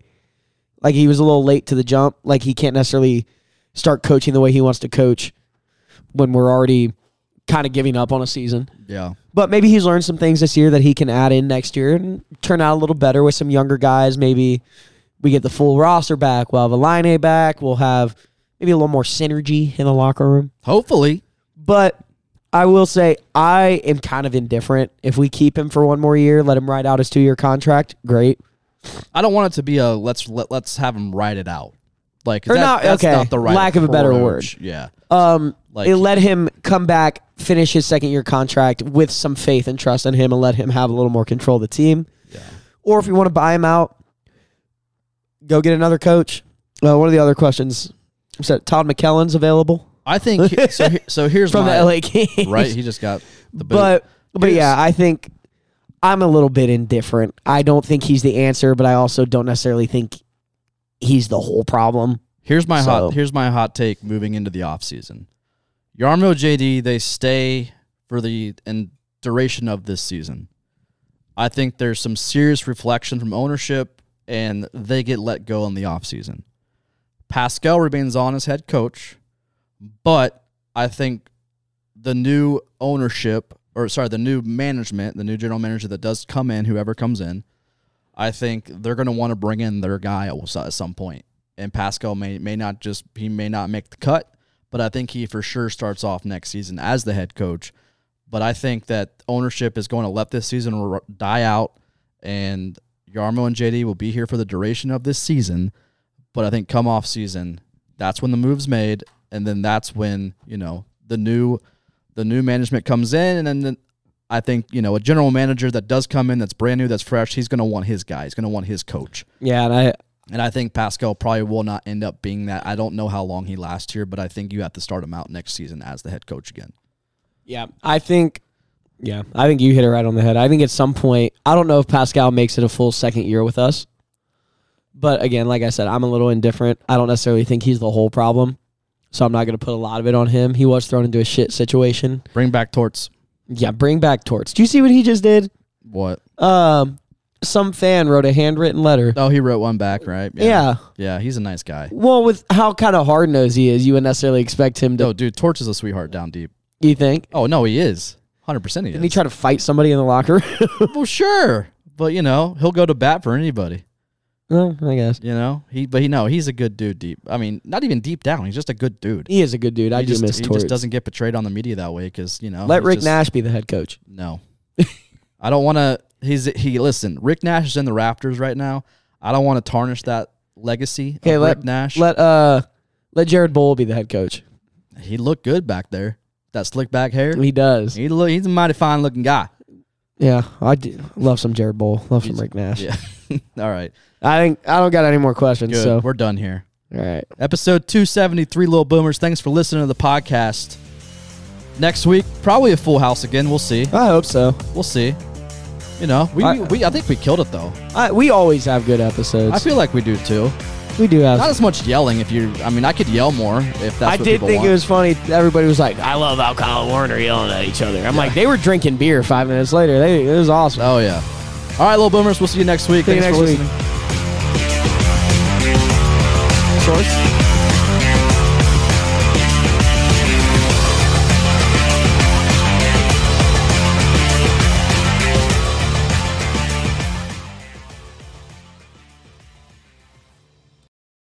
[SPEAKER 3] Like he was a little late to the jump. Like he can't necessarily start coaching the way he wants to coach when we're already kind of giving up on a season.
[SPEAKER 2] yeah.
[SPEAKER 3] But maybe he's learned some things this year that he can add in next year and turn out a little better with some younger guys. Maybe we get the full roster back. We'll have Line back. We'll have maybe a little more synergy in the locker room.
[SPEAKER 2] Hopefully,
[SPEAKER 3] But I will say I am kind of indifferent. If we keep him for one more year, let him ride out his two year contract, great.
[SPEAKER 2] I don't want it to be a let's let, let's have him write it out. Like 'cause
[SPEAKER 3] Or
[SPEAKER 2] that-
[SPEAKER 3] not-
[SPEAKER 2] that's
[SPEAKER 3] okay,
[SPEAKER 2] not the right
[SPEAKER 3] lack of a better
[SPEAKER 2] approach. Yeah,
[SPEAKER 3] Um
[SPEAKER 2] Like-
[SPEAKER 3] it let him come back, finish his second year contract with some faith and trust in him and let him have a little more control of the team.
[SPEAKER 2] yeah.
[SPEAKER 3] or if you want to buy him out, go get another coach. Uh, what are the other questions? Was that Todd McKellen's available
[SPEAKER 2] I think so. he-
[SPEAKER 3] [LAUGHS]
[SPEAKER 2] So here's
[SPEAKER 3] from
[SPEAKER 2] my,
[SPEAKER 3] the LA Kings?
[SPEAKER 2] right.
[SPEAKER 3] [LAUGHS]
[SPEAKER 2] He just got the boot.
[SPEAKER 3] but but
[SPEAKER 2] Here's-
[SPEAKER 3] yeah, I think I'm a little bit indifferent. I don't think he's the answer, but I also don't necessarily think he's the whole problem.
[SPEAKER 2] Here's my
[SPEAKER 3] So-
[SPEAKER 2] hot here's my hot take moving into the offseason. Yarmo JD, they stay for the and duration of this season. I think there's some serious reflection from ownership and they get let go in the offseason. Pascal remains on as head coach, but I think the new ownership or sorry, the new management, the new general manager that does come in, whoever comes in, I think they're going to want to bring in their guy at s- at some point. And Pascal may may not just he may not make the cut, but I think he for sure starts off next season as the head coach. But I think that ownership is going to let this season r- die out, and Yarmo and JD will be here for the duration of this season. But I think come off season, that's when the move's made, and then that's when you know the new the new management comes in, and then the, I think you know a general manager that does come in that's brand new, that's fresh. He's going to want his guy. He's going to want his coach.
[SPEAKER 3] Yeah, and I
[SPEAKER 2] And I think Pascal probably will not end up being that. I don't know how long he lasts here, but I think you have to start him out next season as the head coach again.
[SPEAKER 3] yeah, I think yeah, I think you hit it right on the head. I think at some point, I don't know if Pascal makes it a full second year with us. But again, like I said, I'm a little indifferent. I don't necessarily think he's the whole problem. So I'm not going to put a lot of it on him. He was thrown into a shit situation.
[SPEAKER 2] Bring back Torts.
[SPEAKER 3] Yeah, bring back Torts. Do you see what he just did?
[SPEAKER 2] What?
[SPEAKER 3] Um, some fan wrote a handwritten letter.
[SPEAKER 2] Oh, he wrote one back, right?
[SPEAKER 3] Yeah.
[SPEAKER 2] Yeah, he's a nice guy.
[SPEAKER 3] Well, with how kind of hard nosed he is, you wouldn't necessarily expect him to.
[SPEAKER 2] No, dude, Torch is a sweetheart down deep.
[SPEAKER 3] You think?
[SPEAKER 2] Oh no, he is. Hundred percent, he
[SPEAKER 3] Didn't he
[SPEAKER 2] is.
[SPEAKER 3] try to fight somebody in the locker?
[SPEAKER 2] well, sure, but you know he'll go to bat for anybody.
[SPEAKER 3] [LAUGHS] well, I guess
[SPEAKER 2] You know he, but he no, he's a good dude deep. I mean, not even deep down. He's just a good dude.
[SPEAKER 3] he is a good dude. I
[SPEAKER 2] he
[SPEAKER 3] do
[SPEAKER 2] just,
[SPEAKER 3] miss
[SPEAKER 2] he
[SPEAKER 3] Torts.
[SPEAKER 2] just doesn't get betrayed on the media that way because you know.
[SPEAKER 3] Let
[SPEAKER 2] he's
[SPEAKER 3] Rick
[SPEAKER 2] Oh, just-
[SPEAKER 3] Nash be the head coach. [LAUGHS]
[SPEAKER 2] No, I don't want to. He's he. Listen, Rick Nash is in the Raptors right now. I don't want to tarnish that legacy.
[SPEAKER 3] Okay,
[SPEAKER 2] of
[SPEAKER 3] let
[SPEAKER 2] Rick Nash.
[SPEAKER 3] Let uh, let Jared Bowl be the head coach.
[SPEAKER 2] he looked good back there. That slick back hair.
[SPEAKER 3] He does.
[SPEAKER 2] He look. He's a mighty fine looking guy. [LAUGHS]
[SPEAKER 3] Yeah, I do. love some Jared Bowl. Love some
[SPEAKER 2] He's-
[SPEAKER 3] Rick Nash.
[SPEAKER 2] Yeah. [LAUGHS] All right.
[SPEAKER 3] I think I don't got any more questions.
[SPEAKER 2] Good.
[SPEAKER 3] So all
[SPEAKER 2] We're done here.
[SPEAKER 3] right,
[SPEAKER 2] Episode 273, Little Boomers. Thanks for listening to the podcast. Next week, probably a full house again. We'll see.
[SPEAKER 3] I hope so.
[SPEAKER 2] We'll see. You know, we,
[SPEAKER 3] I-
[SPEAKER 2] we, we I think we killed it though.
[SPEAKER 3] I, we always have good episodes.
[SPEAKER 2] I feel like we do too.
[SPEAKER 3] we do have.
[SPEAKER 2] Not as much yelling. If you, I mean, I could yell more if that's.
[SPEAKER 3] I
[SPEAKER 2] what
[SPEAKER 3] did
[SPEAKER 2] people
[SPEAKER 3] think
[SPEAKER 2] want.
[SPEAKER 3] it was funny. Everybody was like, "I love how Kyle and Warner yelling at each other." I'm like, they were drinking beer five minutes later. They, it was awesome.
[SPEAKER 2] Oh yeah. All right, little boomers. We'll see you next week.
[SPEAKER 3] See you
[SPEAKER 2] Thanks
[SPEAKER 3] next
[SPEAKER 2] for
[SPEAKER 3] week.
[SPEAKER 2] listening. Source.